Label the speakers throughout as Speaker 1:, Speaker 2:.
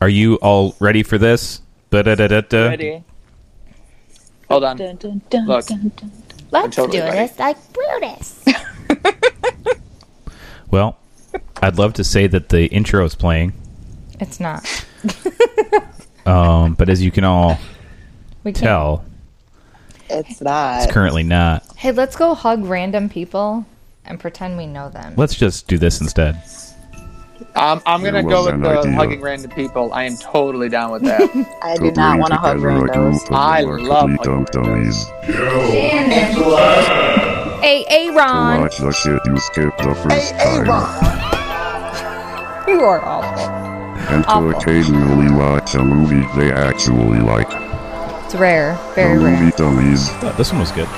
Speaker 1: Are you all ready for this? Da-da-da-da-da.
Speaker 2: Ready? Hold on.
Speaker 3: Dun, dun, dun,
Speaker 2: Look.
Speaker 3: dun, dun.
Speaker 4: Let's
Speaker 2: totally
Speaker 4: do
Speaker 2: ready.
Speaker 4: this like Brutus.
Speaker 1: Well, I'd love to say that the intro is playing,
Speaker 4: it's not.
Speaker 1: um, but as you can all
Speaker 4: We can't.
Speaker 1: tell,
Speaker 2: It's not.
Speaker 1: it's currently not.
Speaker 4: Hey, let's go hug random people and pretend we know them.
Speaker 1: Let's just do this instead.
Speaker 2: Um, I'm gonna
Speaker 5: It
Speaker 2: go
Speaker 5: was
Speaker 2: with
Speaker 5: an
Speaker 2: the
Speaker 5: idea.
Speaker 2: hugging random people. I am totally down with that.
Speaker 3: I do not want to hug randos.
Speaker 2: I love
Speaker 5: dumb dummies.
Speaker 4: Hey, Aaron,
Speaker 5: Watch the shit you skipped the first time.
Speaker 4: you are awful.
Speaker 5: And to occasionally watch a movie they actually like.
Speaker 4: It's rare,
Speaker 5: The
Speaker 4: very
Speaker 5: movie
Speaker 4: rare.
Speaker 5: dummies.
Speaker 1: Oh, this one was good.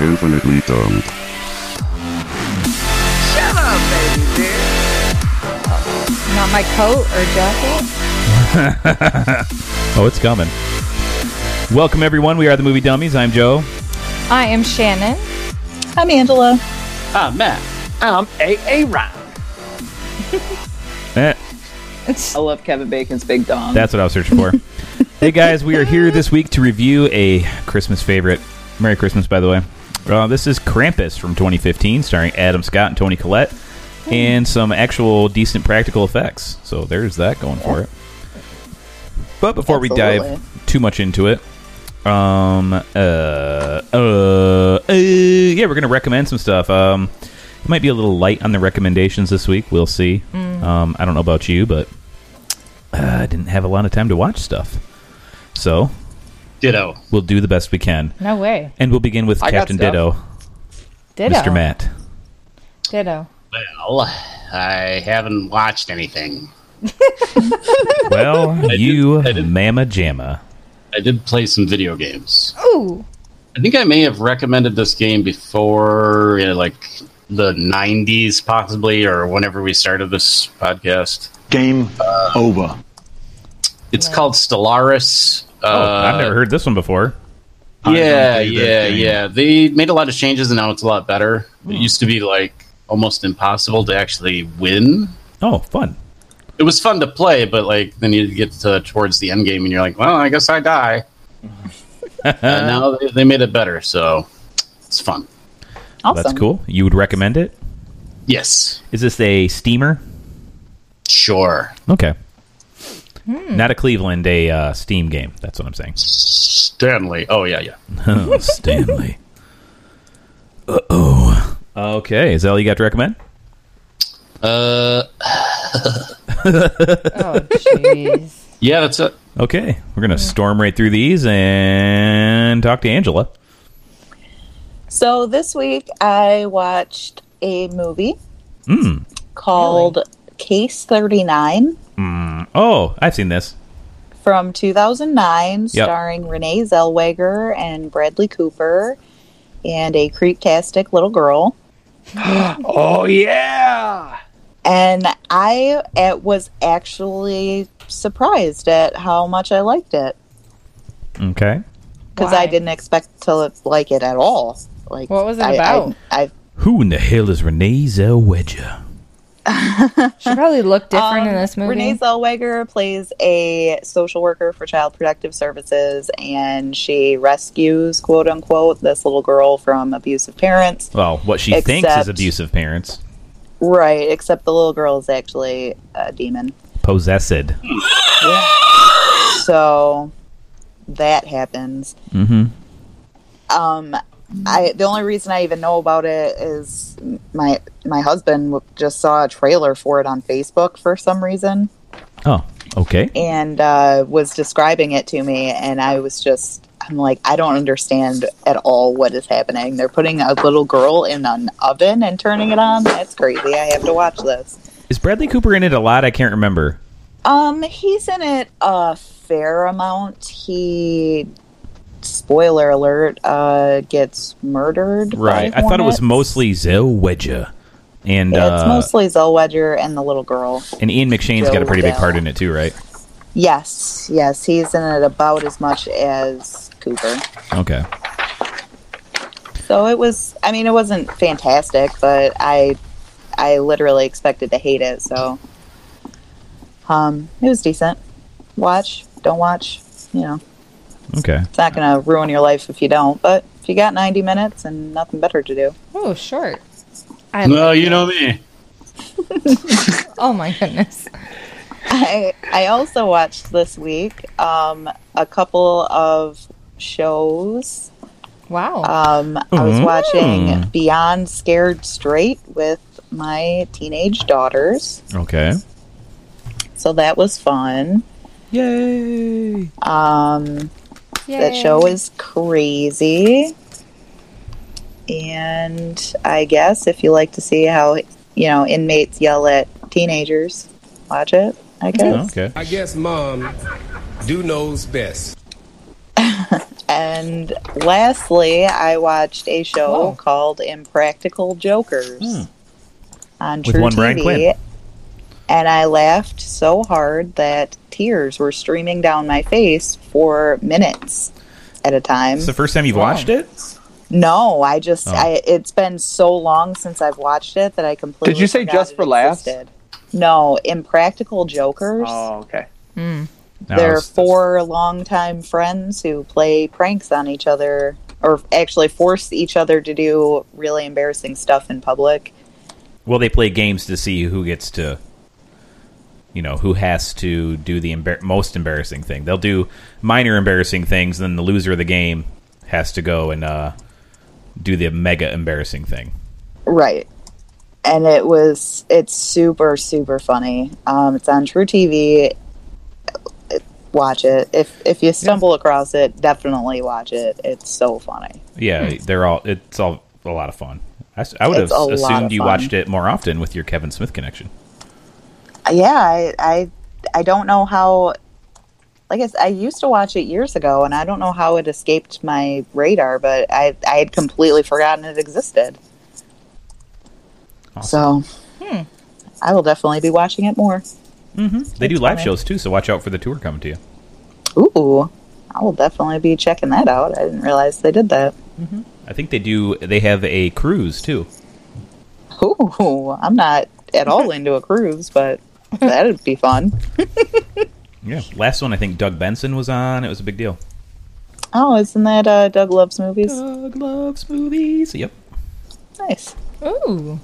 Speaker 5: Infinitely dumb.
Speaker 4: Not my coat or jacket.
Speaker 1: Oh, it's coming. Welcome, everyone. We are the Movie Dummies. I'm Joe.
Speaker 4: I am Shannon.
Speaker 3: I'm Angela.
Speaker 2: Ah, Matt. I'm A.A. Ron.
Speaker 1: Eh,
Speaker 2: I love Kevin Bacon's Big Dong.
Speaker 1: that's what I was searching for. hey, guys, we are here this week to review a Christmas favorite. Merry Christmas, by the way. Uh, this is Krampus from 2015, starring Adam Scott and Tony Collette, and some actual decent practical effects. So there's that going for it. But before we
Speaker 3: Absolutely.
Speaker 1: dive too much into it, um, uh, uh, uh, yeah, we're gonna recommend some stuff. Um, it might be a little light on the recommendations this week. We'll see. Um, I don't know about you, but uh, I didn't have a lot of time to watch stuff, so
Speaker 6: Ditto.
Speaker 1: we'll do the best we can,
Speaker 4: No way.
Speaker 1: and we'll begin with
Speaker 2: I got
Speaker 1: Captain
Speaker 2: stuff.
Speaker 1: Ditto,
Speaker 4: Ditto.
Speaker 1: Mr. Matt.
Speaker 4: Ditto.
Speaker 6: Well, I haven't watched anything.
Speaker 1: Well, you
Speaker 6: I did.
Speaker 1: mama jamma.
Speaker 6: I did play some video games.
Speaker 4: Ooh.
Speaker 6: I think I may have recommended this game before, you know, like the 90s, possibly, or whenever we started this podcast. Uh,
Speaker 7: Game over.
Speaker 6: It's called Stellaris.
Speaker 1: Oh, I've
Speaker 6: uh,
Speaker 1: never heard this one before.
Speaker 6: Yeah,
Speaker 7: believe that
Speaker 6: yeah,
Speaker 7: game.
Speaker 6: yeah. They made a lot of changes, and now it's a lot better. It used to be like almost impossible to actually win.
Speaker 1: Oh, fun.
Speaker 6: It was fun to play, but like then you get to towards the end game, and you're like, well, I guess I die. and now they, they made it better, so it's fun.
Speaker 3: Awesome.
Speaker 1: That's cool. You would recommend it?
Speaker 6: Yes,
Speaker 1: Is this a steamer?
Speaker 6: sure.
Speaker 1: Okay. Not a Cleveland, a uh, Steam game. That's what I'm saying.
Speaker 6: Stanley. Oh yeah, yeah.
Speaker 1: Oh, Stanley. Uh oh. Okay. Is that all you got to recommend?
Speaker 6: Uh,
Speaker 4: Oh, jeez.
Speaker 6: yeah. That's it.
Speaker 1: Okay. We're going to storm right through these and talk to Angela.
Speaker 3: So this week I watched a movie
Speaker 1: Hmm,
Speaker 3: called Case 39
Speaker 1: Oh, I've seen this.
Speaker 3: from 2009, starring Renee Zellweger and Bradley Cooper and a creeptastic little girl.
Speaker 2: oh yeah.
Speaker 3: And I uh, was actually surprised at how much I liked it
Speaker 1: Okay.
Speaker 3: because
Speaker 4: Why?
Speaker 3: I didn't expect to like it at all. Like,
Speaker 4: What was it
Speaker 3: I- I-
Speaker 4: about?
Speaker 3: I,
Speaker 1: Who in the hell is Renee Zellweger?
Speaker 4: She probably looked different in
Speaker 3: Um,
Speaker 4: this movie.
Speaker 3: Renee Zellweger plays a social worker for Child Protective Services, and she rescues, quote unquote, this little girl from abusive parents.
Speaker 1: Well, what she thinks is
Speaker 3: Except-
Speaker 1: abusive parents.
Speaker 3: Right, except the little girl is actually a demon.
Speaker 1: Possessed.
Speaker 3: So that happens.
Speaker 1: Mm-hmm.
Speaker 3: Um, I the only reason I even know about it is my my husband w- just saw a trailer for it on Facebook for some reason.
Speaker 1: Oh, okay.
Speaker 3: and uh, was describing it to me, and I was just, I'm like, I don't understand at all what is happening. They're putting a little girl in an oven and turning it on. That's crazy. I have to watch this.
Speaker 1: Is Bradley Cooper in it a lot? I can't remember.
Speaker 3: Um, he's in it a fair amount. He, spoiler alert, uh, gets murdered. by
Speaker 1: I thought it was
Speaker 3: hornets.
Speaker 1: mostly Zellweger. And
Speaker 3: Yeah, it's
Speaker 1: uh,
Speaker 3: mostly Zellweger and the little girl.
Speaker 1: and Ian McShane's got a pretty big
Speaker 3: Zellweger.
Speaker 1: part in it too, right?
Speaker 3: Yes, yes, he's in it about as much as Cooper.
Speaker 1: Okay.
Speaker 3: So it was. I mean, it wasn't fantastic, but I, I literally expected to hate it. So, um, it was decent. watch, don't watch. You know,
Speaker 1: Okay.
Speaker 3: it's not going to ruin your life if you don't. But if you got 90 minutes and nothing better to do,
Speaker 4: Oh, short. I,
Speaker 6: No, you know me.
Speaker 4: Oh my goodness.
Speaker 3: I I also watched this week um, a couple of shows.
Speaker 4: Wow.
Speaker 3: Um, I was
Speaker 1: Mm.
Speaker 3: watching Beyond Scared Straight with my teenage daughters,
Speaker 1: Okay.
Speaker 3: so that was fun.
Speaker 1: Yay!
Speaker 3: Um, That
Speaker 4: Yay.
Speaker 3: show is crazy. And I guess if you like to see how, you know, inmates yell at teenagers, watch it, I guess.
Speaker 1: Oh, Okay.
Speaker 8: I guess mom do knows best.
Speaker 3: And lastly, I watched a show
Speaker 1: Oh.
Speaker 4: Whoa.
Speaker 3: called Impractical Jokers on
Speaker 1: Hmm. With
Speaker 3: True
Speaker 1: one Brian Quinn.
Speaker 3: TV. And I laughed so hard that tears were streaming down my face for minutes at a time.
Speaker 1: It's the first time you've watched it?
Speaker 3: No, I just
Speaker 1: Oh.
Speaker 3: I it's been so long since I've watched it that I completely
Speaker 2: Did you say
Speaker 3: forgot
Speaker 2: Just
Speaker 3: it
Speaker 2: for Laughs?
Speaker 3: existed. No, Impractical Jokers.
Speaker 2: Oh, okay.
Speaker 1: No,
Speaker 3: They're
Speaker 1: it's-
Speaker 3: four longtime friends who play pranks on each other or actually force each other to do really embarrassing stuff in public.
Speaker 1: Well, they play games to see who gets to, you know, who has to do the embar- most embarrassing thing. They'll do minor embarrassing things, then the loser of the game has to go and uh, do the mega embarrassing thing.
Speaker 3: Right. And it was it's super super funny. Um, it's on True TV. Watch it. If if you stumble across it, definitely watch it. It's so funny.
Speaker 1: Yeah, they're all. It's all a lot of fun. I, s- I would
Speaker 3: Hmm. It's
Speaker 1: have
Speaker 3: a lot
Speaker 1: assumed
Speaker 3: of
Speaker 1: you
Speaker 3: fun.
Speaker 1: watched it more often with your Kevin Smith connection.
Speaker 3: yeah I, I i don't know how like I, s- I used to watch it years ago and i don't know how it escaped my radar but i i had completely forgotten it existed so i will definitely be watching it more
Speaker 1: They do live
Speaker 3: funny.
Speaker 1: shows too, so watch out for the tour coming to you.
Speaker 3: ooh i will definitely be checking that out i didn't realize they did that
Speaker 1: I think they do. They have a cruise too.
Speaker 3: ooh i'm not at all into a cruise but that'd be fun
Speaker 1: Yeah, last one I think Doug Benson was on. It was a big deal.
Speaker 3: oh isn't that uh, doug loves movies
Speaker 1: Doug loves movies. Yep.
Speaker 3: nice
Speaker 4: Ooh.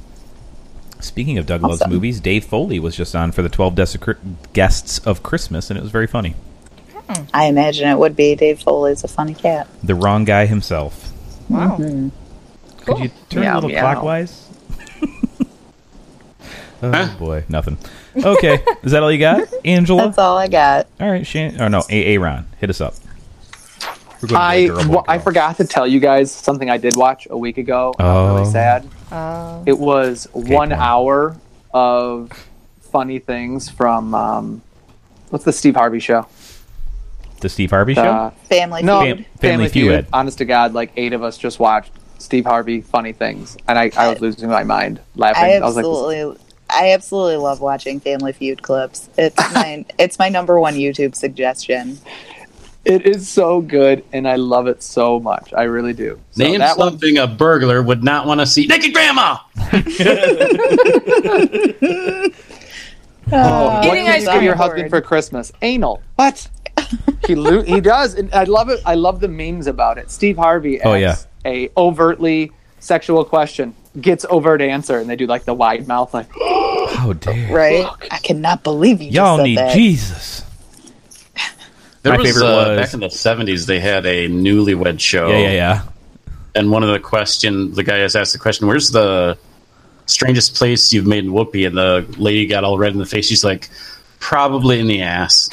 Speaker 1: Speaking of Doug Loves
Speaker 3: Awesome.
Speaker 1: Movies, Dave Foley was just on for the 12 Desecr- Guests of Christmas, and it was very funny.
Speaker 3: i imagine it would be dave foley's a funny cat
Speaker 1: The wrong guy himself.
Speaker 4: Wow.
Speaker 1: Could you turn a
Speaker 2: Meow,
Speaker 1: little
Speaker 2: meow.
Speaker 1: clockwise? oh, boy. Nothing. Okay. Is that all you got, Angela?
Speaker 3: that's all i got
Speaker 1: All right, Shan- Oh, no. A- Aaron, hit us up. We're going to
Speaker 2: I
Speaker 1: the durable
Speaker 2: wha- I
Speaker 1: girl.
Speaker 2: forgot to tell you guys something I did watch a week ago. and I'm
Speaker 1: Oh.
Speaker 2: really sad.
Speaker 4: Oh.
Speaker 2: It was one
Speaker 1: one.
Speaker 2: hour of funny things from um, what's the Steve Harvey show?
Speaker 1: The Steve Harvey
Speaker 2: Uh,
Speaker 3: family
Speaker 2: no,
Speaker 1: Fam-
Speaker 3: feud
Speaker 1: Family Feud.
Speaker 2: Honest to God, like eight of us just watched Steve Harvey funny things, and I, I was losing my mind laughing.
Speaker 3: I
Speaker 2: I was like, this-
Speaker 3: absolutely, I absolutely love watching Family Feud clips. It's my, it's my number one YouTube suggestion.
Speaker 2: it is so good, and I love it so much. I really do. So
Speaker 6: Name
Speaker 2: that one,
Speaker 6: something a burglar would not want to see. Naked grandma.
Speaker 2: oh, what
Speaker 4: Eating
Speaker 2: did
Speaker 4: ice
Speaker 2: you give
Speaker 4: cream
Speaker 2: your
Speaker 4: board.
Speaker 2: husband for Christmas? Anal. What? he lo- he does, and I love it. I love the memes about it. Steve Harvey asks
Speaker 1: Oh, yeah.
Speaker 2: a overtly sexual question, gets overt answer, and they do like the wide mouth, like
Speaker 1: How dare.
Speaker 3: Right? I cannot believe you.
Speaker 1: Y'all
Speaker 3: just said
Speaker 1: need
Speaker 3: that.
Speaker 1: Jesus.
Speaker 6: There
Speaker 1: My
Speaker 6: was,
Speaker 1: favorite
Speaker 6: uh,
Speaker 1: was-
Speaker 6: back in the seventies. They had a newlywed show,
Speaker 1: Yeah, yeah, yeah.
Speaker 6: and one of the question the guy has asked the question, "Where's the strangest place you've made whoopee?" And the lady got all red in the face. She's like, "Probably in the ass."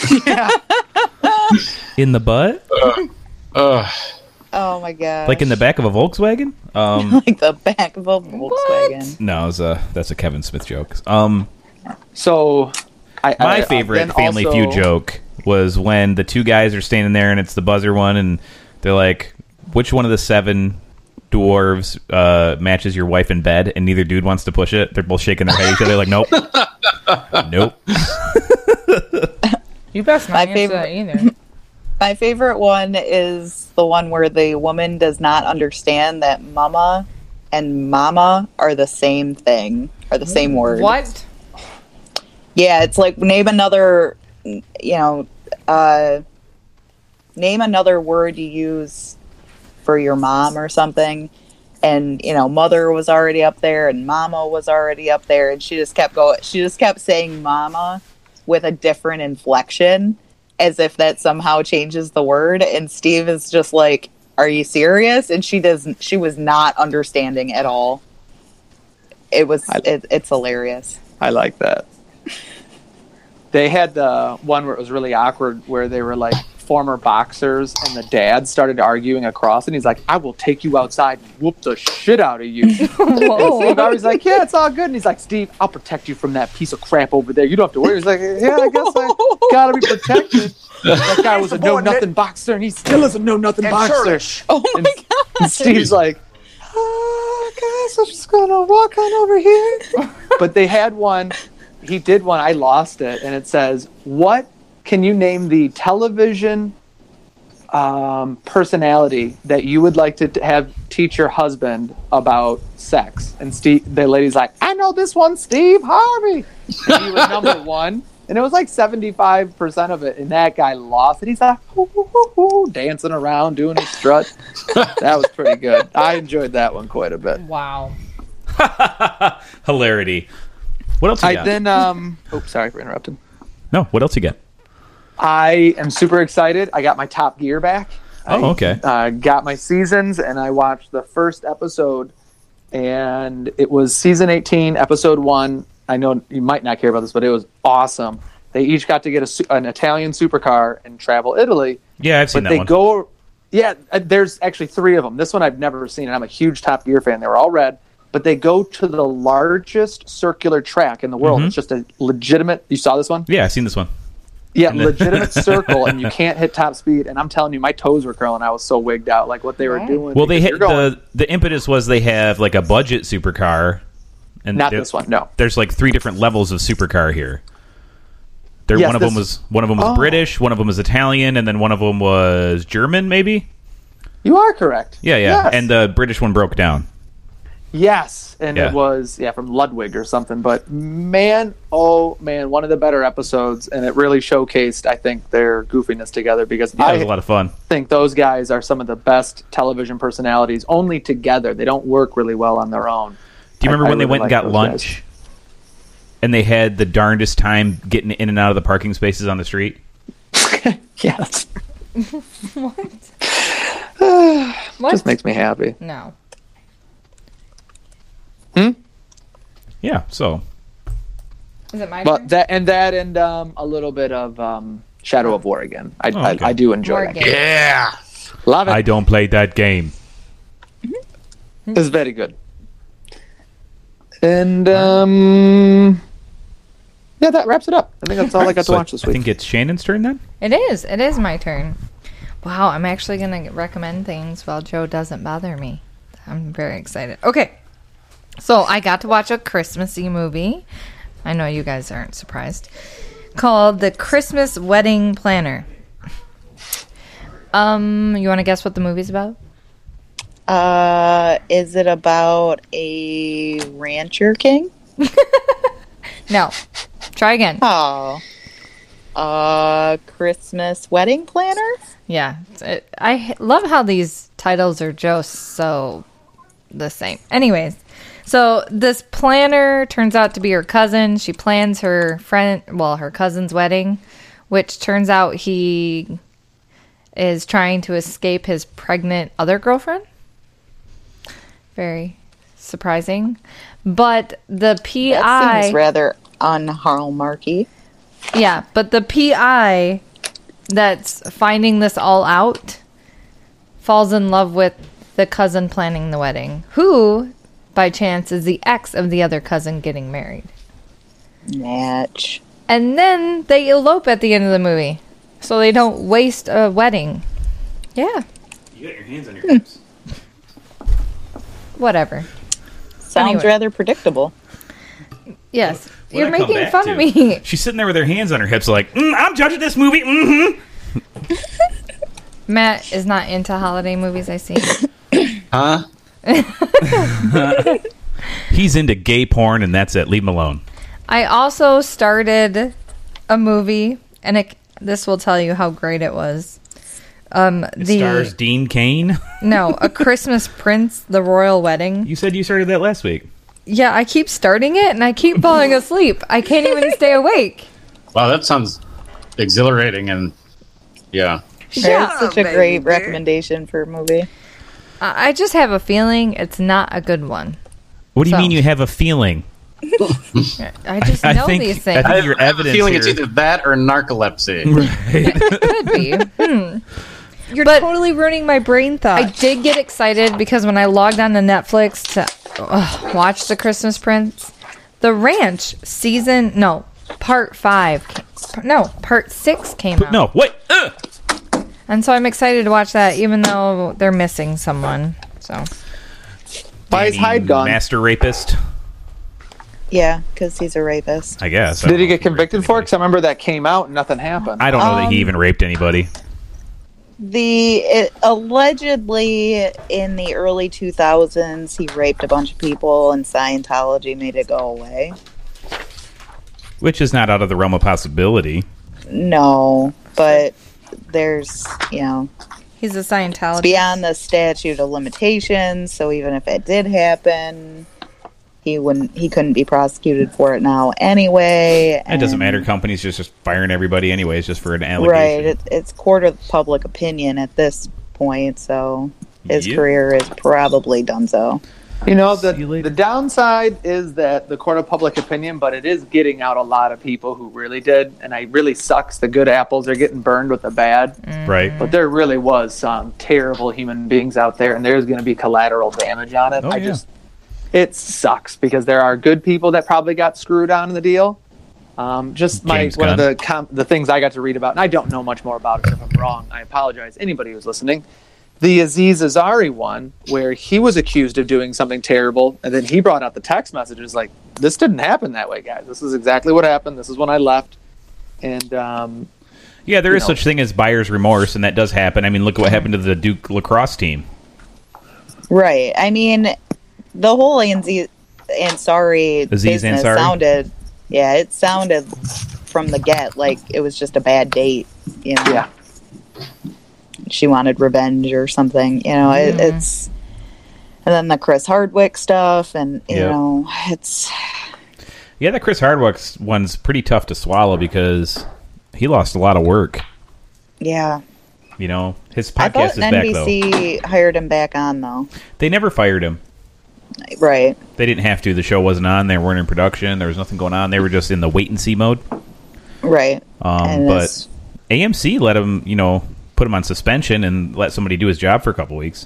Speaker 1: In the butt?
Speaker 6: Ugh.
Speaker 3: Oh my god!
Speaker 1: Like in the back of a Volkswagen? Um,
Speaker 3: like the back of a Volkswagen.
Speaker 1: no, it was a, that's a Kevin Smith joke. Um,
Speaker 2: So, I, I-
Speaker 1: My
Speaker 2: I-
Speaker 1: favorite
Speaker 2: then
Speaker 1: Family
Speaker 2: also-
Speaker 1: Feud joke was when the two guys are standing there and it's the buzzer one, and they're like, "Which one of the seven dwarves uh, matches your wife in bed?" And neither dude wants to push it. They're both shaking their head at each other, like, "Nope, nope."
Speaker 4: You best not
Speaker 3: My
Speaker 4: answer that either.
Speaker 3: My favorite one is the one where the woman does not understand that mama and mama are the same thing, are the same word.
Speaker 4: What?
Speaker 3: Yeah, it's like name another, you know, uh, name another word you use for your mom or something. And you know, mother was already up there, and mama was already up there, and she just kept going. She just kept saying mama with a different inflection, as if that somehow changes the word. And Steve is just like, "Are you serious?" And she doesn't. She was not understanding at all. It was.
Speaker 2: I-
Speaker 3: It, it's hilarious.
Speaker 2: I like that. They had the one where it was really awkward, where they were like former boxers, and the dad started arguing across, and he's like, "I will take you outside, and whoop the shit out of you." And Steve
Speaker 4: Whoa.
Speaker 2: Harvey's like, "Yeah, it's all good," and he's like, "Steve, I'll protect you from that piece of crap over there. You don't have to worry." He's like, "Yeah, I guess I gotta be protected." That guy was a no nothing boxer, and he still is a no nothing boxer.
Speaker 3: Oh
Speaker 2: And, and Steve's like, oh, guys, I'm just gonna walk on over here. but they had one. He did one. I lost it, and it says, "What can you name the television um, personality that you would like to t- have teach your husband about sex?" And Steve, the lady's like, "I know this one, Steve Harvey." And he was number one. And it was like 75% of it. And that guy lost it. He's like, "Hoo, hoo, hoo, hoo," dancing around, doing his strut. that was pretty good. I enjoyed that one quite a bit.
Speaker 4: Wow.
Speaker 1: Hilarity. What else you
Speaker 2: I
Speaker 1: got?
Speaker 2: then, um, oops, sorry for interrupting.
Speaker 1: no, what else you got?
Speaker 2: I am super excited. I got my Top Gear back.
Speaker 1: Oh,
Speaker 2: I,
Speaker 1: okay.
Speaker 2: Uh, got my seasons, and I watched the first episode, and it was season 18, episode one. I know you might not care about this, but it was awesome. They each got to get a, su- an Italian supercar and travel Italy.
Speaker 1: Yeah, I've seen that
Speaker 2: but they
Speaker 1: one.
Speaker 2: go yeah uh, there's actually three of them this one i've never seen and i'm a huge top gear fan they were all red but they go to the largest circular track in the world it's just a legitimate you saw this one
Speaker 1: yeah, I've seen this one.
Speaker 2: yeah
Speaker 1: then-
Speaker 2: legitimate circle and you can't hit top speed and i'm telling you my toes were curling i was so wigged out like what they were
Speaker 4: Right.
Speaker 2: doing
Speaker 1: Well, they
Speaker 2: because
Speaker 1: hit
Speaker 2: you're going-
Speaker 1: the the impetus was they have like a budget supercar, and
Speaker 2: not
Speaker 1: there-
Speaker 2: this one no
Speaker 1: There's like three different levels of supercar here. There,
Speaker 2: Yes,
Speaker 1: one of
Speaker 2: this-
Speaker 1: them was one of them was
Speaker 2: Oh.
Speaker 1: British, one of them was Italian, and then one of them was German, maybe.
Speaker 2: you are correct
Speaker 1: Yeah, yeah.
Speaker 2: Yes.
Speaker 1: And the British one broke down.
Speaker 2: Yes, and
Speaker 1: Yeah.
Speaker 2: it was yeah from Ludwig or something. But man, oh man, one of the better episodes, and it really showcased I think their goofiness together because
Speaker 1: That
Speaker 2: I
Speaker 1: was a lot of fun.
Speaker 2: think those guys are some of the best television personalities. Only together, they don't work really well on their own.
Speaker 1: Do you
Speaker 2: I-
Speaker 1: remember
Speaker 2: I
Speaker 1: when they
Speaker 2: really
Speaker 1: went and
Speaker 2: like
Speaker 1: got
Speaker 2: those
Speaker 1: lunch?
Speaker 2: guys.
Speaker 1: And they had the darndest time getting in and out of the parking spaces on the street.
Speaker 2: Yes,
Speaker 4: What?
Speaker 2: just makes me happy.
Speaker 4: no.
Speaker 1: Yeah, so
Speaker 4: Is it my turn?
Speaker 2: But that and that and um, a little bit of um, Shadow of War again. I,
Speaker 1: Oh, okay.
Speaker 2: I, I do enjoy
Speaker 4: War
Speaker 2: it.
Speaker 4: game.
Speaker 6: Yeah.
Speaker 2: Love it.
Speaker 1: don't play that game.
Speaker 2: It's very good. And um, yeah, that wraps it up. I think that's all I got to
Speaker 1: So
Speaker 2: watch this
Speaker 1: I
Speaker 2: week.
Speaker 1: think it's Shannon's turn then.
Speaker 4: It is. It is my turn. Wow, I'm actually going to recommend things while Joe doesn't bother me. I'm very excited. Okay. So I got to watch a Christmassy movie. I know you guys aren't surprised. Called The Christmas Wedding Planner. Um, you want to guess what the movie's about?
Speaker 3: Uh, is it about a rancher king?
Speaker 4: No. Try again.
Speaker 3: Oh, uh, Christmas wedding planner.
Speaker 4: Yeah, it's- it, I h- love how these titles are just so the same. Anyways, so this planner turns out to be her cousin. She plans her friend, well, her cousin's wedding, which turns out he is trying to escape his pregnant other girlfriend. Very surprising, but the PI
Speaker 3: That seems rather unhallmarky.
Speaker 4: yeah, but the PI that's finding this all out falls in love with the cousin planning the wedding, who, by chance, is the ex of the other cousin getting married.
Speaker 3: Match.
Speaker 4: And then they elope at the end of the movie, so they don't waste a wedding. Yeah,
Speaker 1: You got your hands on your
Speaker 4: Hmm.
Speaker 1: hips.
Speaker 4: whatever.
Speaker 3: Sounds
Speaker 4: Anyway.
Speaker 3: rather predictable.
Speaker 4: Yes, you're making fun of me.
Speaker 1: She's sitting there with her hands on her hips, like mm, I'm judging this movie. Mm-hmm.
Speaker 4: Matt is not into holiday movies, I see.
Speaker 6: Huh?
Speaker 1: He's into gay porn, and that's it. Leave him alone.
Speaker 4: I also started a movie, and it, This will tell you how great it was. Um,
Speaker 1: It
Speaker 4: the
Speaker 1: stars Dean Kane.
Speaker 4: no, a Christmas Prince, the royal wedding.
Speaker 1: You said you started that last week.
Speaker 4: Yeah, I keep starting it and I keep falling asleep. I can't even stay awake.
Speaker 6: Wow, that sounds exhilarating and yeah.
Speaker 4: Yeah,
Speaker 3: That's such a great recommendation for a movie.
Speaker 4: I I just have a feeling it's not a good one.
Speaker 1: What do you
Speaker 4: So-
Speaker 1: mean you have a feeling?
Speaker 4: I just
Speaker 1: I
Speaker 4: know
Speaker 1: think-
Speaker 4: these things.
Speaker 1: I think your
Speaker 6: I have a
Speaker 1: evidence
Speaker 6: feeling
Speaker 1: here-
Speaker 6: it's either that or narcolepsy.
Speaker 4: could be. Hmm.
Speaker 9: You're
Speaker 4: But-
Speaker 9: totally ruining my brain
Speaker 4: I
Speaker 9: thought.
Speaker 4: did get excited because when I logged on to Netflix to ugh, watch The Christmas Prince, The Ranch season no part five, ca- no part six came out.
Speaker 1: No, what? Ugh!
Speaker 4: and so I'm excited to watch that, even though they're missing someone. So
Speaker 2: Why is
Speaker 1: Danny
Speaker 2: Hyde gone?
Speaker 1: Master rapist,
Speaker 3: Yeah, because he's a rapist.
Speaker 1: I guess. I
Speaker 2: Did
Speaker 1: don't
Speaker 2: he
Speaker 1: know if
Speaker 2: get convicted
Speaker 1: raped
Speaker 2: for it?
Speaker 1: anybody.
Speaker 2: Because I remember that came out and nothing happened.
Speaker 1: I don't know that he even raped anybody.
Speaker 3: The it, allegedly in the early 2000s, he raped a bunch of people, and Scientology made it go away.
Speaker 1: Which is not out of the realm of possibility.
Speaker 3: No, but there's you know
Speaker 4: he's a Scientologist.
Speaker 3: beyond the statute of limitations. So even if it did happen, he wouldn't. He couldn't be prosecuted for it now anyway.
Speaker 1: It doesn't
Speaker 3: and-
Speaker 1: matter. Companies just, just firing everybody anyways, just for an
Speaker 3: right?
Speaker 1: allegation.
Speaker 3: It, it's court of public opinion at this point. So his
Speaker 1: Yep.
Speaker 3: career is probably done. So
Speaker 2: You know, the,
Speaker 1: See you later.
Speaker 2: the downside is that the court of public opinion, but it is getting out a lot of people who really did, and I really sucks. The good apples are getting burned with the bad,
Speaker 1: Right.
Speaker 2: but there really was some terrible human beings out there, and there's going to be collateral damage on it.
Speaker 1: Oh,
Speaker 2: I
Speaker 1: yeah.
Speaker 2: just, it sucks because there are good people that probably got screwed on in the deal. Um, just my
Speaker 1: James
Speaker 2: one of
Speaker 1: Gunn.
Speaker 2: the com- the things I got to read about, and I don't know much more about it. If I'm wrong, I apologize. Anybody who's listening, the Aziz Azari one, where he was accused of doing something terrible, and then he brought out the text messages like, "This didn't happen that way, guys. This is exactly what happened. This is when I left." And um,
Speaker 1: Yeah, there
Speaker 2: you
Speaker 1: is
Speaker 2: know.
Speaker 1: such thing as buyer's remorse, and that does happen. I mean, look what happened to the Duke lacrosse team.
Speaker 3: right. I mean, the whole Anzi- Ansari
Speaker 1: Aziz
Speaker 3: business
Speaker 1: Ansari?
Speaker 3: sounded. Yeah, it sounded from the get like it was just a bad date. You know.
Speaker 2: yeah,
Speaker 3: she wanted revenge or something. You know, it, it's and then the Chris Hardwick stuff, and you
Speaker 1: Yeah.
Speaker 3: know, it's
Speaker 1: Yeah, that Chris Hardwick's one's pretty tough to swallow because he lost a lot of work.
Speaker 3: yeah.
Speaker 1: You know, his
Speaker 3: I thought
Speaker 1: podcast is back though.
Speaker 3: NBC hired him back on though,
Speaker 1: They never fired him.
Speaker 3: right?
Speaker 1: They didn't have to. The show wasn't on. They weren't in production. There was nothing going on. They were just in the wait and see mode.
Speaker 3: Right.
Speaker 1: Um,
Speaker 3: And
Speaker 1: but
Speaker 3: it's-
Speaker 1: AMC let him, you know, put him on suspension and let somebody do his job for a couple weeks.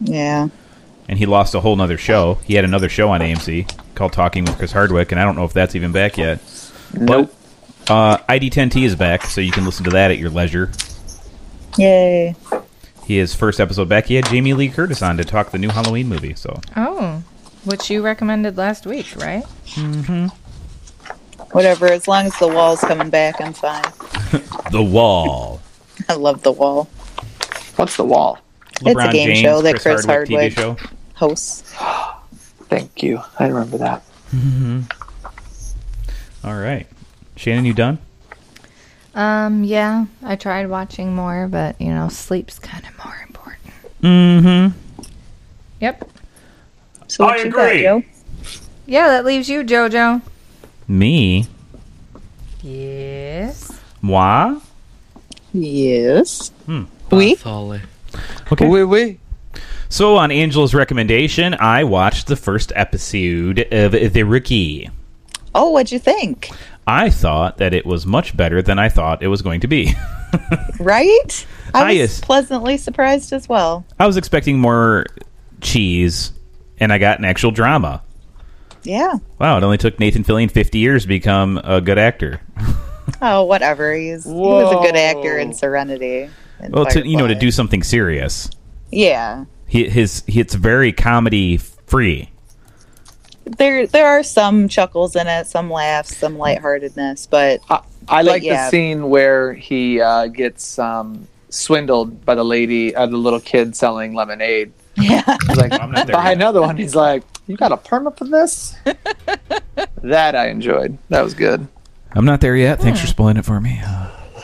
Speaker 3: yeah,
Speaker 1: And he lost a whole nother show. He had another show on AMC called Talking with Chris Hardwick, and I don't know if that's even back yet.
Speaker 2: nope.
Speaker 1: Uh, ID10T is back, so you can listen to that at your leisure.
Speaker 3: yay.
Speaker 1: His first episode back, he had Jamie Lee Curtis on to talk the new Halloween movie. So
Speaker 4: Oh, which you recommended last week, right?
Speaker 3: Whatever. As long as the wall's coming back, I'm fine.
Speaker 1: the Wall,
Speaker 3: I love the wall.
Speaker 2: What's the wall?
Speaker 1: LeBron
Speaker 3: a game
Speaker 1: James,
Speaker 3: show that
Speaker 1: Chris,
Speaker 3: Chris
Speaker 1: Hardwick,
Speaker 3: Hardwick-
Speaker 1: TV show.
Speaker 3: Hosts.
Speaker 2: Thank you. I remember that.
Speaker 1: All right, Shannon, you done?
Speaker 4: Um, yeah, I tried watching more, but you know, sleep's kind of more important. Mm-hmm. Yep.
Speaker 3: So what
Speaker 1: I
Speaker 3: you got,
Speaker 1: agree.
Speaker 3: yo?
Speaker 4: Yeah, that leaves you, Jojo.
Speaker 1: Me,
Speaker 4: Yes.
Speaker 1: moi.
Speaker 3: Yes. We
Speaker 1: Okay.
Speaker 2: Oui, oui.
Speaker 1: So on Angela's recommendation, I watched the first episode of The Rookie.
Speaker 3: oh, what'd you think?
Speaker 1: I thought that it was much better than I thought it was going to be.
Speaker 3: Right? I was
Speaker 1: Highest.
Speaker 3: pleasantly surprised as well.
Speaker 1: I was expecting more cheese, and I got an actual drama.
Speaker 3: Yeah.
Speaker 1: Wow, it only took Nathan Fillion 50 years to become a good actor.
Speaker 3: Oh, whatever. He's he was a good actor in
Speaker 2: Whoa.
Speaker 3: Serenity. and
Speaker 1: Well, to, you know, to
Speaker 3: Firefly.
Speaker 1: do something serious.
Speaker 3: Yeah,
Speaker 1: He, his he, it's very comedy free.
Speaker 3: there there are some chuckles in it, some laughs, some lightheartedness, but
Speaker 2: I, I
Speaker 3: But
Speaker 2: like
Speaker 3: yeah.
Speaker 2: the scene where he uh, gets um, swindled by the lady, uh, the little kid selling lemonade.
Speaker 3: yeah,
Speaker 1: Hmm.
Speaker 2: He's like,
Speaker 1: I'm not there
Speaker 2: buy
Speaker 1: yet."
Speaker 2: another one. He's like, you got a permit for this? that I enjoyed. That was good.
Speaker 1: I'm not there yet. Thanks for spoiling it for me.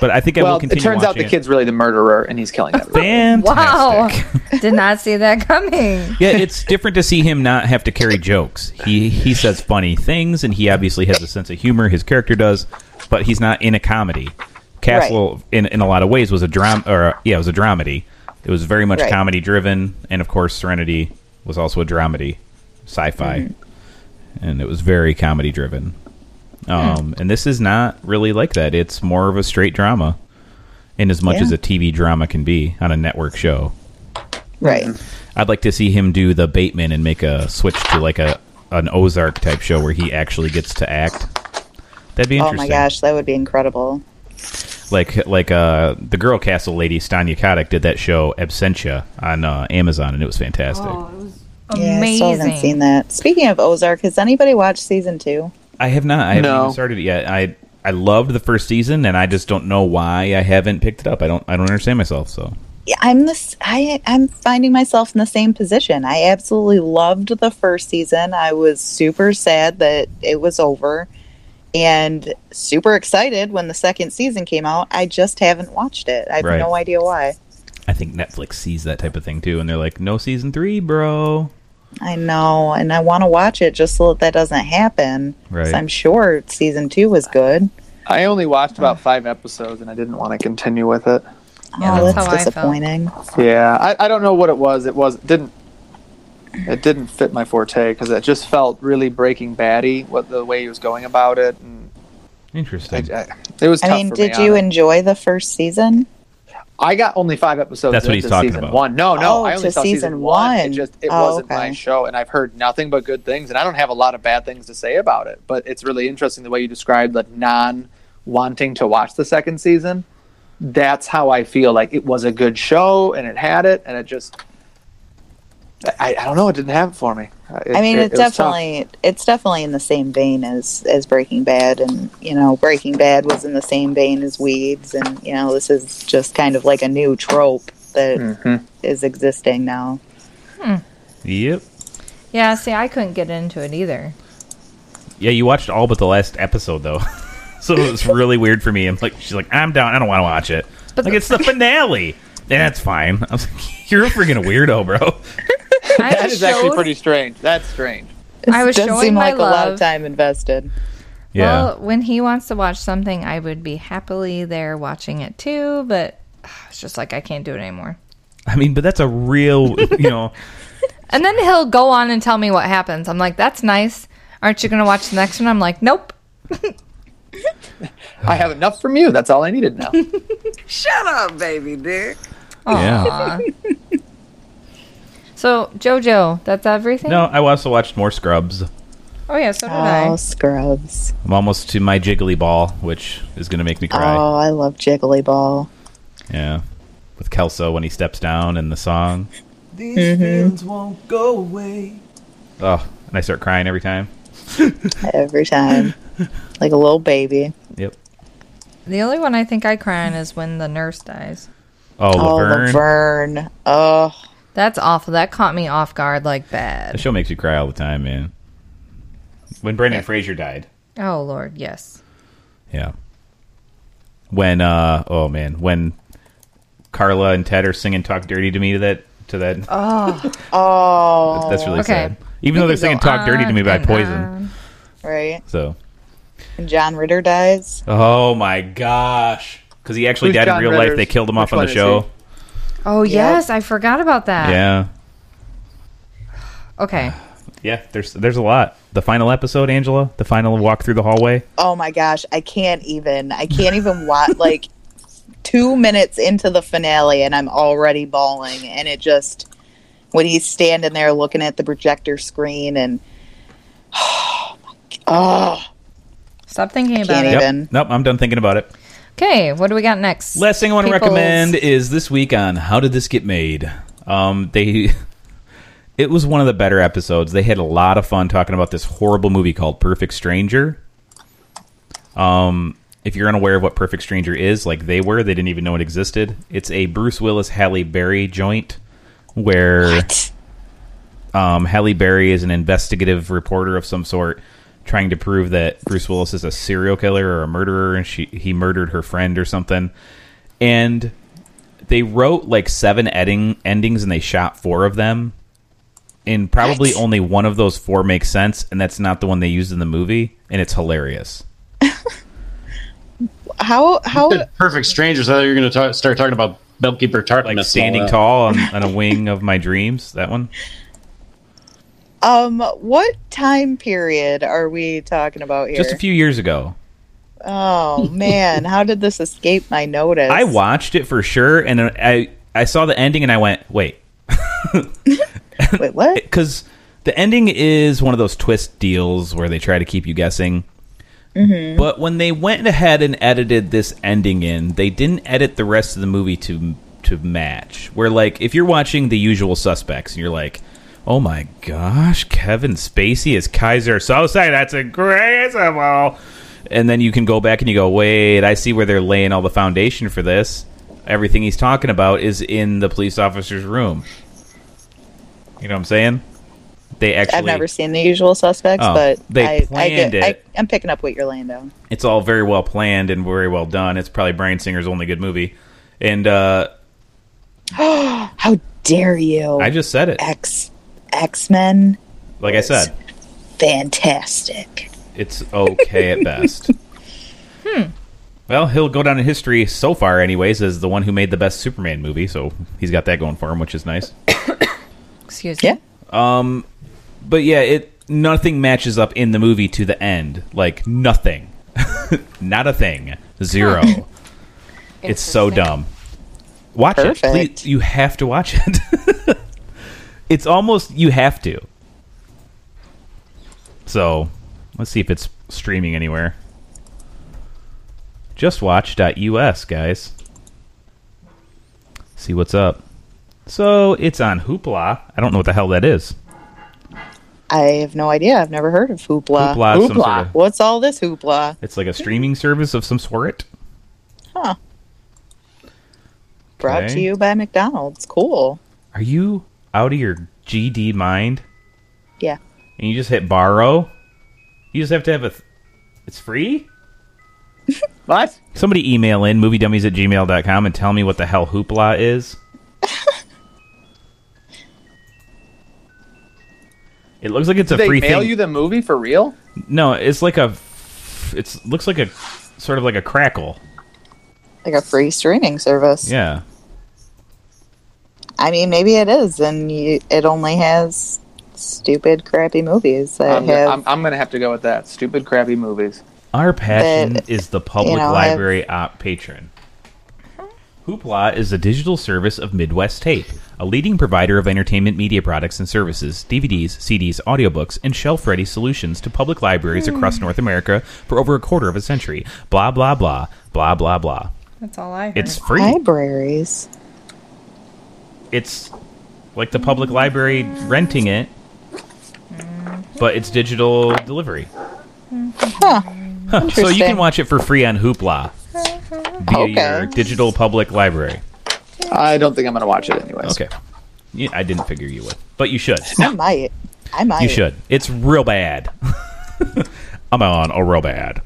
Speaker 1: But I think I
Speaker 2: Hmm. well,
Speaker 1: will
Speaker 2: it
Speaker 1: continue.
Speaker 2: turns out the
Speaker 1: watching it.
Speaker 2: kid's really the murderer, and he's killing everyone.
Speaker 4: Wow.
Speaker 1: Fantastic.
Speaker 4: Did not see that coming.
Speaker 1: yeah, it's different to see him not have to carry jokes. He he says funny things, and he obviously has a sense of humor. His character does, but he's not in a comedy. Castle, in in a lot of ways, was a drama, or uh, yeah, it was a dramedy. It was very much
Speaker 3: Right.
Speaker 1: comedy driven, and of course, Serenity was also a dramedy, sci-fi,
Speaker 3: Mm-hmm.
Speaker 1: and it was very comedy driven. Um, and this is not really like that. It's more of a straight drama, in as much
Speaker 3: Yeah.
Speaker 1: as a TV drama can be on a network show.
Speaker 3: Right. Oh
Speaker 1: I'd like to see him do the Bateman and make a switch to like a an Ozark type show where he actually gets to act. That'd be
Speaker 3: Oh
Speaker 1: interesting.
Speaker 3: my gosh, that would be incredible.
Speaker 1: Like like uh the Girl Castle lady Stanya Kotick did that show Absentia on uh, Amazon and it was fantastic.
Speaker 3: Yeah, I still haven't seen
Speaker 4: Amazing.
Speaker 3: that. Speaking of Ozark, has anybody watched season two?
Speaker 1: I have not. I haven't
Speaker 2: No.
Speaker 1: even started it yet. I I loved the first season and I just don't know why I haven't picked it up. I don't I don't understand myself. So
Speaker 3: Yeah, I'm this. I I'm finding myself in the same position. I absolutely loved the first season. I was super sad that it was over, and super excited when the second season came out. I just haven't watched it. I have
Speaker 1: Right.
Speaker 3: no idea why.
Speaker 1: I think Netflix sees that type of thing too and they're like no season 3, bro.
Speaker 3: I know, and I want to watch it just so that that doesn't happen. 'Cause
Speaker 1: Right.
Speaker 3: I'm sure season two was good.
Speaker 2: I only watched about five episodes, and I didn't want to continue with it.
Speaker 4: Yeah,
Speaker 3: oh,
Speaker 4: that's
Speaker 3: that's
Speaker 4: how I felt.
Speaker 3: disappointing.
Speaker 2: Yeah, I, I don't know what it was. It was didn't it didn't fit my forte because it just felt really Breaking Baddy. What the way he was going about it, and I,
Speaker 1: Interesting.
Speaker 2: I, it was.
Speaker 3: I
Speaker 2: tough
Speaker 3: mean,
Speaker 2: for
Speaker 3: did
Speaker 2: me
Speaker 3: you
Speaker 2: on it.
Speaker 3: enjoy the first season?
Speaker 2: I got only five episodes.
Speaker 1: That's what
Speaker 2: into
Speaker 1: he's talking
Speaker 2: season
Speaker 1: about.
Speaker 2: One. No, no,
Speaker 3: Oh,
Speaker 2: I only
Speaker 3: to
Speaker 2: saw
Speaker 3: season
Speaker 2: season one. It
Speaker 3: one.
Speaker 2: just it
Speaker 3: Oh,
Speaker 2: wasn't my
Speaker 3: okay.
Speaker 2: show, and I've heard nothing but good things, and I don't have a lot of bad things to say about it. But it's really interesting the way you described the non wanting to watch the second season. That's how I feel. Like it was a good show, and it had it, and it just. I, I don't know. It didn't have it for me. Uh, It,
Speaker 3: I mean,
Speaker 2: it-
Speaker 3: it's
Speaker 2: it was tough.
Speaker 3: definitely it's definitely in the same vein as as Breaking Bad, and you know, Breaking Bad was in the same vein as Weeds, and you know, this is just kind of like a new trope that is
Speaker 2: Mm-hmm.
Speaker 3: existing now.
Speaker 1: Yep.
Speaker 4: Yeah, see, I couldn't get into it either.
Speaker 1: Yeah, you watched all but the last episode though. so it was really weird for me. I'm like she's like, I'm down, I don't want to watch it.
Speaker 4: But
Speaker 1: like
Speaker 4: the-
Speaker 1: it's the finale. That's fine. I was like, You're a freaking weirdo, bro.
Speaker 4: I
Speaker 2: That is actually
Speaker 4: showed-
Speaker 2: pretty strange. That's strange.
Speaker 4: I was
Speaker 3: It does
Speaker 4: showing
Speaker 3: seem
Speaker 4: my
Speaker 3: like a lot
Speaker 4: love.
Speaker 3: of time invested.
Speaker 1: Yeah.
Speaker 4: Well, when he wants to watch something, I would be happily there watching it too, but ah, it's just like I can't do it anymore.
Speaker 1: I mean, but that's a real you know
Speaker 4: And then he'll go on and tell me what happens. I'm like, that's nice. Aren't you going to watch the next one? I'm like, nope.
Speaker 2: I have enough from you. That's all I needed now.
Speaker 1: Yeah.
Speaker 4: So, JoJo, that's everything?
Speaker 1: No, I also watched more Scrubs.
Speaker 4: Oh, yeah, so did
Speaker 3: Oh, Scrubs!
Speaker 1: I'm almost to my jiggly ball, which is gonna make me cry.
Speaker 3: Oh, I love Jiggly Ball.
Speaker 1: Yeah. With Kelso when he steps down and the song.
Speaker 8: These
Speaker 4: Mm-hmm.
Speaker 8: feelings won't go away.
Speaker 1: Oh, and I start crying every time.
Speaker 3: every time, like a little baby.
Speaker 1: Yep.
Speaker 4: I. The only one I think I cry on is when the nurse dies.
Speaker 1: Oh,
Speaker 3: Oh,
Speaker 1: Laverne.
Speaker 3: Laverne. Oh,
Speaker 4: That's awful. That caught me off guard like
Speaker 1: That
Speaker 4: bad.
Speaker 1: show makes you cry all the time, man. When Brendan Fraser died.
Speaker 4: Oh, Lord, yes.
Speaker 1: Yeah. When uh oh man, when Carla and Ted are singing "Talk Dirty to Me" to that to that
Speaker 3: oh,
Speaker 1: that's really
Speaker 4: Okay.
Speaker 1: sad. Even though
Speaker 4: We
Speaker 1: they're
Speaker 4: could go
Speaker 1: singing "Talk Dirty to
Speaker 4: on
Speaker 1: Me" by
Speaker 4: and
Speaker 1: Poison,
Speaker 4: on.
Speaker 3: right.
Speaker 1: so
Speaker 3: And John Ritter dies.
Speaker 1: oh my gosh, because he actually
Speaker 2: Who's
Speaker 1: died in
Speaker 2: John
Speaker 1: real life.
Speaker 2: Ritter's-
Speaker 1: They killed him
Speaker 2: which
Speaker 1: off on
Speaker 2: one
Speaker 1: the
Speaker 2: is Ah.
Speaker 1: show.
Speaker 4: Oh, yes, I forgot about that.
Speaker 1: Yeah,
Speaker 4: Okay.
Speaker 1: yeah. There's there's a lot. The final episode, Angela. The final walk through the hallway.
Speaker 3: Oh my gosh, I can't even. I can't even watch. Like two minutes into the finale, and I'm already bawling. And it just when he's standing there looking at the projector screen, and oh,
Speaker 4: Stop thinking about
Speaker 3: Can't
Speaker 4: it.
Speaker 3: even-
Speaker 1: Yep. Nope. I'm done thinking about it.
Speaker 4: Okay, what do we got next?
Speaker 1: Last thing I want to
Speaker 4: People's-
Speaker 1: recommend is this week on How Did This Get Made? Um, they. It was one of the better episodes. They had a lot of fun talking about this horrible movie called Perfect Stranger. Um, if you're unaware of what Perfect Stranger is, like they were, they didn't even know it existed. It's a Bruce Willis Halle Berry joint where um, Halle Berry is an investigative reporter of some sort, trying to prove that Bruce Willis is a serial killer or a murderer, and she he murdered her friend or something. And they wrote like seven ending, endings, and they shot four of them. And probably
Speaker 3: What?
Speaker 1: only one of those four makes sense, and that's not the one they used in the movie. And it's hilarious.
Speaker 3: How how
Speaker 6: Perfect strangers. I thought you were going to ta- start talking about Bellkeeper Tartness.
Speaker 1: Like
Speaker 6: and all
Speaker 1: standing
Speaker 6: that.
Speaker 1: tall on, on a wing of my dreams. That one.
Speaker 3: um what time period are we talking about here?
Speaker 1: Just a few years ago.
Speaker 3: Oh man, how did this escape my notice?
Speaker 1: I watched it for sure, and I I saw the ending, and I went, wait,
Speaker 3: Wait, what?
Speaker 1: because the ending is one of those twist deals where they try to keep you guessing. But when they went ahead and edited this ending in, they didn't edit the rest of the movie to to match. Where like if you're watching The Usual Suspects and you're like, "Oh my gosh, Kevin Spacey is Kaiser Soze. That's incredible." And then you can go back and you go, "Wait, I see where they're laying all the foundation for this. Everything he's talking about is in the police officer's room." You know what I'm saying? They actually
Speaker 3: I've never seen The Usual Suspects,
Speaker 1: Oh,
Speaker 3: but
Speaker 1: they
Speaker 3: I, I
Speaker 1: planned
Speaker 3: get, I,
Speaker 1: it.
Speaker 3: I'm picking up what you're laying down.
Speaker 1: it's all very well planned and very well done. It's probably Brian Singer's only good movie. And uh,
Speaker 3: How dare you?
Speaker 1: I just said it.
Speaker 3: X X Men,
Speaker 1: Like I said,
Speaker 3: fantastic.
Speaker 1: it's okay at best. hmm. Well, he'll go down in history so far, anyways, as the one who made the best Superman movie. So he's got that going for him, which is nice.
Speaker 4: Excuse
Speaker 3: Yeah.
Speaker 4: me.
Speaker 1: But yeah, it nothing matches up in the movie to the end. Like nothing, not a thing, zero. it's so
Speaker 4: Interesting.
Speaker 1: dumb. Watch it,
Speaker 3: Perfect.
Speaker 1: please. You have to watch it. it's almost you have to. So, let's see if it's streaming anywhere. Justwatch.us, guys. See what's up. So it's on Hoopla. I don't know what the hell that is.
Speaker 3: I have no idea. I've never heard of hoopla.
Speaker 1: Hoopla is some sort of-
Speaker 3: What's all this hoopla?
Speaker 1: It's like a streaming service of some sort.
Speaker 3: Huh. Brought to
Speaker 1: Okay.
Speaker 3: you by McDonald's. Cool.
Speaker 1: Are you out of your GD mind?
Speaker 3: Yeah.
Speaker 1: And you just hit borrow? You just have to have a. Th- it's free?
Speaker 2: What?
Speaker 1: Somebody email in moviedummies at gmail.com and tell me what the hell Hoopla is. it looks like it's a
Speaker 2: they
Speaker 1: free
Speaker 2: mail
Speaker 1: thing.
Speaker 2: you the movie for real?
Speaker 1: no, it's like a. It looks like a. Sort of like a crackle.
Speaker 3: Like a free streaming service.
Speaker 1: Yeah.
Speaker 3: I mean, maybe it is, and you, it only has stupid, crappy movies that
Speaker 2: I'm,
Speaker 3: have.
Speaker 2: I'm, I'm gonna have to go with that. Stupid, crappy movies.
Speaker 1: Our passion
Speaker 3: But,
Speaker 1: is the public
Speaker 3: you know, I've-
Speaker 1: library op patron. Hoopla is a digital service of Midwest Tape, a leading provider of entertainment media products and services, DVDs, CDs, audiobooks, and shelf ready solutions to public libraries across
Speaker 3: Hmm.
Speaker 1: North America for over a quarter of a century. Blah, blah, blah, blah, blah, blah.
Speaker 4: That's all I heard.
Speaker 1: It's free.
Speaker 3: libraries.
Speaker 1: It's like the public library renting it, but it's digital delivery.
Speaker 3: Huh.
Speaker 1: So you can
Speaker 3: Interesting.
Speaker 1: watch it for free on Hoopla via
Speaker 3: Okay.
Speaker 1: your digital public library.
Speaker 2: I don't think I'm gonna watch it anyways.
Speaker 1: Okay. Yeah, I didn't figure you would, but you should.
Speaker 3: I might. I might.
Speaker 1: You should. It's real bad. I'm on a real bad.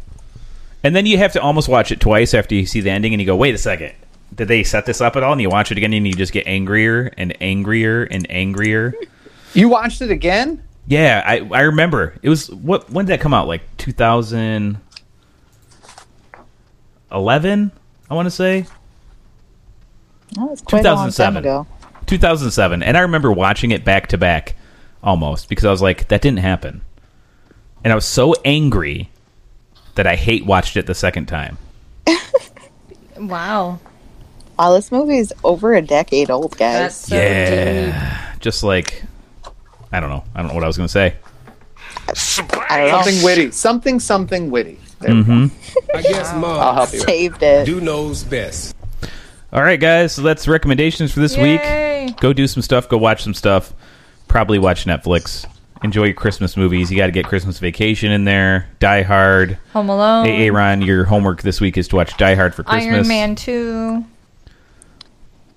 Speaker 1: And then you have to almost watch it twice after you see the ending, and you go, "Wait a second, did they set this up at all?" And you watch it again, and you just get angrier and angrier and angrier.
Speaker 2: You watched it again?
Speaker 1: Yeah, I I remember it was what when did that come out? Like 2011, I want to say.
Speaker 3: That was quite a long time
Speaker 1: 2007.
Speaker 3: ago.
Speaker 1: 2007 and i remember watching it back to back almost because i was like that didn't happen and i was so angry that i hate watched it the second time
Speaker 4: wow.
Speaker 3: Wow, this movie is over a decade old, guys.
Speaker 4: That's so deep.
Speaker 1: just like i don't know i don't know what i was gonna say
Speaker 3: I don't know.
Speaker 2: Something witty. Oh. Something, something witty. There we go.
Speaker 8: I guess
Speaker 2: I'll
Speaker 8: mom
Speaker 2: help you. with
Speaker 3: saved it.
Speaker 8: do knows best.
Speaker 1: all right guys so that's recommendations for this
Speaker 4: Yay.
Speaker 1: week go do some stuff go watch some stuff probably watch netflix enjoy your christmas movies you got to get christmas vacation in there die hard
Speaker 4: Home Alone.
Speaker 1: hey aaron your homework this week is to watch die hard for christmas
Speaker 4: Oh. Iron Man 2.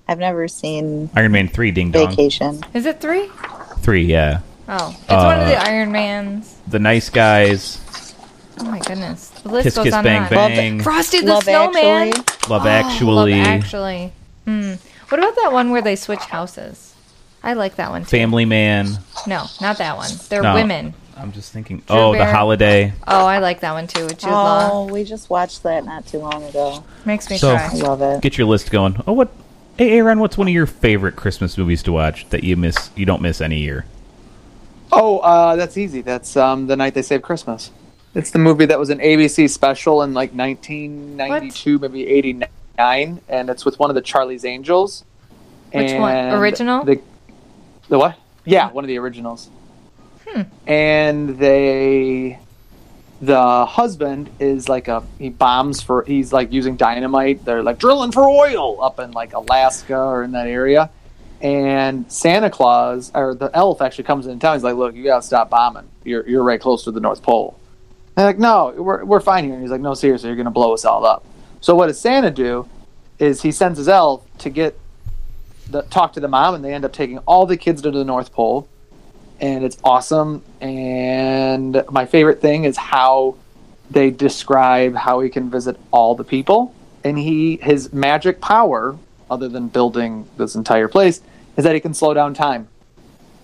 Speaker 3: I've never seen
Speaker 1: iron man 3 ding dong
Speaker 3: Vacation.
Speaker 4: Is it 3?
Speaker 1: 3 yeah Uh,
Speaker 4: Oh. It's one of the Iron Mans.
Speaker 1: the nice guys
Speaker 4: Oh my goodness. The list
Speaker 1: Kiss
Speaker 4: goes
Speaker 1: Kiss
Speaker 4: on
Speaker 1: Bang
Speaker 4: and on.
Speaker 1: Bang,
Speaker 4: Frosty the
Speaker 3: Love
Speaker 4: Snowman.
Speaker 3: Actually.
Speaker 1: Love
Speaker 4: Oh,
Speaker 1: Actually,
Speaker 4: Love Actually. Hmm. What about that one where they switch houses? I like that one. Too.
Speaker 1: Family Man.
Speaker 4: No, not that one. They're
Speaker 1: No.
Speaker 4: women.
Speaker 1: I'm just thinking. oh, The
Speaker 4: Bear.
Speaker 1: Holiday.
Speaker 4: Oh, I like that one too. With Jude Law.
Speaker 3: Oh, we just watched that not too long ago.
Speaker 4: Makes me
Speaker 1: So-
Speaker 3: I
Speaker 4: cry.
Speaker 3: love it.
Speaker 1: Get your list going. Oh, what? Hey, Aaron, what's one of your favorite Christmas movies to watch that you miss? You don't miss any year.
Speaker 2: Oh, uh, that's easy. That's um, the night they saved Christmas. It's the movie that was an ABC special in like 1992, maybe 89, and it's with one of the Charlie's Angels.
Speaker 4: Which one?
Speaker 2: And
Speaker 4: Original?
Speaker 2: The, the what? Yeah, one of the originals.
Speaker 4: Hmm.
Speaker 2: And they, the husband is like a he bombs for he's like using dynamite. They're like drilling for oil up in like Alaska or in that area and Santa Claus or the elf actually comes into town. He's like, "Look, you gotta stop bombing. You're you're right close to the North Pole." They're like, "No, we're we're fine here." And he's like, "No, seriously, you're gonna blow us all up." So what does Santa do? Is he sends his elf to get the talk to the mom, and they end up taking all the kids to the North Pole, and it's awesome. And my favorite thing is how they describe how he can visit all the people and he his magic power other than building this entire place is that he can slow down time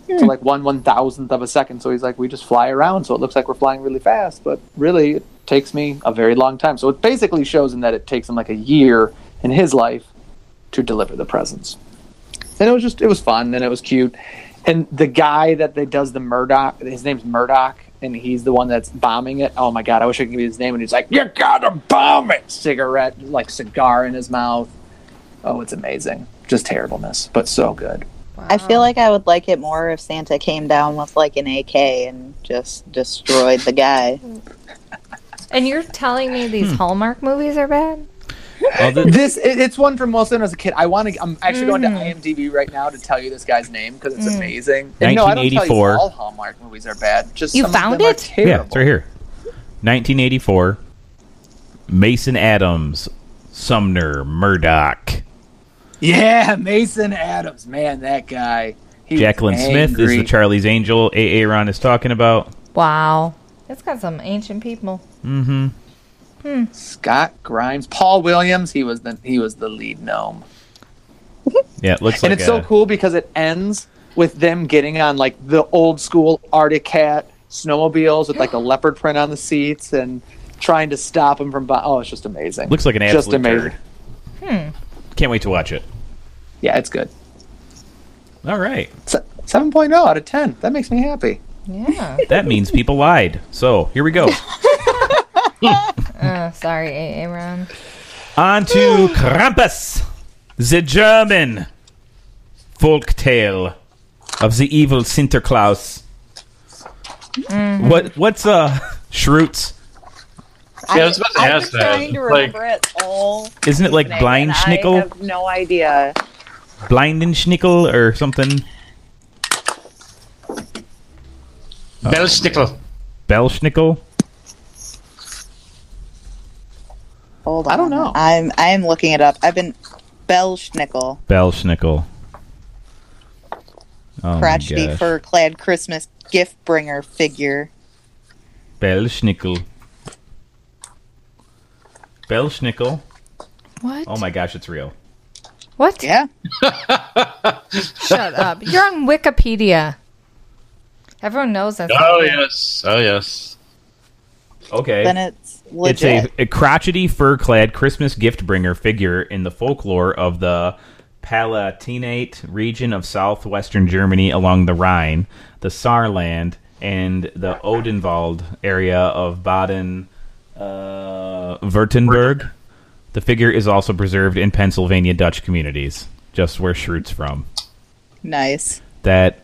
Speaker 2: to like one one thousandth of a second so he's like we just fly around so it looks like we're flying really fast but really it takes me a very long time so it basically shows him that it takes him like a year in his life to deliver the presents and it was just it was fun and it was cute and the guy that they does the murdoch his name's murdoch and he's the one that's bombing it oh my god i wish i could give you his name and he's like you gotta bomb it cigarette like cigar in his mouth oh it's amazing just terribleness but so good
Speaker 3: I feel like I would like it more if Santa came down with like an AK and just destroyed the guy.
Speaker 4: And you're telling me these Hallmark movies are bad?
Speaker 1: Oh, the,
Speaker 2: this it, it's one from Wilson as a kid i want to i'm actually going to
Speaker 4: Mm.
Speaker 2: imdb right now to tell you this guy's name because it's amazing and no i don't tell you
Speaker 1: 1984.
Speaker 2: all hallmark movies are bad just
Speaker 4: You
Speaker 2: some of
Speaker 4: found
Speaker 2: them are
Speaker 4: it?
Speaker 2: terrible.
Speaker 1: yeah, it's right here. 1984. Mason Adams, Sumner, Murdoch.
Speaker 2: Yeah, Mason Adams, man, that guy. He was
Speaker 1: Jacqueline Smith is
Speaker 2: angry.
Speaker 1: the Charlie's Angel A.A. Ron is talking about.
Speaker 4: Wow. It's got some ancient people.
Speaker 2: Scott Grimes, Paul Williams. He was the he was the lead gnome,
Speaker 1: Yeah, it looks like
Speaker 2: and it's so
Speaker 1: a-
Speaker 2: cool because it ends with them getting on like the old school Arctic Cat snowmobiles with like a leopard print on the seats and trying to stop him from. bu- Oh, it's just amazing.
Speaker 1: Looks like an
Speaker 2: just
Speaker 1: absolute
Speaker 2: amazing.
Speaker 1: turd. Hmm. Can't wait to watch it.
Speaker 2: Yeah, it's good.
Speaker 1: All right.
Speaker 2: Se- 7.0 out of 10. That makes me happy.
Speaker 4: Yeah.
Speaker 1: That means people lied. So here we go.
Speaker 4: uh, sorry, Aaron.
Speaker 1: On to Krampus, the German folktale of the evil Sinterklaas.
Speaker 2: Mm.
Speaker 1: What what's uh Schroots?
Speaker 6: Yeah, I was about to
Speaker 3: I've
Speaker 6: ask
Speaker 3: been
Speaker 6: that.
Speaker 3: trying to
Speaker 6: Like- oh.
Speaker 3: remember it all.
Speaker 1: Isn't it like
Speaker 3: evening,
Speaker 1: blind
Speaker 3: and I
Speaker 1: schnickel?
Speaker 3: have no idea.
Speaker 1: Blindenschnickel or something?
Speaker 6: Belschnickel.
Speaker 1: Belschnickel?
Speaker 3: Hold on.
Speaker 2: I don't know.
Speaker 3: I'm I'm looking it up. I've been Belschnickel,
Speaker 1: Belschnickel. Oh my
Speaker 3: crotchety
Speaker 1: gosh.
Speaker 3: fur clad Christmas gift bringer figure.
Speaker 1: Belschnickel. Belschnickel.
Speaker 4: What?
Speaker 1: Oh my gosh, it's real.
Speaker 4: What?
Speaker 3: Yeah.
Speaker 4: Shut up. You're on Wikipedia. Everyone knows that's
Speaker 6: Oh yes. Oh yes.
Speaker 1: Okay.
Speaker 3: Then it's
Speaker 1: It's
Speaker 3: legit.
Speaker 1: a, a crotchety fur-clad Christmas gift bringer figure in the folklore of the Palatinate region of southwestern Germany along the Rhine, the Saarland, and the Odenwald area of Baden uh, Württemberg. The figure is also preserved in Pennsylvania Dutch communities, just where Schrut's from.
Speaker 3: nice.
Speaker 1: That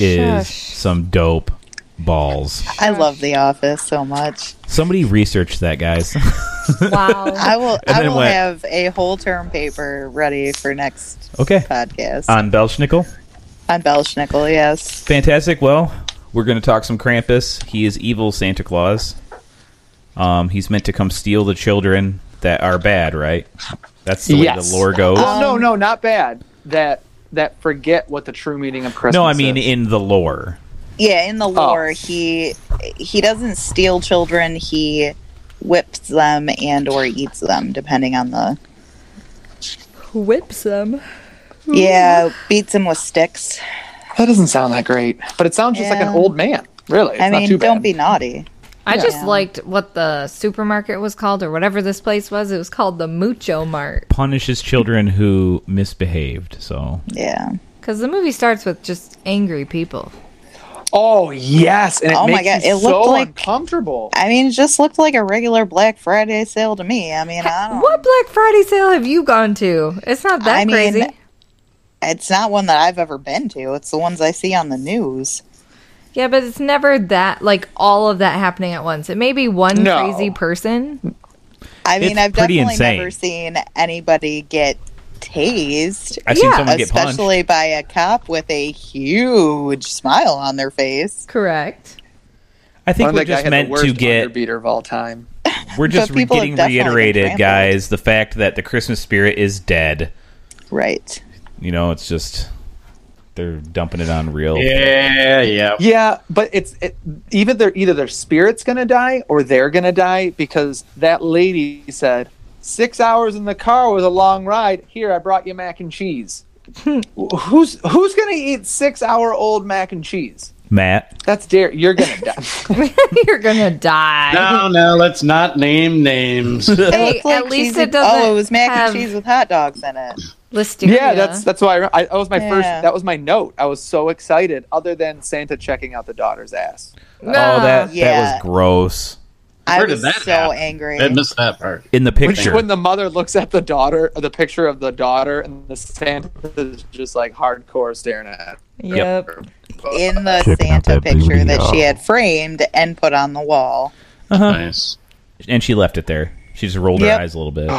Speaker 1: is
Speaker 4: Shush.
Speaker 1: some dope balls.
Speaker 3: I love The Office so much.
Speaker 1: Somebody researched that, guys.
Speaker 4: Wow.
Speaker 3: I will.
Speaker 1: And
Speaker 3: I
Speaker 1: then
Speaker 3: will
Speaker 1: what?
Speaker 3: have a whole term paper ready for next
Speaker 1: okay.
Speaker 3: podcast
Speaker 1: On Belschnickel.
Speaker 3: on Belschnickel. Yes.
Speaker 1: Fantastic. Well, we're going to talk some Krampus. He is evil Santa Claus. Um, he's meant to come steal the children that are bad, right? That's the way
Speaker 2: Yes.
Speaker 1: the lore goes.
Speaker 2: Well, Oh, no, no, not bad. That that forget what the true meaning of Christmas.
Speaker 1: no, I mean
Speaker 2: is.
Speaker 1: in the lore.
Speaker 3: yeah, in the lore, he he doesn't steal children. He whips them and or eats them, depending on the.
Speaker 9: Whips them.
Speaker 3: Yeah, beats them with sticks.
Speaker 2: That doesn't sound that great, but it sounds just like an
Speaker 3: Yeah.
Speaker 2: old man. Really, it's
Speaker 3: I
Speaker 2: not too
Speaker 3: mean, don't
Speaker 2: bad.
Speaker 3: be naughty.
Speaker 4: I just
Speaker 3: Yeah.
Speaker 4: liked what the supermarket was called or whatever this place was. It was called the Mucho Mart
Speaker 1: Punishes children who misbehaved. So
Speaker 3: Yeah.
Speaker 4: because the movie starts with just angry people.
Speaker 2: Oh yes, and it
Speaker 3: Oh my
Speaker 2: makes
Speaker 3: God,
Speaker 2: you
Speaker 3: it looked
Speaker 2: so
Speaker 3: like-
Speaker 2: uncomfortable.
Speaker 3: I mean, it just looked like a regular Black Friday sale to me. I mean, I don't.
Speaker 4: What Black Friday sale have you gone to? It's not that
Speaker 3: Oh. I mean-
Speaker 4: crazy.
Speaker 3: It's not one that I've ever been to. It's the ones I see on the news.
Speaker 4: Yeah, but it's never that like all of that happening at once. It may be one
Speaker 2: No.
Speaker 4: crazy person.
Speaker 3: I mean,
Speaker 1: It's
Speaker 3: I've
Speaker 1: pretty
Speaker 3: definitely
Speaker 1: insane.
Speaker 3: never seen anybody get tased,
Speaker 1: I've seen
Speaker 4: Yeah,
Speaker 1: someone get punched.
Speaker 3: especially by a cop with a huge smile on their face.
Speaker 4: Correct.
Speaker 1: I think
Speaker 2: One
Speaker 1: we're
Speaker 2: of the guy
Speaker 1: just
Speaker 2: had
Speaker 1: meant
Speaker 2: the worst
Speaker 1: to get
Speaker 2: underbeater of all time.
Speaker 1: We're just
Speaker 3: But
Speaker 1: re-
Speaker 3: people have
Speaker 1: getting
Speaker 3: definitely been
Speaker 1: reiterated,
Speaker 3: trampled.
Speaker 1: guys, the fact that the Christmas spirit is dead.
Speaker 3: Right.
Speaker 1: You know, it's just they're dumping it on real.
Speaker 6: Yeah, yeah.
Speaker 2: Yeah, but it's it, even their either their spirit's gonna die or they're gonna die because that lady said six hours in the car was a long ride. Here, I brought you mac and cheese. Wh- who's who's gonna eat six hour old mac and cheese?
Speaker 1: Matt,
Speaker 2: That's dare you're gonna die.
Speaker 4: You're gonna die.
Speaker 6: No, no, let's not name names.
Speaker 3: It
Speaker 4: Hey,
Speaker 3: looked like
Speaker 4: at least
Speaker 3: cheese-
Speaker 4: it doesn't.
Speaker 3: Oh, it was mac
Speaker 4: have
Speaker 3: and cheese with hot dogs in it.
Speaker 4: Listeria.
Speaker 2: yeah, that's that's why I, re- I that was my first
Speaker 3: Yeah.
Speaker 2: that was my note. I was so excited. Other than Santa checking out the daughter's ass.
Speaker 4: no.
Speaker 1: oh that
Speaker 3: Yeah.
Speaker 1: that was gross
Speaker 3: I
Speaker 6: Where did
Speaker 3: was
Speaker 6: that
Speaker 3: so
Speaker 6: happen?
Speaker 3: angry.
Speaker 6: I missed that part.
Speaker 1: in the
Speaker 2: When,
Speaker 1: picture.
Speaker 2: when the mother looks at the daughter, the picture of the daughter, and the Santa is just like hardcore staring at. it.
Speaker 4: Yep.
Speaker 3: in the
Speaker 5: Checking out
Speaker 3: Santa
Speaker 5: that
Speaker 3: picture
Speaker 5: booty,
Speaker 3: that she
Speaker 5: y'all.
Speaker 3: had framed and put on the wall.
Speaker 6: Nice.
Speaker 1: and she left it there. She just rolled
Speaker 3: Yep.
Speaker 1: her eyes a little bit.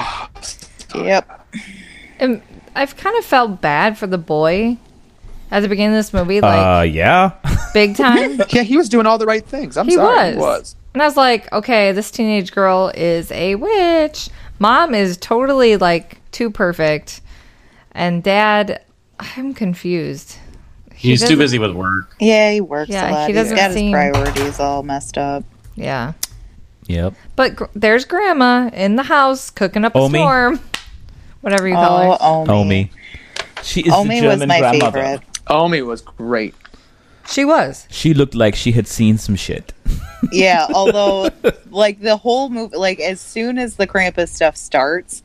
Speaker 3: Yep.
Speaker 4: And I've kind of felt bad for the boy at the beginning of this movie, like
Speaker 1: uh, yeah.
Speaker 4: big time.
Speaker 2: Yeah, he was doing all the right things. I'm
Speaker 4: He
Speaker 2: sorry, he
Speaker 4: was.
Speaker 2: was.
Speaker 4: And I was like, okay, this teenage girl is a witch. Mom is totally like too perfect. And dad, I'm confused. He
Speaker 6: He's too
Speaker 4: doesn't-
Speaker 6: busy with work.
Speaker 3: Yeah, he works
Speaker 4: Yeah,
Speaker 3: a lot.
Speaker 4: he doesn't
Speaker 3: He's got
Speaker 4: seem-
Speaker 3: his priorities all messed up.
Speaker 4: Yeah.
Speaker 1: Yep.
Speaker 4: But gr- there's grandma in the house cooking up a
Speaker 1: Omi?
Speaker 4: storm. Whatever you call
Speaker 3: Oh,
Speaker 4: her.
Speaker 3: Omi.
Speaker 1: Omi. She is
Speaker 3: Omi
Speaker 1: the
Speaker 3: was
Speaker 1: German
Speaker 3: my
Speaker 1: grandmother.
Speaker 3: favorite.
Speaker 2: Omi was great.
Speaker 4: She was.
Speaker 1: She looked like she had seen some shit.
Speaker 3: Yeah, although like the whole movie, like as soon as the Krampus stuff starts,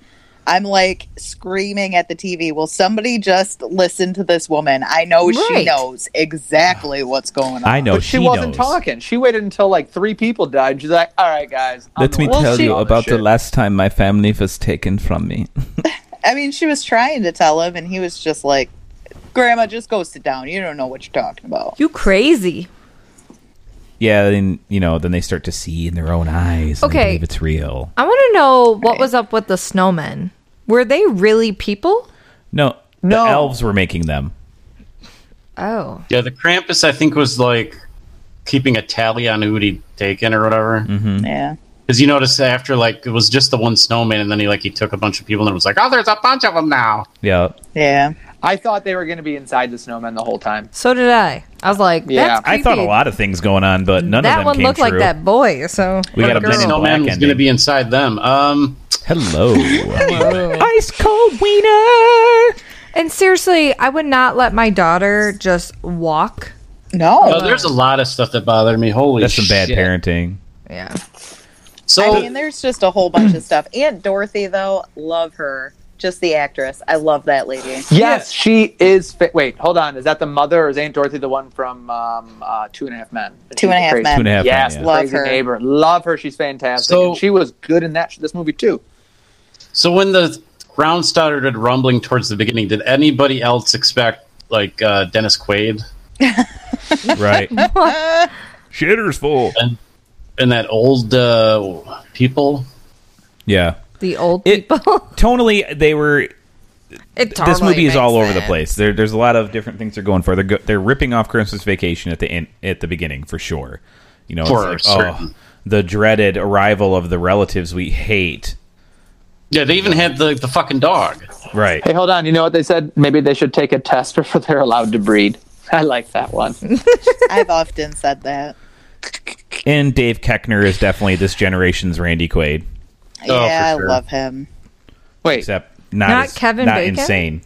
Speaker 3: I'm like screaming at the TV. Will somebody just listen to this woman? I know
Speaker 4: Right.
Speaker 3: she knows exactly what's going on.
Speaker 1: I know
Speaker 2: but
Speaker 1: she,
Speaker 2: she, wasn't
Speaker 1: Oh, knows.
Speaker 2: talking. She waited until like three people died. She's like, "All right, guys, I'm
Speaker 1: Let
Speaker 2: the
Speaker 1: me
Speaker 2: one
Speaker 1: tell
Speaker 2: who
Speaker 1: you
Speaker 2: did all this
Speaker 1: about the
Speaker 2: shit."
Speaker 1: last time my family was taken from me.
Speaker 3: I mean, she was trying to tell him, and he was just like, "Grandma, just go sit down. You don't know what you're talking about."
Speaker 4: You crazy.
Speaker 1: yeah, then you know, then they start to see in their own eyys. And they
Speaker 4: Okay.
Speaker 1: believe it's real.
Speaker 4: I want to know what was up with the snowmen. Were they really people?
Speaker 1: No,
Speaker 2: No.
Speaker 1: the elves were making them.
Speaker 4: Oh.
Speaker 6: Yeah, the Krampus I think was like keeping a tally on who he'd taken or whatever. Because
Speaker 1: Mm.
Speaker 3: Yeah,
Speaker 6: you notice after like it was just the one snowman, and then he like he took a bunch of people and was like, oh, there's a bunch of them now.
Speaker 1: Yeah,
Speaker 3: yeah.
Speaker 2: I thought they were going to be inside the snowman the whole time.
Speaker 4: So did I. I was like,
Speaker 2: Yeah.
Speaker 4: that's
Speaker 1: I thought a
Speaker 4: creepy.
Speaker 1: lot of things going on, but none of
Speaker 4: that
Speaker 1: them
Speaker 4: one
Speaker 1: came
Speaker 4: looked like
Speaker 1: true.
Speaker 4: that boy, so
Speaker 1: We got a Men in
Speaker 4: Or girl.
Speaker 1: Black
Speaker 6: snowman was going to
Speaker 1: ending.
Speaker 6: be inside them. Um, oh,
Speaker 1: Hello,
Speaker 4: ice cold wiener. And seriously, I would not let my daughter just walk.
Speaker 6: oh,
Speaker 3: No,
Speaker 6: there's a lot of stuff that bothered me. Holy,
Speaker 1: that's some bad
Speaker 6: shit.
Speaker 1: parenting.
Speaker 4: Yeah,
Speaker 6: So
Speaker 3: I mean, there's just a whole bunch of stuff. Aunt Dorothy, though, love her. Just the actress. I love that lady.
Speaker 2: Yes, she is. Fa- Wait, hold on. Is that the mother, or is Aunt Dorothy the one from um, uh, Two and a Half Men?
Speaker 3: Two and a
Speaker 2: She's
Speaker 3: Half
Speaker 2: crazy-
Speaker 3: Men.
Speaker 1: Two and a half.
Speaker 2: Yes,
Speaker 1: men, yeah.
Speaker 3: love
Speaker 2: crazy
Speaker 3: her.
Speaker 2: neighbor. Love her. She's fantastic.
Speaker 6: So-
Speaker 2: and she was good in that this movie too.
Speaker 6: So when the ground started rumbling towards the beginning, did anybody else expect like uh, Dennis Quaid
Speaker 1: right. Shitter's full.
Speaker 6: and that old uh, people?
Speaker 1: Yeah.
Speaker 4: the old
Speaker 1: It-
Speaker 4: people.
Speaker 1: Tonally, they were.
Speaker 4: it
Speaker 1: this
Speaker 4: totally
Speaker 1: movie is
Speaker 4: makes
Speaker 1: all over the
Speaker 4: sense.
Speaker 1: place. There, there's a lot of different things they're going for. They're go- they're ripping off Christmas Vacation at the in- at the beginning for sure. You know,
Speaker 6: For
Speaker 1: it's like,
Speaker 6: certain.
Speaker 1: oh, the dreaded arrival of the relatives we hate.
Speaker 6: Yeah, they even had the the fucking dog.
Speaker 1: Right.
Speaker 2: Hey, hold on. You know what they said? Maybe they should take a test before they're allowed to breed. I like that one.
Speaker 3: I've often said that.
Speaker 1: And Dave Keckner is definitely this generation's Randy Quaid,
Speaker 6: Oh, for
Speaker 3: yeah,
Speaker 6: sure.
Speaker 3: I love him.
Speaker 2: Wait,
Speaker 1: except not
Speaker 4: Not
Speaker 1: as-
Speaker 4: Kevin
Speaker 1: not
Speaker 4: Bacon?
Speaker 1: insane.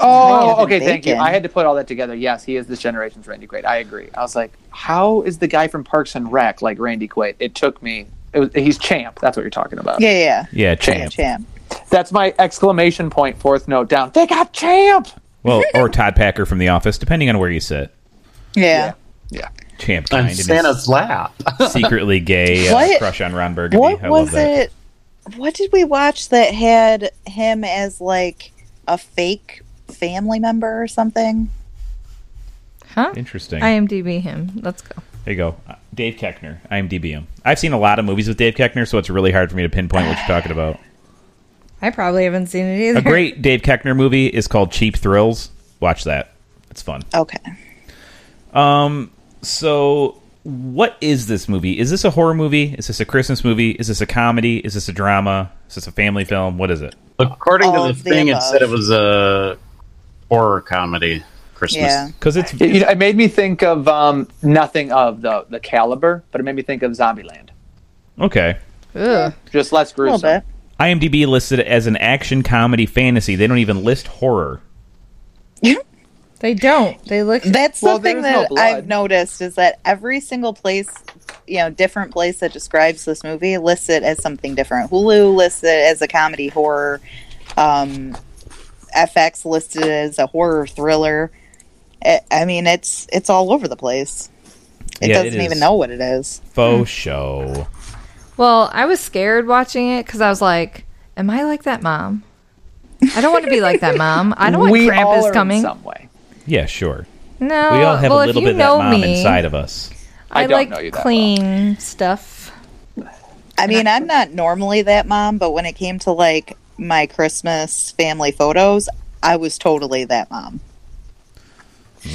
Speaker 3: Not
Speaker 2: Oh,
Speaker 3: even
Speaker 2: okay. Thank you.
Speaker 3: bacon.
Speaker 2: I had to put all that together. Yes, he is this generation's Randy Quaid. I agree. I was like, how is the guy from Parks and Rec like Randy Quaid? It took me. It was, he's champ. That's what you're talking about.
Speaker 3: Yeah, yeah,
Speaker 1: Yeah,
Speaker 3: yeah.
Speaker 1: champ.
Speaker 3: Champ.
Speaker 2: That's my exclamation point. Fourth note down. They got champ.
Speaker 1: Well, or Todd Packer from The Office, depending on where you sit.
Speaker 3: Yeah.
Speaker 1: Champ kind
Speaker 6: On
Speaker 1: and is
Speaker 6: Santa's lap.
Speaker 1: secretly gay uh,
Speaker 3: What-
Speaker 1: crush on Ron Burgundy.
Speaker 3: What
Speaker 1: I love
Speaker 3: was
Speaker 1: that.
Speaker 3: it? What did we watch that had him as like a fake family member or something?
Speaker 4: Huh?
Speaker 1: Interesting.
Speaker 4: IMDb him. Let's go.
Speaker 1: There you go. Uh, Dave Keckner, IMDb him. I've seen a lot of movies with Dave Keckner, so it's really hard for me to pinpoint what you're talking about.
Speaker 4: I probably haven't seen it either.
Speaker 1: A great Dave Keckner movie is called Cheap Thrills. Watch that. It's fun.
Speaker 3: Okay.
Speaker 1: So, what is this movie? Is this a horror movie? Is this a Christmas movie? Is this a comedy? Is this a drama? Is this a family film? What is it?
Speaker 6: According
Speaker 3: All
Speaker 6: to
Speaker 3: of the
Speaker 6: the thing, it
Speaker 3: above.
Speaker 6: said it was a horror comedy Christmas.
Speaker 3: Yeah.
Speaker 1: Because it's
Speaker 2: It, you know, it made me think of um, nothing of the the caliber, but it made me think of Zombieland.
Speaker 1: okay.
Speaker 4: Ugh.
Speaker 2: Just less
Speaker 3: A little
Speaker 2: gruesome.
Speaker 3: bit.
Speaker 1: IMDb listed it as an action comedy fantasy. They don't even list horror.
Speaker 4: They don't. They look.
Speaker 3: That's
Speaker 2: Well,
Speaker 3: something
Speaker 2: there is no
Speaker 3: that
Speaker 2: blood.
Speaker 3: I've noticed is that every single place, you know, different place that describes this movie lists it as something different. Hulu lists it as a comedy horror. Um, FX listed it as a horror thriller. I I mean, it's it's all over the place. It
Speaker 1: Yeah, it
Speaker 3: doesn't
Speaker 1: is.
Speaker 3: even know what it is.
Speaker 1: Faux
Speaker 4: Hmm.
Speaker 1: show.
Speaker 4: Well, I was scared watching it because I was like, "Am I like that mom? I don't want to be like that mom. I don't want
Speaker 2: we all are
Speaker 4: Krampus
Speaker 2: in
Speaker 4: coming.
Speaker 2: some way.
Speaker 1: Yeah, sure.
Speaker 4: No,
Speaker 1: We all have
Speaker 4: Uh, well,
Speaker 1: a little
Speaker 4: if you
Speaker 1: bit of
Speaker 4: know
Speaker 1: that mom
Speaker 4: me,
Speaker 1: inside of us.
Speaker 4: I,
Speaker 2: I don't
Speaker 4: like
Speaker 2: know you that
Speaker 4: clean stuff.
Speaker 3: I mean, I'm not normally that mom, but when it came to like my Christmas family photos, I was totally that mom.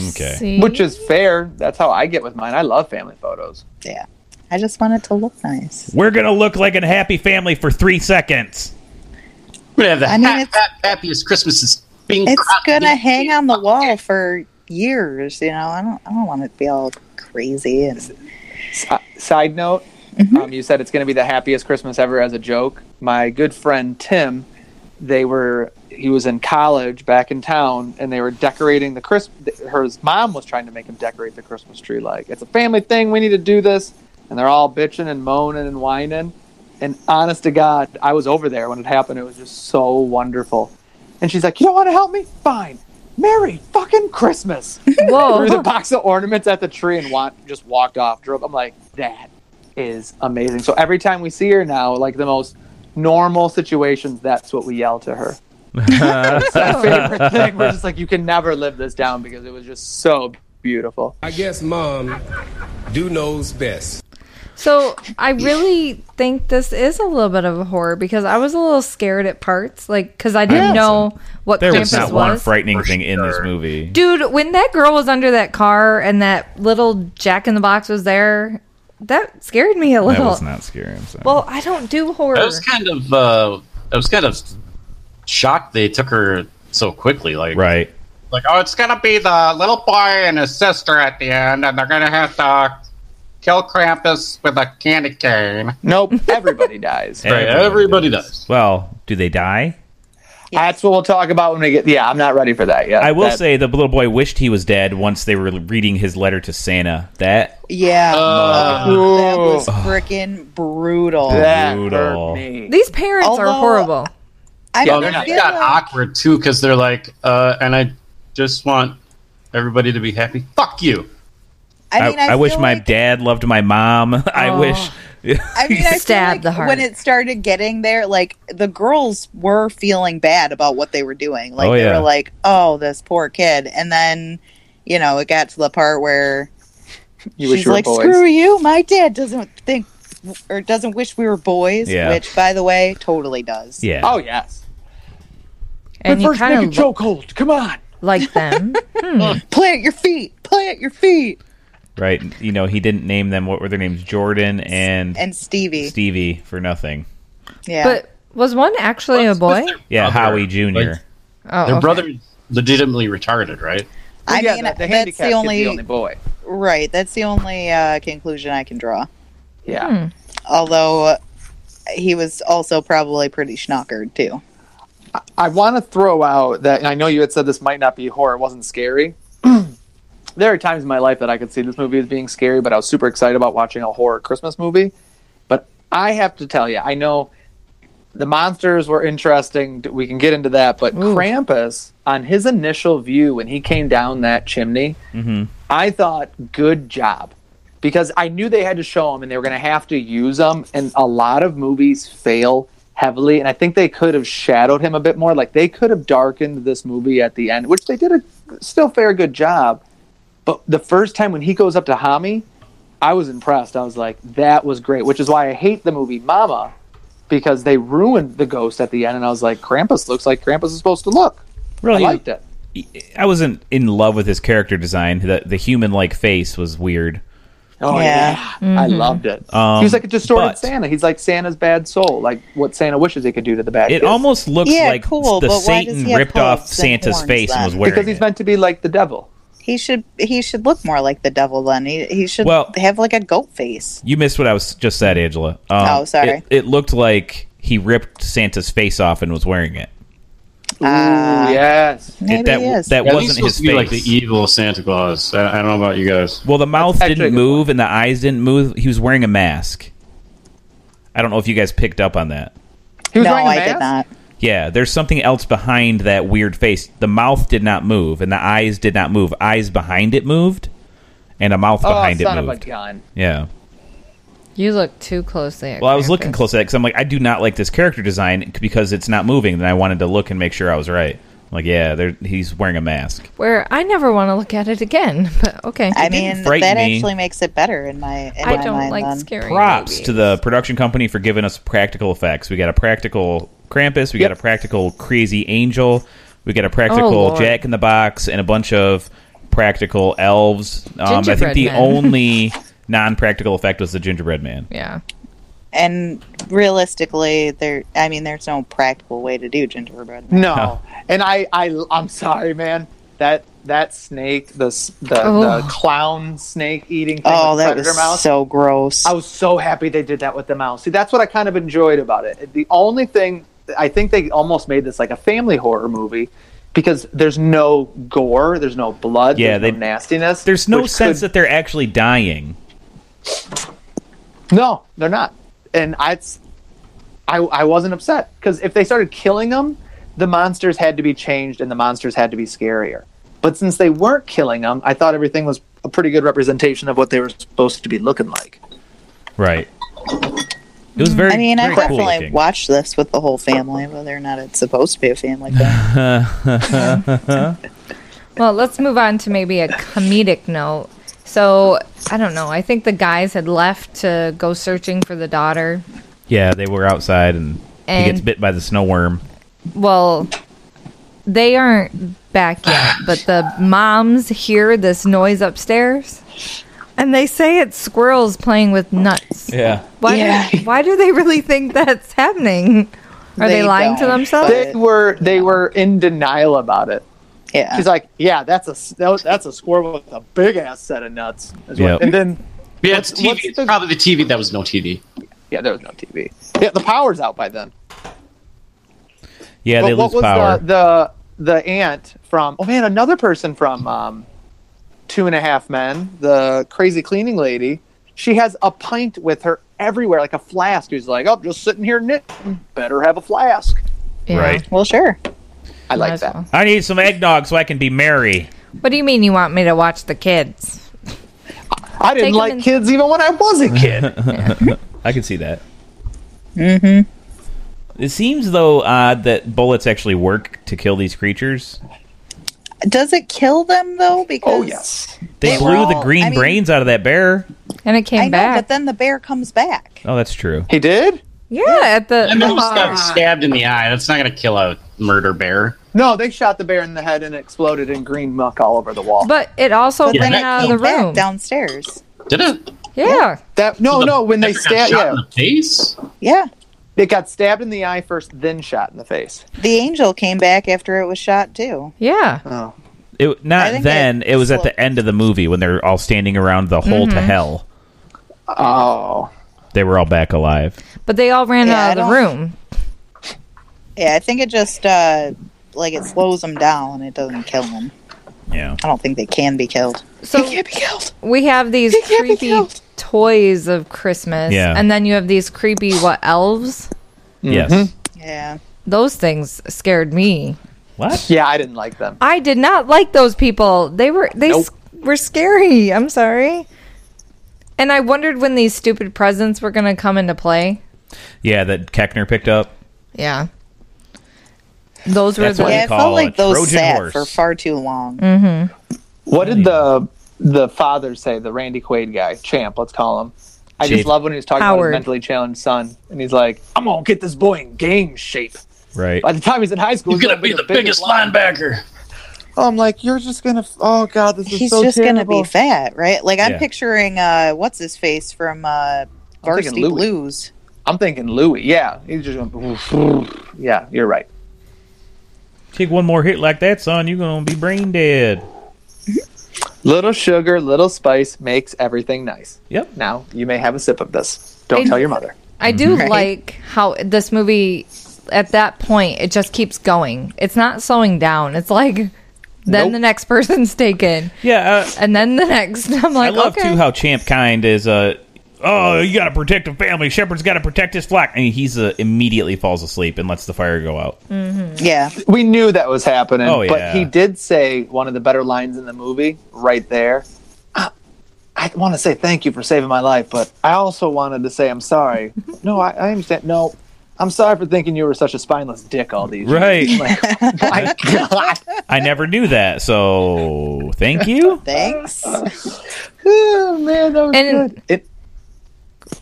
Speaker 1: Okay.
Speaker 4: See?
Speaker 2: Which is fair. That's how I get with mine. I love family photos.
Speaker 3: Yeah, I just wanted to look nice.
Speaker 1: We're gonna look like a happy family for three seconds.
Speaker 6: We're gonna have the
Speaker 3: I mean,
Speaker 6: hap-
Speaker 3: it's-
Speaker 6: hap- happiest Christmases. Being
Speaker 3: It's
Speaker 6: crop-
Speaker 3: gonna hang on the wall for years. You know, I don't. I don't want it to be all crazy. And
Speaker 2: Si- side note, um, you said it's going to be the happiest Christmas ever as a joke. My good friend Tim, they were he was in college back in town, and they were decorating the Christmas. Her mom was trying to make him decorate the Christmas tree. Like it's a family thing. We need to do this, and they're all bitching and moaning and whining. And honest to God, I was over there when it happened. It was just so wonderful. And she's like, "You don't want to help me? Fine." Merry fucking Christmas! threw the
Speaker 4: Whoa.
Speaker 2: box of ornaments at the tree and wa- just walked off. Drove. I'm like, that is amazing. So every time we see her now, like the most normal situations, that's what we yell to her. It's our favorite thing. We're just like, you can never live this down because it was just so beautiful.
Speaker 10: I guess mom do knows best.
Speaker 4: So I really think this is a little bit of a horror because I was a little scared at parts, like because I didn't
Speaker 1: Yeah.
Speaker 4: know what
Speaker 1: There
Speaker 4: Krampus
Speaker 1: was not
Speaker 4: was.
Speaker 1: one frightening thing in this
Speaker 6: sure.
Speaker 1: movie.
Speaker 4: Dude, when that girl was under that car and that little Jack in the Box was there, that scared me a
Speaker 1: That
Speaker 4: little.
Speaker 1: was not scary. I'm sorry.
Speaker 4: Well, I don't do horror.
Speaker 6: I was kind of, uh, I was kind of shocked they took her so quickly. Like,
Speaker 1: right.
Speaker 6: like oh, it's gonna be the little boy and his sister at the end, and they're gonna have to kill Krampus with a candy cane.
Speaker 2: Nope, everybody dies.
Speaker 1: Everybody
Speaker 6: Right, everybody
Speaker 1: does.
Speaker 6: does.
Speaker 1: Well, do they die?
Speaker 2: That's what we'll talk about when we get. Yeah, I'm not ready for that yet.
Speaker 1: I will
Speaker 2: That-
Speaker 1: say the little boy wished he was dead once they were reading his letter to Santa. That
Speaker 3: yeah,
Speaker 6: Uh,
Speaker 3: that was freaking brutal.
Speaker 2: that
Speaker 1: brutal.
Speaker 2: hurt me.
Speaker 4: These parents are
Speaker 3: Although-
Speaker 4: horrible.
Speaker 3: I
Speaker 2: Yeah,
Speaker 6: Oh,
Speaker 3: don't
Speaker 6: then
Speaker 2: they're not-
Speaker 6: it
Speaker 3: feel
Speaker 6: got
Speaker 3: like-
Speaker 6: awkward too because they're like, uh, and I just want everybody to be happy. Fuck you.
Speaker 1: I,
Speaker 3: I mean, I,
Speaker 1: I wish
Speaker 3: feel
Speaker 1: my
Speaker 3: like-
Speaker 1: dad loved my mom. I
Speaker 4: Oh.
Speaker 1: wish.
Speaker 3: I mean, I feel
Speaker 4: Stab
Speaker 3: like
Speaker 4: the heart.
Speaker 3: when it started getting there, like the girls were feeling bad about what they were doing. Like
Speaker 1: Oh,
Speaker 3: they
Speaker 1: yeah.
Speaker 3: were like, "Oh, this poor kid," and then you know it got to the part where
Speaker 2: You wish
Speaker 3: she's
Speaker 2: you were
Speaker 3: like,
Speaker 2: boys.
Speaker 3: "Screw you, my dad doesn't think or doesn't wish we were boys,"
Speaker 1: Yeah.
Speaker 3: which, by the way, totally does.
Speaker 1: Yeah.
Speaker 2: Oh yes.
Speaker 4: And you
Speaker 2: first, make a
Speaker 4: kind of look
Speaker 2: chokehold. Come on.
Speaker 4: like them.
Speaker 3: Plant your feet, plant your feet,
Speaker 1: Right. You know, he didn't name them. What were their names? Jordan and,
Speaker 3: and Stevie.
Speaker 1: Stevie for nothing.
Speaker 3: yeah,
Speaker 4: But was one actually a boy?
Speaker 1: Yeah,
Speaker 6: Brother.
Speaker 1: Howie Jr.
Speaker 6: Like,
Speaker 4: Oh,
Speaker 6: Their
Speaker 4: okay.
Speaker 6: brother's legitimately retarded, right?
Speaker 3: I
Speaker 2: yeah,
Speaker 3: mean,
Speaker 2: the, the
Speaker 3: that's
Speaker 2: handicap
Speaker 3: the
Speaker 2: kid's
Speaker 3: only,
Speaker 2: the only boy.
Speaker 3: right. That's the only uh, conclusion I can draw.
Speaker 2: Yeah.
Speaker 3: Hmm. Although uh, he was also probably pretty schnockered too.
Speaker 2: I want to throw out that, and I know you had said this might not be horror, it wasn't scary. there are times in my life that I could see this movie as being scary, but I was super excited about watching a horror Christmas movie. But I have to tell you, I know the monsters were interesting. We can get into that, but Krampus, on his initial view when he came down that chimney, I thought, good job. Because I knew they had to show them and they were going to have to use them. And a lot of movies fail heavily. And I think they could have shadowed him a bit more. Like they could have darkened this movie at the end, which they did a still fair good job. But the first time when he goes up to Hami, I was impressed. I was like, that was great, which is why I hate the movie Mama because they ruined the ghost at the end. And I was like, Krampus looks like Krampus is supposed to look.
Speaker 1: Really,
Speaker 2: I liked it.
Speaker 1: I wasn't in love with his character design. The the human like face was weird.
Speaker 2: Oh
Speaker 3: Yeah. Mm-hmm.
Speaker 2: yeah, I loved it.
Speaker 1: Um,
Speaker 2: he was like a distorted
Speaker 1: but-
Speaker 2: Santa. He's like Santa's bad soul, like what Santa wishes he could do to the bad.
Speaker 1: It
Speaker 2: kids.
Speaker 1: almost looks
Speaker 3: Yeah,
Speaker 1: like
Speaker 3: cool,
Speaker 1: the
Speaker 3: but why does
Speaker 1: Satan
Speaker 3: he have
Speaker 1: ripped off
Speaker 3: hooves and
Speaker 1: Santa's
Speaker 3: horns
Speaker 1: face and
Speaker 3: then?
Speaker 1: was wearing
Speaker 2: because he's
Speaker 1: it.
Speaker 2: meant to be like the devil.
Speaker 3: He should he should look more like the devil then. He he should
Speaker 1: Well-
Speaker 3: have like a goat face.
Speaker 1: You missed what I was just said, Angela. Um,
Speaker 3: Oh, sorry.
Speaker 1: It, it looked like he ripped Santa's face off and was wearing it.
Speaker 3: Ah.
Speaker 2: Ooh, yes,
Speaker 1: It-
Speaker 3: Maybe
Speaker 1: that
Speaker 3: he is.
Speaker 1: that
Speaker 6: Yeah, he's
Speaker 1: wasn't
Speaker 6: supposed
Speaker 1: his
Speaker 6: to be
Speaker 1: face.
Speaker 6: like the evil Santa Claus. I, I don't know about you guys.
Speaker 1: well, the mouth
Speaker 2: e- actually a
Speaker 1: didn't
Speaker 2: good
Speaker 1: move and the eyes didn't move. He was wearing a mask. I don't know if you guys picked up on that.
Speaker 2: he was
Speaker 3: no,
Speaker 2: wearing a
Speaker 3: I
Speaker 2: mask.
Speaker 3: did not.
Speaker 1: Yeah, there's something else behind that weird face. The mouth did not move and the eyes did not move. Eyes behind it moved and a mouth
Speaker 2: Oh,
Speaker 1: behind
Speaker 2: son
Speaker 1: it
Speaker 2: of a
Speaker 1: moved.
Speaker 2: gun!
Speaker 1: Yeah.
Speaker 4: You look too closely. At
Speaker 1: Well, I was looking
Speaker 4: Krampus.
Speaker 1: close at it because I'm like, I do not like this character design because it's not moving. And I wanted to look and make sure I was right. I'm like, yeah, there, he's wearing a mask.
Speaker 4: Where I never want to look at it again. But okay,
Speaker 3: I mean,
Speaker 1: frighten
Speaker 3: that
Speaker 1: me.
Speaker 3: actually makes it better in my in
Speaker 4: I
Speaker 3: my
Speaker 4: don't
Speaker 3: mind.
Speaker 4: like
Speaker 3: then.
Speaker 4: scary.
Speaker 1: Props
Speaker 4: movies.
Speaker 1: to the production company for giving us practical effects. We got a practical Krampus. We got a practical crazy angel. We got a practical
Speaker 4: Oh, Lord.
Speaker 1: Jack in the Box and a bunch of practical elves. Um, I think
Speaker 4: Gingerbread
Speaker 1: the
Speaker 4: men.
Speaker 1: only non-practical effect was the gingerbread man.
Speaker 4: yeah.
Speaker 3: and realistically, there. I mean, there's no practical way to do gingerbread. man.
Speaker 2: No, and I, I, I'm sorry, man. That that snake, the s- the,
Speaker 4: Oh.
Speaker 2: the clown snake eating thing
Speaker 3: Oh,
Speaker 2: with
Speaker 3: that
Speaker 2: predator
Speaker 3: was
Speaker 2: mouse.
Speaker 3: so gross.
Speaker 2: I was so happy they did that with the mouse. See, that's what I kind of enjoyed about it. The only thing I think they almost made this like a family horror movie because there's no gore, there's no blood,
Speaker 1: Yeah,
Speaker 2: there's
Speaker 1: they-
Speaker 2: no nastiness.
Speaker 1: There's no
Speaker 2: which
Speaker 1: sense
Speaker 2: could-
Speaker 1: that they're actually dying.
Speaker 2: no, they're not. And I, it's- I, I wasn't upset because if they started killing them, the monsters had to be changed and the monsters had to be scarier. But since they weren't killing them, I thought everything was a pretty good representation of what they were supposed to be looking like.
Speaker 1: Right. It
Speaker 4: Hmm.
Speaker 1: was very.
Speaker 3: I mean, I
Speaker 1: very cool
Speaker 3: definitely
Speaker 1: looking.
Speaker 3: watched this with the whole family, whether or not it's supposed to be a family thing.
Speaker 4: Well, let's move on to maybe a comedic note. So I don't know. I think the guys had left to go searching for the daughter.
Speaker 1: Yeah, they were outside and,
Speaker 4: And-
Speaker 1: he gets bit by the snow worm.
Speaker 4: Well, they aren't back yet, but the moms hear this noise upstairs, and they say it's squirrels playing with nuts.
Speaker 1: Yeah.
Speaker 4: Why? Do, why do they really think that's happening? Are they,
Speaker 3: They
Speaker 4: lying to
Speaker 3: don't,
Speaker 4: themselves?
Speaker 3: but-
Speaker 2: They were they were in denial about it.
Speaker 3: Yeah,
Speaker 2: She's like, yeah, that's a that- that's a squirrel with a big ass set of nuts. That's what-
Speaker 1: Yep.
Speaker 2: And then
Speaker 6: Yeah, it's
Speaker 2: What's-
Speaker 6: TV.
Speaker 2: what's
Speaker 6: It's
Speaker 2: the-
Speaker 6: probably the TV that was no TV.
Speaker 2: yeah, there was no TV. Yeah, the power's out by then.
Speaker 1: Yeah,
Speaker 2: But
Speaker 1: they
Speaker 2: what
Speaker 1: lose
Speaker 2: was
Speaker 1: power.
Speaker 2: the the the aunt from? Oh man, another person from um, Two and a Half Men, the crazy cleaning lady. She has a pint with her everywhere, like a flask. Who's like, oh, just sitting here knitting. Better have a flask.
Speaker 4: Yeah,
Speaker 1: Right.
Speaker 3: well, sure.
Speaker 2: I
Speaker 4: might
Speaker 2: like
Speaker 4: as
Speaker 2: that.
Speaker 4: well.
Speaker 1: I need some eggnog so I can be merry.
Speaker 4: What do you mean you want me to watch the kids?
Speaker 2: I didn't
Speaker 4: Take 'em
Speaker 2: like
Speaker 4: in-
Speaker 2: kids even when I was a kid.
Speaker 1: I can see that. Mm-hmm. It seems though odd that bullets actually work to kill these creatures.
Speaker 3: Does it kill them though? Because
Speaker 2: oh yes,
Speaker 1: They,
Speaker 3: They were
Speaker 1: blew the
Speaker 3: all-
Speaker 1: green
Speaker 3: I mean-
Speaker 1: brains out of that bear.
Speaker 4: And it came
Speaker 3: I know,
Speaker 4: back.
Speaker 3: but then the bear comes back.
Speaker 1: Oh, that's true.
Speaker 2: he did.
Speaker 4: yeah, at the
Speaker 6: I mean, just got stabbed in the eye. That's not going to kill a murder bear.
Speaker 2: No, they shot the bear in the head and it exploded in green muck all over the wall.
Speaker 4: But it also
Speaker 3: But
Speaker 4: ran
Speaker 3: then it
Speaker 4: out of
Speaker 3: came
Speaker 4: the
Speaker 3: back
Speaker 4: room.
Speaker 3: downstairs.
Speaker 6: Did it?
Speaker 4: yeah.
Speaker 2: that no,
Speaker 6: The
Speaker 2: no, when they
Speaker 6: bear got
Speaker 2: stabbed,
Speaker 6: shot
Speaker 2: yeah,
Speaker 6: in the face.
Speaker 3: Yeah,
Speaker 2: It got stabbed in the eye first, then shot in the face.
Speaker 3: The angel came back after it was shot too.
Speaker 4: Yeah.
Speaker 2: Oh.
Speaker 1: It,
Speaker 3: I
Speaker 1: not
Speaker 3: think
Speaker 1: then. It,
Speaker 3: it
Speaker 1: was at
Speaker 3: slowed.
Speaker 1: the end of the movie when they're all standing around the hole to
Speaker 4: Mhm.
Speaker 1: hell.
Speaker 2: Oh.
Speaker 1: They were all back alive.
Speaker 4: But they all ran
Speaker 3: Yeah, I
Speaker 4: out of the
Speaker 3: don't-
Speaker 4: room.
Speaker 3: Yeah, I think it just uh like it slows them down. It doesn't kill them.
Speaker 1: Yeah.
Speaker 3: I don't think they can be killed.
Speaker 4: So
Speaker 3: be killed.
Speaker 4: we have these
Speaker 3: He can't be
Speaker 4: creepy
Speaker 3: killed.
Speaker 4: toys of Christmas,
Speaker 1: Yeah.
Speaker 4: and then you have these creepy what elves.
Speaker 1: Yes.
Speaker 3: Yeah.
Speaker 4: Those things scared me.
Speaker 1: What?
Speaker 2: Yeah, I didn't like them.
Speaker 4: I did not like those people. They were they s- were scary. I'm sorry. And I wondered when these stupid presents were going to come into play.
Speaker 1: Yeah, that Keckner picked up.
Speaker 4: Yeah. Those were
Speaker 1: That's
Speaker 4: the
Speaker 1: what
Speaker 3: Yeah,
Speaker 1: they
Speaker 3: it
Speaker 1: call
Speaker 3: felt like
Speaker 1: a
Speaker 3: those
Speaker 1: Trojan
Speaker 3: sat
Speaker 1: horse.
Speaker 3: for far too long.
Speaker 2: What did the the father say? The Randy Quaid guy, champ, let's call him. I
Speaker 1: Chief.
Speaker 2: just love when he was talking about
Speaker 4: Howard.
Speaker 2: his mentally challenged son, and he's like, "I'm gonna get this boy in game shape."
Speaker 1: Right.
Speaker 2: By the time he's in high school,
Speaker 6: He's gonna be the biggest linebacker.
Speaker 2: Oh, I'm like, you're just gonna. Oh God, this is
Speaker 3: He's
Speaker 2: so
Speaker 3: just
Speaker 2: terrible.
Speaker 3: gonna be fat, right? Like I'm
Speaker 1: Yeah.
Speaker 3: picturing uh what's his face from uh Varsity
Speaker 2: Louis.
Speaker 3: Blues.
Speaker 2: I'm thinking Louis. Yeah, he's just gonna. Yeah, you're right.
Speaker 1: Take one more hit like that, son. You're gonna be brain dead.
Speaker 2: Little sugar, little spice makes everything nice.
Speaker 1: Yep.
Speaker 2: Now you may have a sip of this. Don't
Speaker 4: And-
Speaker 2: tell your mother.
Speaker 4: I do
Speaker 1: Mm-hmm.
Speaker 3: Right.
Speaker 4: like how this movie at that point it just keeps going. It's not slowing down. It's like then
Speaker 2: Nope.
Speaker 4: the next person's taken
Speaker 1: Yeah. Uh,
Speaker 4: and then the next. I'm
Speaker 1: I
Speaker 4: like,
Speaker 1: love
Speaker 4: okay.
Speaker 1: too how Champ Kind is Uh, Oh, you gotta protect the family. Shepherd's gotta protect his flock, and he's uh, immediately falls asleep and lets the fire go out.
Speaker 3: Yeah.
Speaker 2: We knew that was happening,
Speaker 1: Oh, yeah.
Speaker 2: but he did say one of the better lines in the movie right there. Uh, I, I want to say thank you for saving my life, but I also wanted to say I'm sorry. no, I, I understand. No, I'm sorry for thinking you were such a spineless dick all these years.
Speaker 1: Right.
Speaker 2: Like, my God.
Speaker 1: I never knew that, so thank you.
Speaker 3: Thanks.
Speaker 2: Oh, man, that was
Speaker 4: And-
Speaker 2: good. It,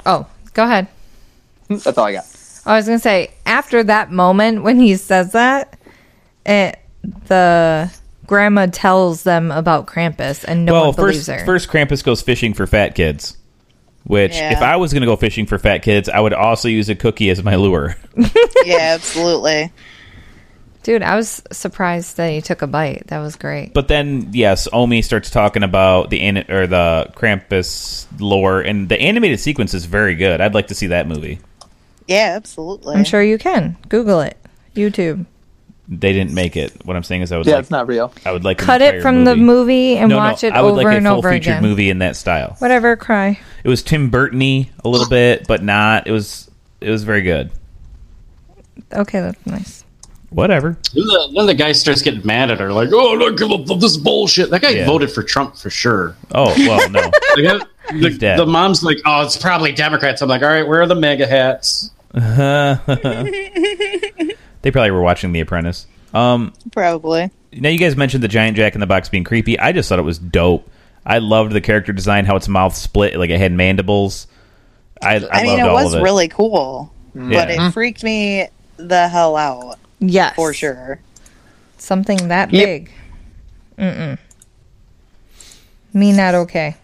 Speaker 4: oh, go ahead.
Speaker 2: that's all I got.
Speaker 4: I was gonna say after that moment when he says that, it, the grandma tells them about Krampus and no
Speaker 1: well,
Speaker 4: one believes
Speaker 1: first,
Speaker 4: her.
Speaker 1: first Krampus goes fishing for fat kids. Which,
Speaker 3: Yeah.
Speaker 1: if I was going to go fishing for fat kids, I would also use a cookie as my lure.
Speaker 3: yeah, absolutely.
Speaker 4: Dude, I was surprised that he took a bite. That was great.
Speaker 1: But then, yes, Omi starts talking about the ani- or the Krampus lore, and the animated sequence is very good. I'd like to see that movie.
Speaker 3: Yeah, absolutely.
Speaker 4: I'm sure you can Google it, YouTube.
Speaker 1: They didn't make it. What I'm saying is, I would
Speaker 2: Yeah,
Speaker 1: like,
Speaker 2: it's not real.
Speaker 1: I would like an
Speaker 4: Cut it
Speaker 1: entire
Speaker 4: from the movie and
Speaker 1: No,
Speaker 4: watch
Speaker 1: no,
Speaker 4: it
Speaker 1: I would
Speaker 4: over
Speaker 1: like a
Speaker 4: and
Speaker 1: full
Speaker 4: over
Speaker 1: featured
Speaker 4: again.
Speaker 1: movie in that style.
Speaker 4: Whatever, cry.
Speaker 1: It was Tim Burtony a little bit, but not. It was it was very good.
Speaker 4: Okay, that's nice.
Speaker 1: Whatever.
Speaker 6: Then the, then the guy starts getting mad at her, like, "Oh, look at this bullshit." That guy
Speaker 1: Yeah.
Speaker 6: voted for Trump for sure.
Speaker 1: Oh well, no.
Speaker 6: Like, I-
Speaker 1: He's
Speaker 6: the,
Speaker 1: dead.
Speaker 6: the mom's like, "Oh, it's probably Democrats." I'm like, "All right, where are the mega hats?"
Speaker 1: they probably were watching The Apprentice. Um,
Speaker 3: Probably.
Speaker 1: now you guys mentioned the giant Jack in the Box being creepy. I just thought it was dope. I loved the character design, how its mouth split, like it had mandibles. I, I,
Speaker 3: I, mean,
Speaker 1: loved
Speaker 3: it
Speaker 1: all
Speaker 3: was
Speaker 1: of it.
Speaker 3: really cool,
Speaker 2: Mm.
Speaker 3: but
Speaker 1: Yeah.
Speaker 3: it freaked me the hell out
Speaker 4: Yes,
Speaker 3: for sure.
Speaker 4: Something that
Speaker 2: Yep.
Speaker 4: big. Mm. Me not okay.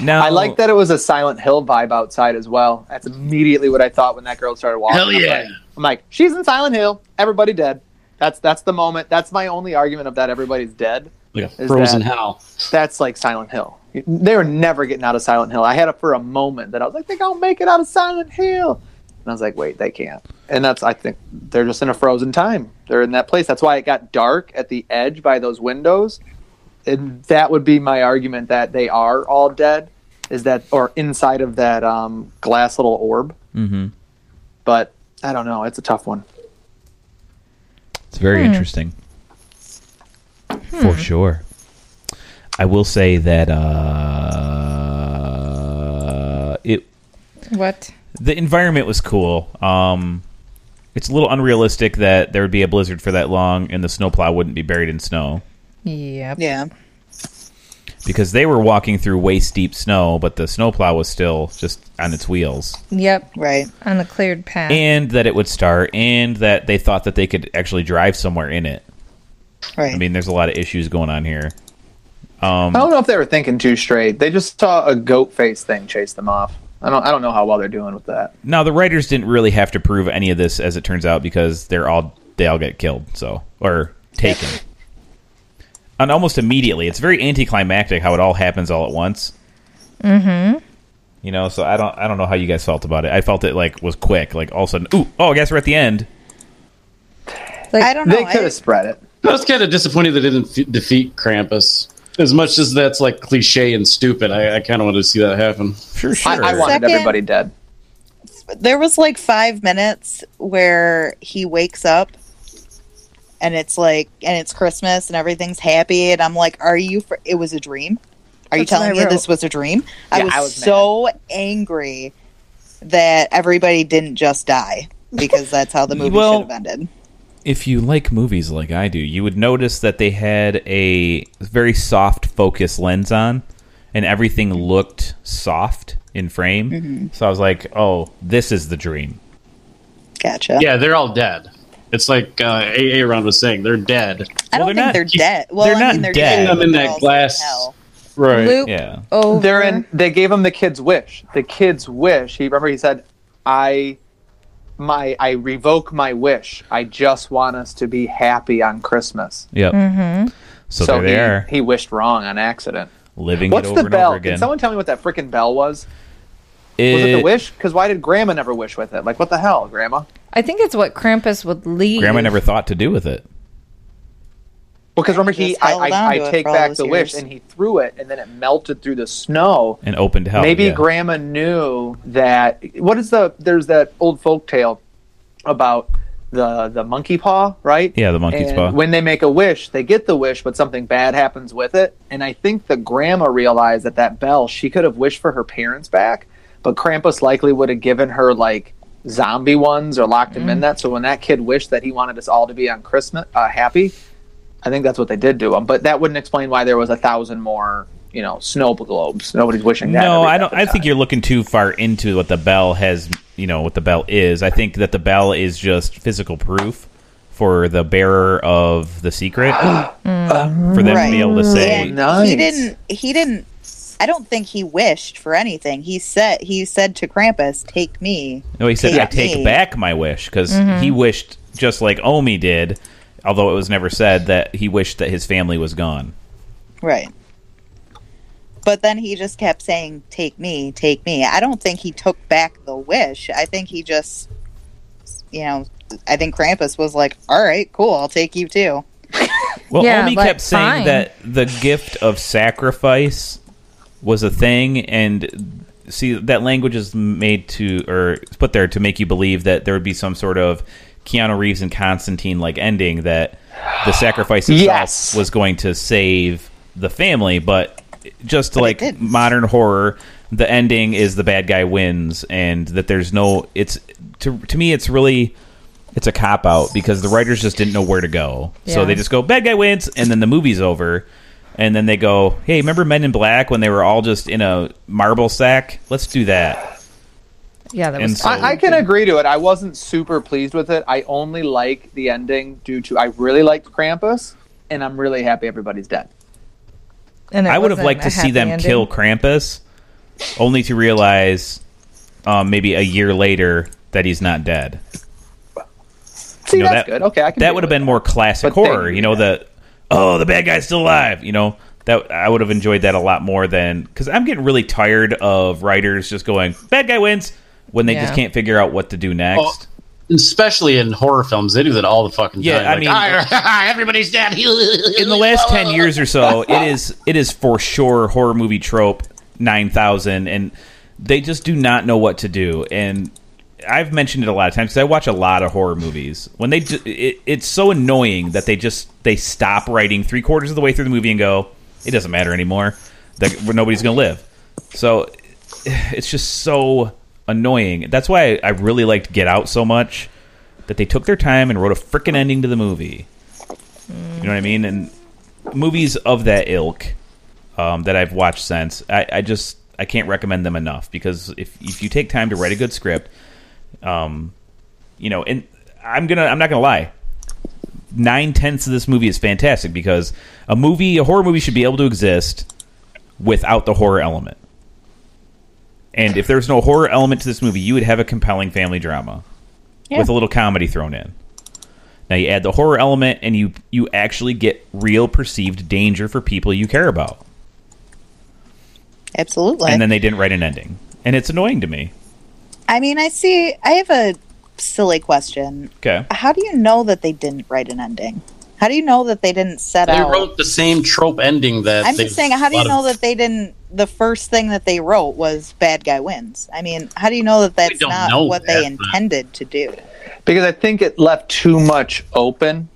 Speaker 1: Now,
Speaker 2: I like that it was a Silent Hill vibe outside as well. That's immediately what I thought when that girl started walking.
Speaker 6: Hell yeah.
Speaker 2: I'm like, I'm like, she's in Silent Hill. Everybody dead. That's that's the moment. That's my only argument of that. Everybody's dead.
Speaker 6: Like a
Speaker 2: Is
Speaker 6: frozen
Speaker 2: that-
Speaker 6: hell.
Speaker 2: That's like Silent Hill. They were never getting out of Silent Hill. I had it for a moment that I was like, they gonna make it out of Silent Hill, and I was like, wait, they can't. And that's I think they're just in a frozen time. They're in that place. That's why it got dark at the edge by those windows. And that would be my argument that they are all dead. Is that or inside of that um, glass little orb?
Speaker 1: hmm
Speaker 2: But I don't know. It's a tough one.
Speaker 1: It's very
Speaker 4: Hmm.
Speaker 1: interesting, for sure. I will say that uh, it
Speaker 4: What?
Speaker 1: the environment was cool. Um, it's a little unrealistic that there would be a blizzard for that long and the snowplow wouldn't be buried in snow
Speaker 4: Yep.
Speaker 3: Yeah.
Speaker 1: because they were walking through waist deep snow, but the snowplow was still just on its wheels.
Speaker 4: Yep.
Speaker 3: Right.
Speaker 4: On the cleared path.
Speaker 1: And that it would start, and that they thought that they could actually drive somewhere in it.
Speaker 3: Right.
Speaker 1: I mean, there's a lot of issues going on here.
Speaker 2: I don't know if they were thinking too straight. They just saw a goat face thing chase them off. I don't I don't know how well they're doing with that.
Speaker 1: Now the writers didn't really have to prove any of this, as it turns out, because they're all they all get killed, so or taken, and almost immediately. It's very anticlimactic how it all happens all at once.
Speaker 4: Mm-hmm.
Speaker 1: You know, so I don't I don't know how you guys felt about it. I felt it like was quick, like all of a sudden, ooh, oh, I guess we're at the end.
Speaker 2: Like,
Speaker 3: I don't know.
Speaker 2: They could
Speaker 3: I-
Speaker 2: have spread it.
Speaker 6: I was kind of disappointed they didn't f- defeat Krampus. As much as that's like cliche and stupid, I, I kind of wanted to see that happen.
Speaker 1: Sure, sure.
Speaker 2: I, I wanted
Speaker 3: Second-
Speaker 2: everybody dead.
Speaker 3: there was like five minutes where he wakes up and it's like and it's christmas and everything's happy and i'm like are you for it was a dream are you
Speaker 9: That's what I
Speaker 3: telling me
Speaker 9: wrote.
Speaker 3: this was a dream i
Speaker 2: Yeah,
Speaker 3: was,
Speaker 2: I was mad.
Speaker 3: so angry that everybody didn't just die because that's how the movie
Speaker 1: Well-
Speaker 3: should have ended
Speaker 1: if you like movies like I do, you would notice that they had a very soft focus lens on, and everything looked soft in frame.
Speaker 2: Mm-hmm.
Speaker 1: So I was like, "Oh, this is the dream."
Speaker 3: gotcha
Speaker 6: Yeah, they're all dead. It's like uh, AA Ron was saying, they're dead.
Speaker 3: i
Speaker 1: Well,
Speaker 3: don't
Speaker 1: they're
Speaker 3: think they're
Speaker 1: not-
Speaker 3: dead well
Speaker 1: they're
Speaker 3: i
Speaker 1: not
Speaker 3: mean they're
Speaker 1: dead.
Speaker 3: dead,
Speaker 6: Them in
Speaker 3: but
Speaker 6: that
Speaker 3: also
Speaker 6: glass-
Speaker 3: hell.
Speaker 6: Right.
Speaker 4: Loop
Speaker 1: Yeah.
Speaker 4: over.
Speaker 2: They're in. They gave him the kid's wish. The kid's wish. He remember he said, "I, my, I revoke my wish. I just want us to be happy on Christmas."
Speaker 1: Yep. So, there
Speaker 2: he,
Speaker 1: they are,
Speaker 2: he wished wrong on accident.
Speaker 1: living
Speaker 2: What's
Speaker 1: it over
Speaker 2: the
Speaker 1: and over
Speaker 2: bell?
Speaker 1: again.
Speaker 2: Can someone tell me what that freaking bell was? Was it the wish? Because why did Grandma never wish with it? Like what the hell, Grandma?
Speaker 4: I think it's what Krampus would leave.
Speaker 1: Grandma never thought to do with it.
Speaker 2: Because remember
Speaker 3: He
Speaker 2: he,
Speaker 3: just
Speaker 2: I,
Speaker 3: held on
Speaker 2: I,
Speaker 3: to
Speaker 2: I
Speaker 3: it
Speaker 2: take
Speaker 3: for all
Speaker 2: back
Speaker 3: those
Speaker 2: the
Speaker 3: years.
Speaker 2: wish and he threw it and then it melted through the snow.
Speaker 1: And opened hell.
Speaker 2: Maybe
Speaker 1: Oh, yeah.
Speaker 2: grandma knew that. What is the? There's that old folk tale about the the monkey paw, right?
Speaker 1: Yeah, the monkey's
Speaker 2: And
Speaker 1: paw.
Speaker 2: When they make a wish, they get the wish, but something bad happens with it. And I think the grandma realized that that bell, she could have wished for her parents back, but Krampus likely would have given her like zombie ones or locked him in that. So when that kid wished that he wanted us all to be on Christmas uh, happy, I think that's what they did to him. But that wouldn't explain why there was a thousand more. You know, snow globes. Nobody's wishing that.
Speaker 1: No,
Speaker 2: every
Speaker 1: I don't. I
Speaker 2: time.
Speaker 1: think you're looking too far into what the bell has. You know what the bell is. I think that the bell is just physical proof for the bearer of the secret, for them to
Speaker 3: Right.
Speaker 1: be able to say,
Speaker 3: And
Speaker 2: Nice.
Speaker 3: he didn't he didn't I don't think he wished for anything. He said he said to Krampus, "Take me."
Speaker 1: "No, he said
Speaker 3: Take
Speaker 1: I take
Speaker 3: me."
Speaker 1: back my wish," because he wished just like Omi did, although it was never said that he wished that his family was gone.
Speaker 3: Right. But then he just kept saying, "Take me, take me." I don't think he took back the wish. I think he just you know, I think Krampus was like, "All right, cool. I'll take you too."
Speaker 1: Well,
Speaker 4: Yeah,
Speaker 1: Omi
Speaker 4: like,
Speaker 1: kept saying
Speaker 4: fine.
Speaker 1: that the gift of sacrifice was a thing, and see that language is made to or it's put there to make you believe that there would be some sort of Keanu Reeves and Constantine like ending that the sacrifice itself
Speaker 2: Yes.
Speaker 1: was going to save the family, but just like
Speaker 3: didn't.
Speaker 1: modern horror, the ending is the bad guy wins, and that there's no. It's to to me, it's really it's a cop out because the writers just didn't know where to go. So
Speaker 4: Yeah.
Speaker 1: they just go, bad guy wins, and then the movie's over. And then they go, hey, remember Men in Black when they were all just in a marble sack? Let's do that.
Speaker 4: Yeah, that
Speaker 1: And
Speaker 4: was.
Speaker 1: so-
Speaker 2: I, I can agree to it. I wasn't super pleased with it. I only like the ending due to I really liked Krampus, and I'm really happy everybody's dead.
Speaker 4: and it
Speaker 1: I would have
Speaker 4: wasn't
Speaker 1: liked
Speaker 4: a
Speaker 1: to see
Speaker 4: happy
Speaker 1: them
Speaker 4: ending.
Speaker 1: kill Krampus, only to realize um, maybe a year later that he's not dead.
Speaker 2: See,
Speaker 1: You know,
Speaker 2: that's
Speaker 1: that-
Speaker 2: good. Okay, I can.
Speaker 1: That
Speaker 2: deal
Speaker 1: would have
Speaker 2: with
Speaker 1: been more classic
Speaker 2: But they-
Speaker 1: horror, you know, the oh, the bad guy's still alive, you know. That I would have enjoyed that a lot more than cuz I'm getting really tired of writers just going bad guy wins when they just
Speaker 4: Yeah.
Speaker 1: can't figure out what to do next.
Speaker 6: Oh, Especially in horror films, they do that all the fucking
Speaker 1: Yeah,
Speaker 6: time.
Speaker 1: I
Speaker 6: Like,
Speaker 1: mean-
Speaker 6: "Ah, everybody's dead.
Speaker 1: in the last 10 years or so it is it is for sure horror movie trope 9000 and they just do not know what to do and i've mentioned it a lot of times because i watch a lot of horror movies when they do, it, it's so annoying that they just they stop writing three quarters of the way through the movie and go it doesn't matter anymore that nobody's gonna live so it's just so annoying that's why i really liked get out so much that they took their time and wrote a freaking ending to the movie you know what I mean? And movies of that ilk um, that I've watched since, I, I just I can't recommend them enough because if if you take time to write a good script, um, you know, and I'm gonna I'm not gonna lie. Nine tenths of this movie is fantastic because a movie, a horror movie, should be able to exist without the horror element. And if there's no horror element to this movie, you would have a compelling family drama
Speaker 3: Yeah.
Speaker 1: with a little comedy thrown in. Now you add the horror element, and you you actually get real perceived danger for people you care about.
Speaker 3: Absolutely.
Speaker 1: And then they didn't write an ending, and it's annoying to me.
Speaker 3: I mean, I see. I have a silly question.
Speaker 1: Okay,
Speaker 3: How do you know that they didn't write an ending? How do you know that they didn't set
Speaker 6: They
Speaker 3: out?
Speaker 6: wrote the same trope ending that
Speaker 3: I'm
Speaker 6: they-
Speaker 3: just saying, how do
Speaker 6: a
Speaker 3: you
Speaker 6: lot
Speaker 3: know
Speaker 6: of-
Speaker 3: that they didn't? The first thing that they wrote was "bad guy wins." I mean, how do you know that that's
Speaker 6: don't
Speaker 3: not
Speaker 6: know
Speaker 3: what they
Speaker 6: that, but-
Speaker 3: intended to do?
Speaker 2: because I think it left too much open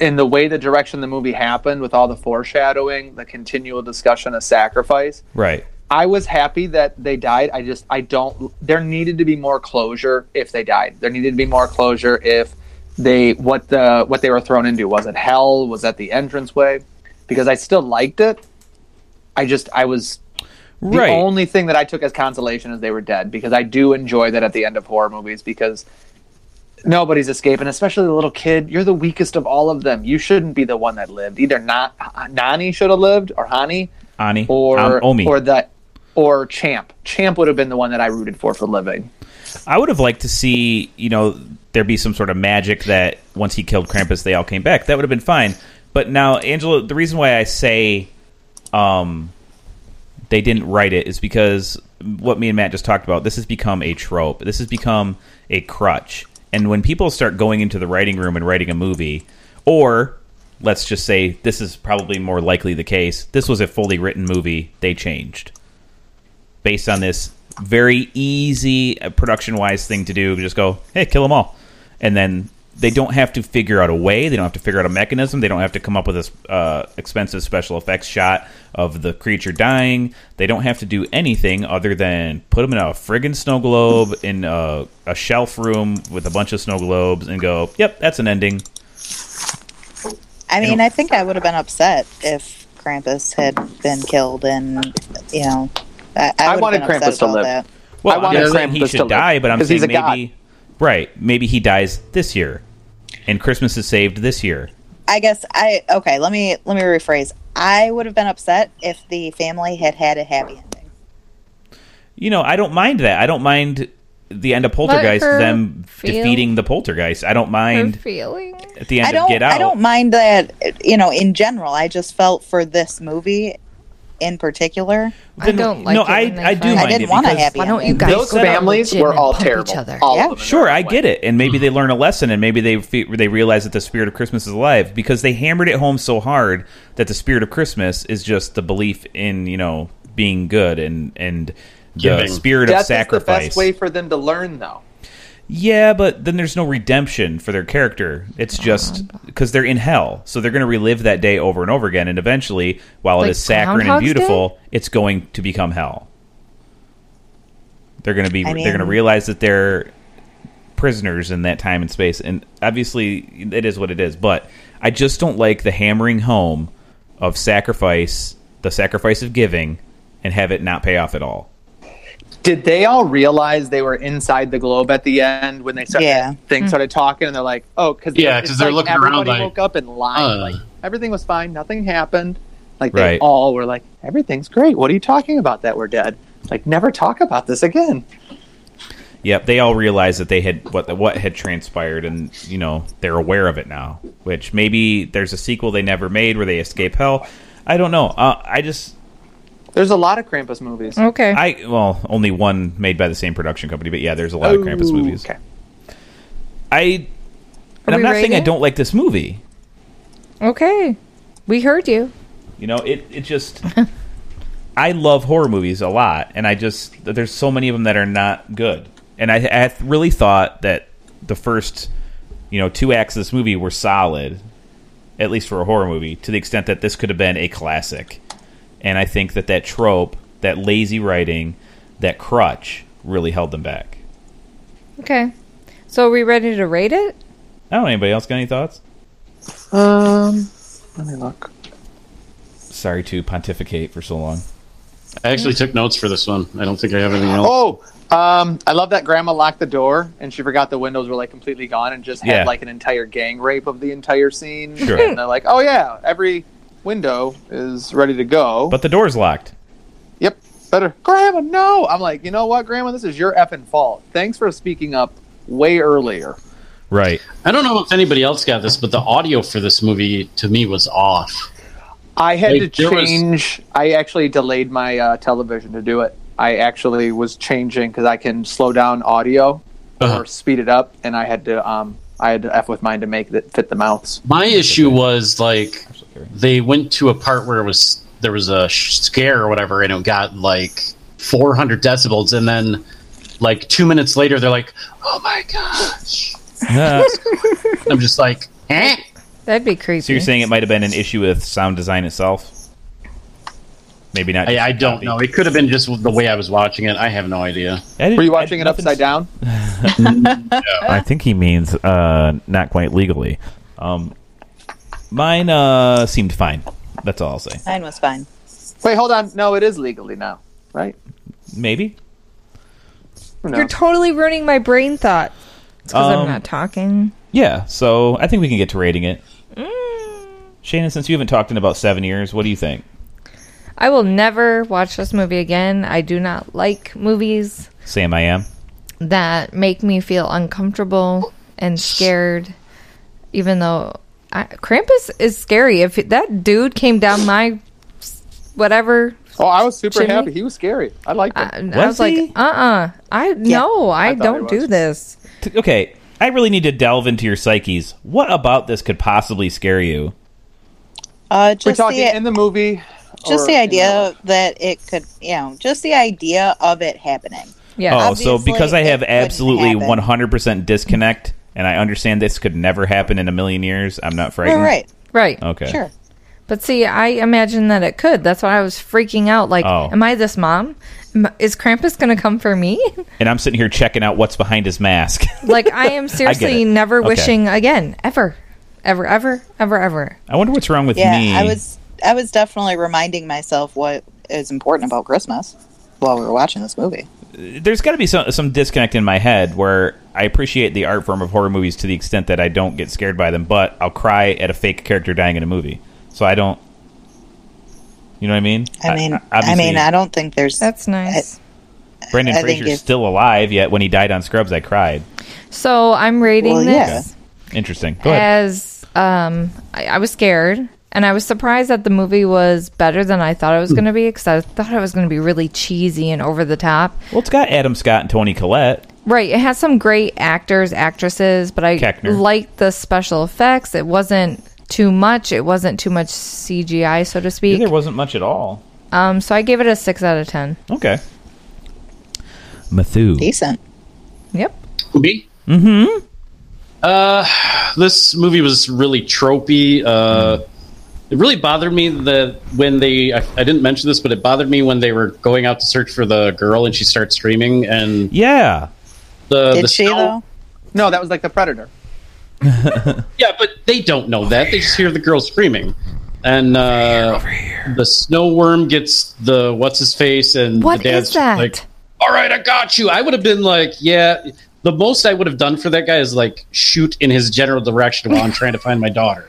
Speaker 2: in the way the direction the movie happened with all the foreshadowing, the continual discussion of sacrifice.
Speaker 1: right.
Speaker 2: I was happy that they died. I just I don't there needed to be more closure if they died. There needed to be more closure if they what the what they were thrown into was it hell? Was that the entranceway? Because I still liked it. I just I was the
Speaker 1: Right.
Speaker 2: only thing that I took as consolation is they were dead because I do enjoy that at the end of horror movies because nobody's escaping, especially the little kid. You're the weakest of all of them. You shouldn't be the one that lived. Either not Nani should have lived or Hani
Speaker 1: Ani
Speaker 2: or
Speaker 1: um, Omi.
Speaker 2: or that or Champ. Champ would have been the one that I rooted for for living.
Speaker 1: I would have liked to see, you know, there be some sort of magic that once he killed Krampus, they all came back. That would have been fine. But now, Angela, the reason why I say um, they didn't write it is because what me and Matt just talked about. This has become a trope. This has become a crutch. And when people start going into the writing room and writing a movie, or let's just say this is probably more likely the case, this was a fully written movie. They changed based on this very easy production wise thing to do. Just go, hey, kill them all. And then they don't have to figure out a way. They don't have to figure out a mechanism. They don't have to come up with this uh, expensive special effects shot of the creature dying. They don't have to do anything other than put them in a friggin' snow globe in a, a shelf room with a bunch of snow globes and go, yep, that's an ending.
Speaker 3: I mean,
Speaker 1: know-
Speaker 3: I think I would have been upset if Krampus had been killed, and you know, I, I,
Speaker 2: I
Speaker 3: would
Speaker 2: wanted
Speaker 3: have been upset
Speaker 2: Krampus to
Speaker 3: about
Speaker 2: live.
Speaker 3: That.
Speaker 1: Well, I
Speaker 2: I
Speaker 1: am
Speaker 2: wanted
Speaker 1: not saying he
Speaker 2: Krampus to
Speaker 1: should
Speaker 2: live,
Speaker 1: die, but I'm
Speaker 2: 'cause
Speaker 1: saying
Speaker 2: he's
Speaker 1: maybe,
Speaker 2: a god.
Speaker 1: right? Maybe he dies this year, and Christmas is saved this year.
Speaker 3: I guess I okay. Let me let me rephrase. I would have been upset if the family had had a happy ending.
Speaker 1: you know, I don't mind that. I don't mind the end of Poltergeist,
Speaker 4: her
Speaker 1: them
Speaker 4: feel-
Speaker 1: defeating the Poltergeist. I don't
Speaker 4: Her
Speaker 1: mind
Speaker 4: feeling.
Speaker 1: at the end
Speaker 3: I don't.
Speaker 1: of Get Out.
Speaker 3: I don't mind that. You know, in general, I just felt for this movie in particular.
Speaker 4: I don't like
Speaker 1: no,
Speaker 4: it
Speaker 1: I-
Speaker 4: when they
Speaker 1: I do
Speaker 4: fight.
Speaker 1: mind
Speaker 3: I
Speaker 1: it
Speaker 3: didn't want a
Speaker 1: because-
Speaker 3: happy
Speaker 4: Why
Speaker 3: ending.
Speaker 4: don't you guys
Speaker 2: Those
Speaker 4: go to the
Speaker 2: families
Speaker 4: gym
Speaker 2: were
Speaker 4: and
Speaker 2: all
Speaker 4: pump
Speaker 2: terrible.
Speaker 4: Each other.
Speaker 2: All
Speaker 3: Yeah.
Speaker 2: of them in
Speaker 1: Sure,
Speaker 2: their
Speaker 1: I
Speaker 2: own
Speaker 1: get
Speaker 2: way.
Speaker 1: it, and maybe they learn a lesson, and maybe they fe- they realize that the spirit of Christmas is alive because they hammered it home so hard that the spirit of Christmas is just the belief in you know being good and and the
Speaker 6: Giving.
Speaker 1: spirit
Speaker 2: Death
Speaker 1: of sacrifice.
Speaker 2: is the best way for them to learn, though.
Speaker 1: Yeah, but then there's no redemption for their character. It's just because they're in hell, so they're going to relive that day over and over again, and eventually, while it
Speaker 4: Like
Speaker 1: is saccharine and
Speaker 4: Groundhog's
Speaker 1: beautiful, it's going to become hell. They're going to be.
Speaker 3: I
Speaker 1: they're going to
Speaker 3: mean-
Speaker 1: realize that they're prisoners in that time and space, and obviously, it is what it is. But I just don't like the hammering home of sacrifice, the sacrifice of giving, and have it not pay off at all.
Speaker 2: Did they all realize they were inside the globe at the end when they started?
Speaker 3: Yeah.
Speaker 2: Thing started talking, and they're like, "Oh, because
Speaker 6: Yeah, 'cause they're looking around
Speaker 2: Everybody
Speaker 6: like,
Speaker 2: woke up and lied.
Speaker 6: uh.
Speaker 2: like everything was fine, nothing happened. Like they
Speaker 1: Right.
Speaker 2: all were like, "Everything's great. What are you talking about? That we're dead? Like never talk about this again."
Speaker 1: Yep, they all realized that they had what what had transpired, and you know they're aware of it now. Which maybe there's a sequel they never made where they escape hell. I don't know. Uh, I just
Speaker 2: There's a lot of Krampus movies.
Speaker 4: Okay.
Speaker 1: I well only one made by the same production company, but yeah, there's a lot of Krampus
Speaker 2: Ooh,
Speaker 1: movies.
Speaker 2: Okay.
Speaker 1: I and I'm
Speaker 4: we
Speaker 1: not saying I
Speaker 4: rating?
Speaker 1: don't like this movie.
Speaker 4: okay. We heard you.
Speaker 1: You know, it it just I love horror movies a lot, and I just there's so many of them that are not good. And I, I really thought that the first you know two acts of this movie were solid, at least for a horror movie, to the extent that this could have been a classic. And I think that that trope, that lazy writing, that crutch really held them back.
Speaker 4: Okay. So are we ready to rate it?
Speaker 1: I don't know. Anybody else got any thoughts?
Speaker 2: Um, let me look.
Speaker 1: Sorry to pontificate for so long.
Speaker 6: I actually took notes for this one. I don't think I have anything else.
Speaker 2: Oh, um, I love that grandma locked the door and she forgot the windows were like completely gone and just had
Speaker 1: Yeah.
Speaker 2: like an entire gang rape of the entire scene.
Speaker 1: Sure.
Speaker 2: And they're like, oh yeah, every window is ready to go.
Speaker 1: But the door's locked.
Speaker 2: yep. better. Grandma, no. I'm like, you know what, Grandma? This is your effing fault. Thanks for speaking up way earlier.
Speaker 1: Right.
Speaker 6: I don't know if anybody else got this, but the audio for this movie to me was off.
Speaker 2: I had
Speaker 6: Like,
Speaker 2: to
Speaker 6: there was-
Speaker 2: change. I actually delayed my uh, television to do it. I actually was changing because I can slow down audio
Speaker 6: Uh-huh.
Speaker 2: or speed it up, and I had to. Um, I had to f with mine to make that fit the mouths.
Speaker 6: My issue was like they went to a part where it was there was a sh- scare or whatever, and it got like 400 decibels, and then like two minutes later, they're like, "Oh my gosh!" I'm just like, "Eh."
Speaker 4: That'd be creepy.
Speaker 1: So you're saying it might have been an issue with sound design itself? Maybe not.
Speaker 6: I, I don't know. It could have been just the way I was watching it. I have no idea.
Speaker 2: Were you watching it upside down?
Speaker 1: I think he means uh, not quite legally. Um, mine uh, seemed fine. That's all I'll say.
Speaker 3: Mine was fine.
Speaker 2: Wait, hold on. No, it is legally now, right?
Speaker 1: Maybe.
Speaker 2: Or no?
Speaker 4: You're totally ruining my brain thought. It's because
Speaker 1: Um,
Speaker 4: I'm not talking.
Speaker 1: Yeah. So I think we can get to rating it.
Speaker 2: Mm.
Speaker 1: Shana, since you haven't talked in about seven years, what do you think?
Speaker 4: I will never watch this movie again. I do not like movies
Speaker 1: Sam, I am.
Speaker 4: that make me feel uncomfortable and scared, even though I, Krampus is scary. If that dude came down my whatever
Speaker 2: oh, I was super
Speaker 4: Jimmy?
Speaker 2: happy. He was scary. I liked him.
Speaker 4: I, I was
Speaker 1: he?
Speaker 4: like, uh uh I no, I,
Speaker 2: I thought
Speaker 4: don't
Speaker 2: he was.
Speaker 4: do this.
Speaker 1: T- okay. I really need to delve into your psyches. What about this could possibly scare you?
Speaker 3: Uh, just
Speaker 2: We're talking
Speaker 3: the,
Speaker 2: in the movie.
Speaker 3: just
Speaker 2: or
Speaker 3: the
Speaker 2: in
Speaker 3: idea that it could, you know, just the idea of it happening.
Speaker 4: Yeah.
Speaker 1: Oh, so
Speaker 3: Obviously,
Speaker 1: because I
Speaker 3: it
Speaker 1: have
Speaker 3: couldn't
Speaker 1: absolutely
Speaker 3: happen.
Speaker 1: 100% disconnect and I understand this could never happen in a million years, I'm not frightened.
Speaker 3: All right,
Speaker 4: Right.
Speaker 1: Okay.
Speaker 3: sure.
Speaker 4: But see, I imagine that it could. That's why I was freaking out. Like,
Speaker 1: Oh.
Speaker 4: am I this mom? Am- Is Krampus going to come for me?
Speaker 1: And I'm sitting here checking out what's behind his mask.
Speaker 4: like, I am seriously
Speaker 1: it.
Speaker 4: never
Speaker 1: Okay.
Speaker 4: wishing again, ever, ever, ever, ever, ever.
Speaker 1: I wonder what's wrong with
Speaker 3: Yeah,
Speaker 1: me.
Speaker 3: I was, I was definitely reminding myself what is important about Christmas while we were watching this movie.
Speaker 1: There's got to be some, some disconnect in my head where I appreciate the art form of horror movies to the extent that I don't get scared by them, but I'll cry at a fake character dying in a movie. So I don't. You know what I mean?
Speaker 3: I mean, I,
Speaker 1: obviously,
Speaker 3: mean, I don't think there's.
Speaker 4: That's nice.
Speaker 1: Brendan
Speaker 3: I think
Speaker 1: Fraser's
Speaker 3: if-
Speaker 1: still alive, yet when he died on Scrubs, I cried.
Speaker 4: so I'm rating
Speaker 3: Well, yeah.
Speaker 4: this
Speaker 1: Interesting. Go ahead.
Speaker 4: as um, I, I was scared. And I was surprised that the movie was better than I thought it
Speaker 1: Hmm.
Speaker 4: was going to be because I thought it was going to be really cheesy and over the top.
Speaker 1: Well, it's got Adam Scott and Tony Collette.
Speaker 4: Right. It has some great actors, actresses, but I
Speaker 1: Koechner.
Speaker 4: liked the special effects. It wasn't too much. It wasn't too much CGI, so to speak.
Speaker 1: There wasn't much at all.
Speaker 4: Um, so I gave it a six out of ten.
Speaker 1: Okay. Matthew.
Speaker 3: decent.
Speaker 4: Yep.
Speaker 6: Me? Mm-hmm. Uh, this movie was really tropey. Uh, It really bothered me that when they, I, I didn't mention this, but it bothered me when they were going out to search for the girl and she starts screaming and
Speaker 1: Yeah.
Speaker 6: the
Speaker 3: Did
Speaker 6: the
Speaker 3: she
Speaker 6: sound-
Speaker 3: though?
Speaker 2: the- No, that was like the Predator.
Speaker 6: Yeah, but they don't know that. They just hear the girl screaming. And uh, the snow worm gets the what's his face, and
Speaker 4: What
Speaker 6: the dad's
Speaker 4: is that?
Speaker 6: like, "All right, I got you." I would have been like, "Yeah." The most I would have done for that guy is like shoot in his general direction while I'm trying to find my daughter.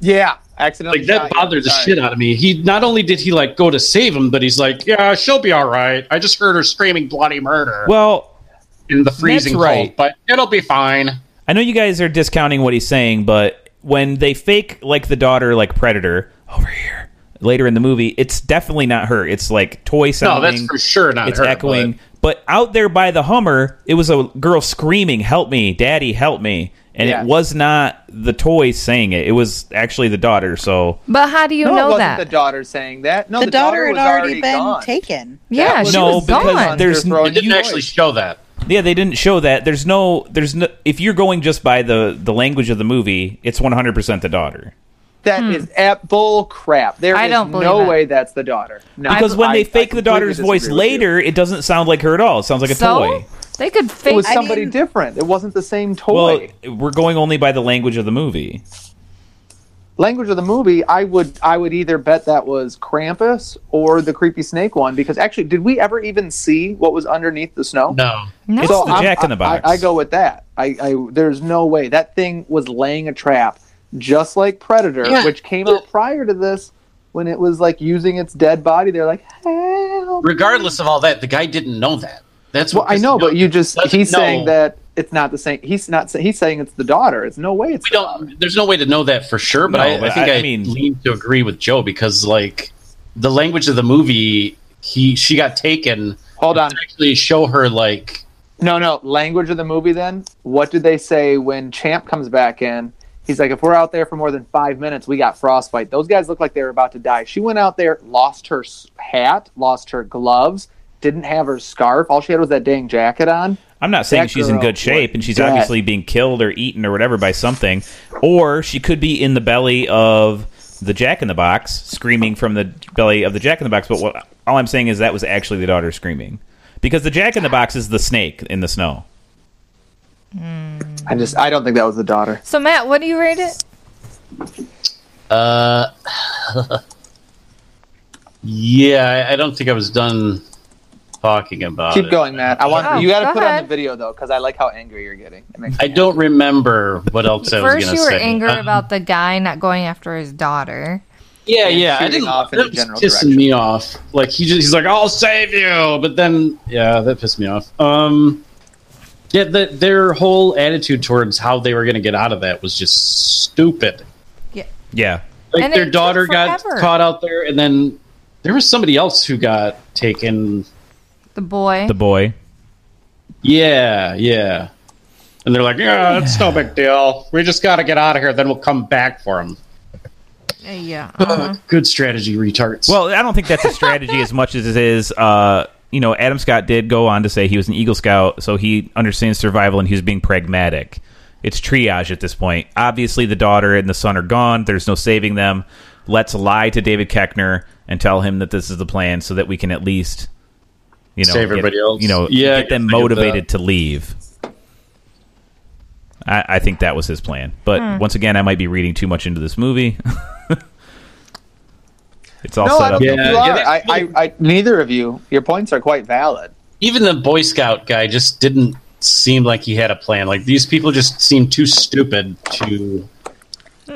Speaker 2: Yeah, accidentally.
Speaker 6: Like that
Speaker 2: shot you.
Speaker 6: bothered the
Speaker 2: Sorry.
Speaker 6: shit out of me. He not only did he like go to save him, but he's like, "Yeah, she'll be all right." I just heard her screaming bloody murder
Speaker 1: Well,
Speaker 6: in the freezing cold,
Speaker 1: right.
Speaker 6: but it'll be fine.
Speaker 1: I know you guys are discounting what he's saying, but when they fake like the daughter, like Predator, over here later in the movie, it's definitely not her. It's like toy
Speaker 6: No,
Speaker 1: sounding.
Speaker 6: that's for sure not.
Speaker 1: It's
Speaker 6: her,
Speaker 1: echoing. But... out there by the Hummer, it was a girl screaming, "Help me, Daddy, help me!" And
Speaker 2: Yeah.
Speaker 1: it was not the toy saying it. It was actually the daughter. So
Speaker 4: But how do you
Speaker 2: No, it
Speaker 4: know
Speaker 2: wasn't
Speaker 4: that?
Speaker 2: the daughter saying that. No,
Speaker 3: The, daughter,
Speaker 2: was
Speaker 3: had already, been
Speaker 2: gone.
Speaker 3: taken.
Speaker 4: yeah,
Speaker 2: was-
Speaker 4: she
Speaker 1: no,
Speaker 4: was
Speaker 1: because
Speaker 4: gone.
Speaker 1: there's
Speaker 2: They're throwing
Speaker 6: But it didn't
Speaker 2: you
Speaker 6: actually
Speaker 2: away.
Speaker 6: show that.
Speaker 1: Yeah, they didn't show that. There's no, there's no. If you're going just by the the language of the movie, it's 100 percent the daughter.
Speaker 2: That is at bull crap. There
Speaker 4: Hmm. I
Speaker 2: is
Speaker 4: don't believe
Speaker 2: no
Speaker 4: that.
Speaker 2: way that's the daughter. No,
Speaker 1: Because when
Speaker 2: I-
Speaker 1: they
Speaker 2: I
Speaker 1: fake the
Speaker 2: completely
Speaker 1: daughter's
Speaker 2: disagree
Speaker 1: voice
Speaker 2: with you.
Speaker 1: later, it doesn't sound like her at all. It sounds like a
Speaker 4: so
Speaker 1: toy.
Speaker 4: they could
Speaker 2: it
Speaker 4: fake.
Speaker 2: was somebody
Speaker 3: mean-
Speaker 2: different. It wasn't the same toy.
Speaker 1: Well, we're going only by the language of the movie.
Speaker 2: Language of the movie, I would I would either bet that was Krampus or the creepy snake one. Because actually, did we ever even see what was underneath the snow?
Speaker 6: No.
Speaker 1: It's
Speaker 2: So
Speaker 1: the
Speaker 2: I'm-
Speaker 1: Jack in the
Speaker 2: I-
Speaker 1: Box.
Speaker 2: I, I go with that. I, I there's no way that thing was laying a trap, just like Predator,
Speaker 6: Yeah.
Speaker 2: which came out prior to this, when it was like using its dead body. They're like, "Help!"
Speaker 6: regardless of all that, the guy didn't know that. That's
Speaker 2: well,
Speaker 6: what
Speaker 2: I
Speaker 6: pissed
Speaker 2: know,
Speaker 6: me
Speaker 2: but
Speaker 6: off.
Speaker 2: you just
Speaker 6: Doesn't
Speaker 2: he's
Speaker 6: know.
Speaker 2: saying that it's not the same. He's not. sa- He's saying it's the daughter. It's no way. It's
Speaker 6: we don't. There's no way to know that for sure, but,
Speaker 1: No,
Speaker 6: I,
Speaker 1: but
Speaker 6: I think
Speaker 1: I-
Speaker 6: I,
Speaker 1: I mean-
Speaker 6: lean to agree with Joe because like the language of the movie, he she got taken.
Speaker 2: Hold on.
Speaker 6: They Actually, show her like
Speaker 2: No, no. Language of the movie. Then what do they say when Champ comes back in? He's like, if we're out there for more than five minutes, we got frostbite. Those guys look like they were about to die. She went out there, lost her s- hat, lost her gloves, didn't have her scarf. All she had was that dang jacket on.
Speaker 1: I'm not saying
Speaker 2: That
Speaker 1: she's in
Speaker 2: girl
Speaker 1: good shape and she's
Speaker 2: was
Speaker 1: obviously being killed or eaten or whatever by something, or she could be in the belly of the Jack in the Box, screaming from the belly of the Jack in the Box. But what, all I'm saying is that was actually the daughter screaming because the Jack in the Box is the snake in the snow.
Speaker 2: I just, I don't think that was the daughter.
Speaker 4: So Matt, what do you rate it?
Speaker 6: uh. Yeah, I- I don't think I was done talking about
Speaker 2: Keep
Speaker 6: it.
Speaker 2: going, Matt. I want
Speaker 4: Oh,
Speaker 2: you got to
Speaker 4: go
Speaker 2: put on
Speaker 4: ahead.
Speaker 2: the video though, because I like how angry you're getting. It makes
Speaker 6: I don't remember what else I was
Speaker 4: First,
Speaker 6: going to
Speaker 4: you
Speaker 6: say.
Speaker 4: were angry
Speaker 6: Uh,
Speaker 4: about the guy not going after his daughter.
Speaker 6: Yeah,
Speaker 2: and
Speaker 6: yeah. I
Speaker 2: shooting
Speaker 6: didn't.
Speaker 2: off in
Speaker 6: that
Speaker 2: a
Speaker 6: was
Speaker 2: general
Speaker 6: pissing
Speaker 2: direction.
Speaker 6: me off. Like he just, he's like, "I'll save you," but then yeah, that pissed me off. Um, yeah, the, their whole attitude towards how they were going to get out of that was just stupid.
Speaker 1: Yeah,
Speaker 6: Like
Speaker 4: And it
Speaker 6: their
Speaker 4: took
Speaker 6: daughter got
Speaker 4: forever.
Speaker 6: caught out there, and then there was somebody else who got taken.
Speaker 4: The boy.
Speaker 1: the boy.
Speaker 6: Yeah, yeah. And they're like, "Yeah, it's no big deal. We just got to get out of here. Then we'll come back for him."
Speaker 4: Uh, yeah. uh-huh.
Speaker 6: Good strategy, retards.
Speaker 1: Well, I don't think that's a strategy as much as it is. Uh, you know, Adam Scott did go on to say he was an Eagle Scout, so he understands survival and he was being pragmatic. It's triage at this point. Obviously, the daughter and the son are gone. There's no saving them. Let's lie to David Keckner and tell him that this is the plan, so that we can at least, you know,
Speaker 6: Save
Speaker 1: get-
Speaker 6: everybody else.
Speaker 1: You know,
Speaker 6: Yeah, I
Speaker 1: get them
Speaker 6: guess I get
Speaker 1: motivated to leave. I, I think that was his plan, but once again, I might be reading too much into this movie. it's all
Speaker 2: no, I
Speaker 1: set up.
Speaker 2: don't think
Speaker 6: Yeah,
Speaker 2: you
Speaker 6: yeah,
Speaker 2: are.
Speaker 6: that's
Speaker 2: I, I, I, neither of you. Your points are quite valid.
Speaker 6: even the Boy Scout guy just didn't seem like he had a plan. Like these people just seem too stupid to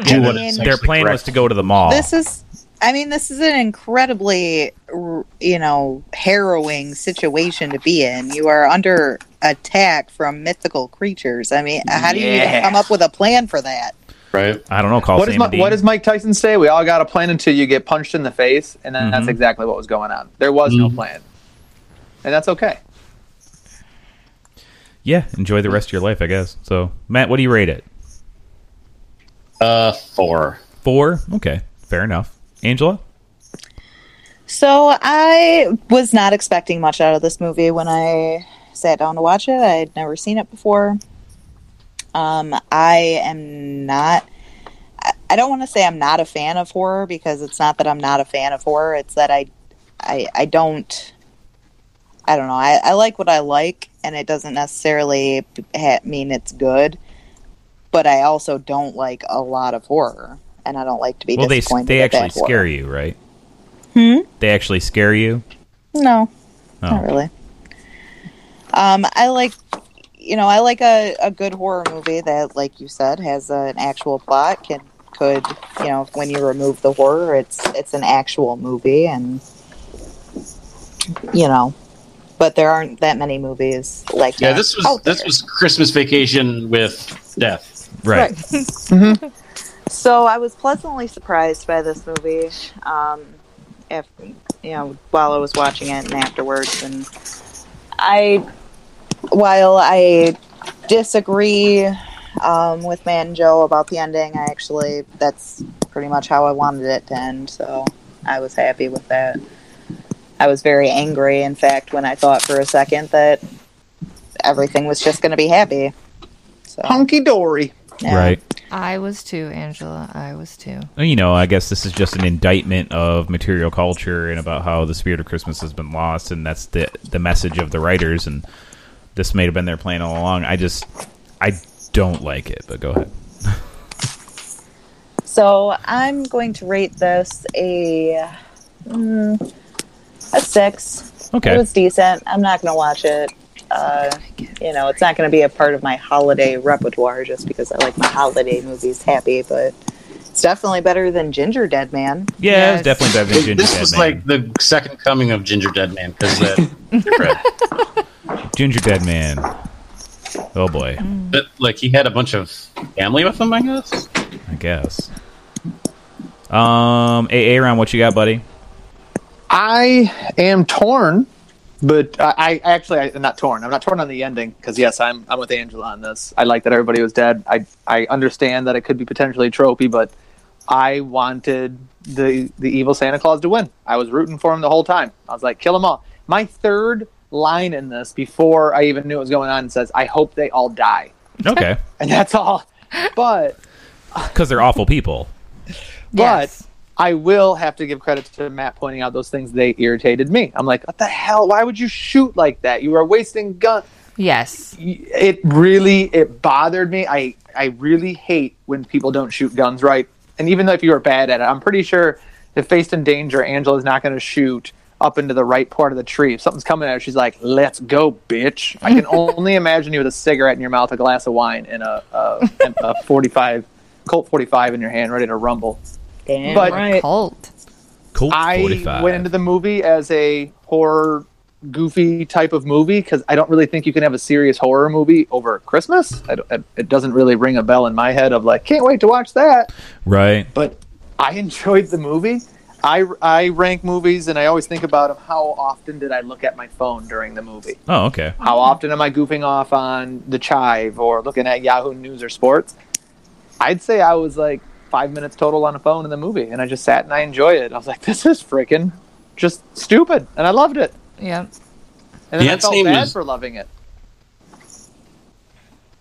Speaker 6: do what is
Speaker 1: Hmm. their
Speaker 6: actually
Speaker 1: plan was
Speaker 6: correct.
Speaker 1: to go to the mall.
Speaker 3: This is, I mean, this is an incredibly, r- you know, harrowing situation to be in. You are under attack from mythical creatures. I mean, how do you even
Speaker 2: Yeah.
Speaker 3: come up with a plan for that?
Speaker 6: right.
Speaker 1: I don't know. Call
Speaker 2: What is,
Speaker 1: Sam
Speaker 2: Mi-
Speaker 1: and Dean.
Speaker 2: what does Mike Tyson say? We all got a plan until you get punched in the face, and then that's exactly what was going on. There was no plan, and that's okay.
Speaker 1: yeah, enjoy the rest of your life, I guess. So, Matt, what do you rate it?
Speaker 6: Uh, four.
Speaker 1: Four. Okay, fair enough. Angela.
Speaker 3: So I was not expecting much out of this movie when I sat down to watch it. I had never seen it before. Um, I am not. I- I don't want to say I'm not a fan of horror because it's not that I'm not a fan of horror. It's that I, I, I don't. I don't know. I, I like what I like, and it doesn't necessarily ha- mean it's good. But I also don't like a lot of horror, and I don't like to be
Speaker 1: Well, they
Speaker 3: disappointed.
Speaker 1: they
Speaker 3: at that
Speaker 1: actually
Speaker 3: horror.
Speaker 1: scare you, right? Hmm. They actually scare you.
Speaker 3: No,
Speaker 1: Oh.
Speaker 3: not really. Um, I like, you know, I like a, a good horror movie that, like you said, has an actual plot. Can could you know when you remove the horror, it's it's an actual movie, and you know, but there aren't that many movies like
Speaker 6: Yeah,
Speaker 3: that
Speaker 6: this was
Speaker 3: out
Speaker 6: this
Speaker 3: there.
Speaker 6: was Christmas Vacation with death.
Speaker 1: Right.
Speaker 3: So I was pleasantly surprised by this movie. Um, if you know, while I was watching it and afterwards, and I, while I disagree um, with Matt and Joe about the ending, I actually that's pretty much how I wanted it to end. So I was happy with that. I was very angry, in fact, when I thought for a second that everything was just going to be happy. So,
Speaker 2: Hunky dory.
Speaker 3: yeah.
Speaker 1: Right.
Speaker 4: I was too, Angela. I was too.
Speaker 1: Well, You know, I guess this is just an indictment of material culture and about how the spirit of Christmas has been lost, and that's the the message of the writers. And this may have been their plan all along. I just I don't like it. But go ahead.
Speaker 3: So I'm going to rate this a mm, a six.
Speaker 1: Okay.
Speaker 3: It was decent. I'm not going to watch it. Uh, you know, it's not going to be a part of my holiday repertoire just because I like my holiday movies happy, but It's definitely better than Ginger Dead Man.
Speaker 1: Yeah, it's definitely better than Ginger
Speaker 6: this
Speaker 1: Dead
Speaker 6: was
Speaker 1: Man.
Speaker 6: like the second coming of Ginger Dead Man uh, because that
Speaker 1: Ginger Dead Man. Oh boy,
Speaker 6: that, like he had a bunch of family with him. I guess.
Speaker 1: I guess. Um, AA round, what you got, buddy?
Speaker 2: I am torn, but I, I actually I'm not torn. I'm not torn on the ending because yes, I'm I'm with Angela on this. I like that everybody was dead. I I understand that it could be potentially tropey, but I wanted the the evil Santa Claus to win. I was rooting for him the whole time. I was like, kill them all. My third line in this before I even knew what was going on says, I hope they all die,
Speaker 1: Okay,
Speaker 2: and that's all. But
Speaker 1: because they're awful people.
Speaker 2: but I will have to give credit to Matt pointing out those things. They irritated me. I'm like, what the hell? Why would you shoot like that? You are wasting gun.
Speaker 4: Yes.
Speaker 2: It really it bothered me. I I really hate when people don't shoot guns right. And even though if you are bad at it, I'm pretty sure if faced in danger, Angela's not going to shoot up into the right part of the tree. If something's coming at her, she's like, "Let's go, bitch!" I can only imagine you with a cigarette in your mouth, a glass of wine, and a a, and a 45 Colt 45 in your hand, ready to rumble.
Speaker 3: Damn
Speaker 2: But-
Speaker 3: right.
Speaker 4: Colt.
Speaker 1: Colt
Speaker 2: I
Speaker 1: 45.
Speaker 2: went into the movie as a horror, goofy type of movie because I don't really think you can have a serious horror movie over Christmas. I don't- it- it doesn't really ring a bell in my head of like, can't wait to watch that.
Speaker 1: right.
Speaker 2: But I enjoyed the movie. I, I rank movies and I always think about 'em, how often did I look at my phone during the movie?
Speaker 1: Oh, okay.
Speaker 2: How often am I goofing off on the Chive or looking at Yahoo News or sports? I'd say I was like five minutes total on a phone in the movie, and I just sat and I enjoyed it. I was like, this is freaking just stupid, and I loved it.
Speaker 4: Yeah.
Speaker 2: And then
Speaker 6: Yeah,
Speaker 2: I
Speaker 6: its
Speaker 2: felt
Speaker 6: name
Speaker 2: bad
Speaker 6: is-
Speaker 2: for loving it.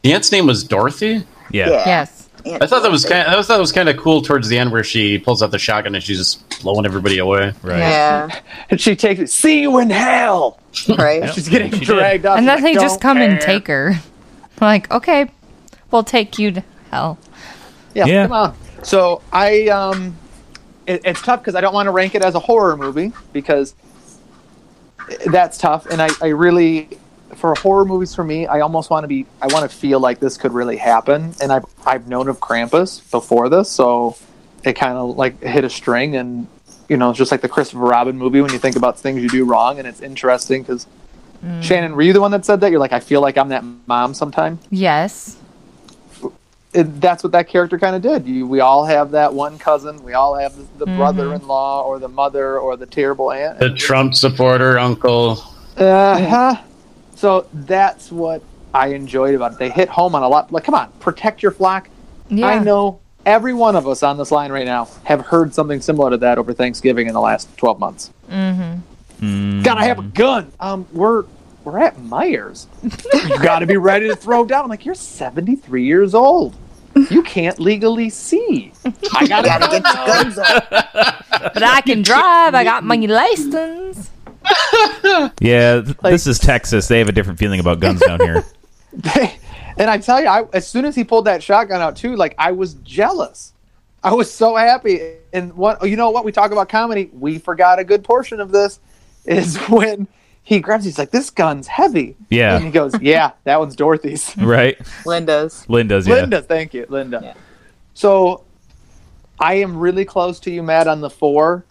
Speaker 6: The aunt's name was Dorothy.
Speaker 1: Yeah.
Speaker 3: Yeah.
Speaker 4: Yes.
Speaker 6: I thought that was kind. I thought that was kind of cool towards the end where she pulls out the shotgun and she's just blowing everybody away.
Speaker 1: Right.
Speaker 3: Yeah,
Speaker 2: And she takes it. See you in hell.
Speaker 3: right.
Speaker 2: She's getting
Speaker 1: She did.
Speaker 2: dragged up.
Speaker 4: And
Speaker 2: She's like,
Speaker 4: then they just
Speaker 2: Um, "Don't
Speaker 4: come and
Speaker 2: care."
Speaker 4: take her. Like, okay, we'll take you to hell.
Speaker 2: Yeah,
Speaker 1: Yeah.
Speaker 2: come on. So I, um, it, it's tough because I don't want to rank it as a horror movie because that's tough, and I, I really, for horror movies for me, I almost want to be, I want to feel like this could really happen, and I've I've known of Krampus before this, so it kind of like hit a string, and you know, it's just like the Christopher Robin movie when you think about things you do wrong, and it's interesting because. Shannon, were you the one that said that? You're like, I feel like I'm that mom sometime
Speaker 4: Yes.
Speaker 2: it, that's what that character kind of did. You, we all have that one cousin. We all have the, the brother-in-law or the mother or the terrible aunt.
Speaker 6: The Trump supporter uncle.
Speaker 2: Uh-huh. So that's what I enjoyed about it. They hit home on a lot. Like, come on, protect your flock.
Speaker 4: Yeah.
Speaker 2: I know every one of us on this line right now have heard something similar to that over Thanksgiving in the last twelve months.
Speaker 3: Mm.
Speaker 2: Mm-hmm. God, I have a gun. Um, we're we're at Myers. you got to be ready to throw down. I'm like, you're 73 years old. You can't legally see. I got
Speaker 3: Gotta get your guns up.
Speaker 4: But I can drive. I got my license.
Speaker 1: Yeah. th- this is Texas. They have a different feeling about guns down here.
Speaker 2: and I tell you, I, as soon as he pulled that shotgun out too, like I was jealous. I was so happy. And what you know what we talk about comedy, we forgot a good portion of this is when he grabs. He's like, "This gun's heavy."
Speaker 1: Yeah.
Speaker 2: and he goes, "Yeah, that one's Dorothy's."
Speaker 1: right.
Speaker 3: Linda's.
Speaker 1: Linda's. Yeah.
Speaker 2: Linda, thank you, Linda. So I am really close to you, Matt, on the four,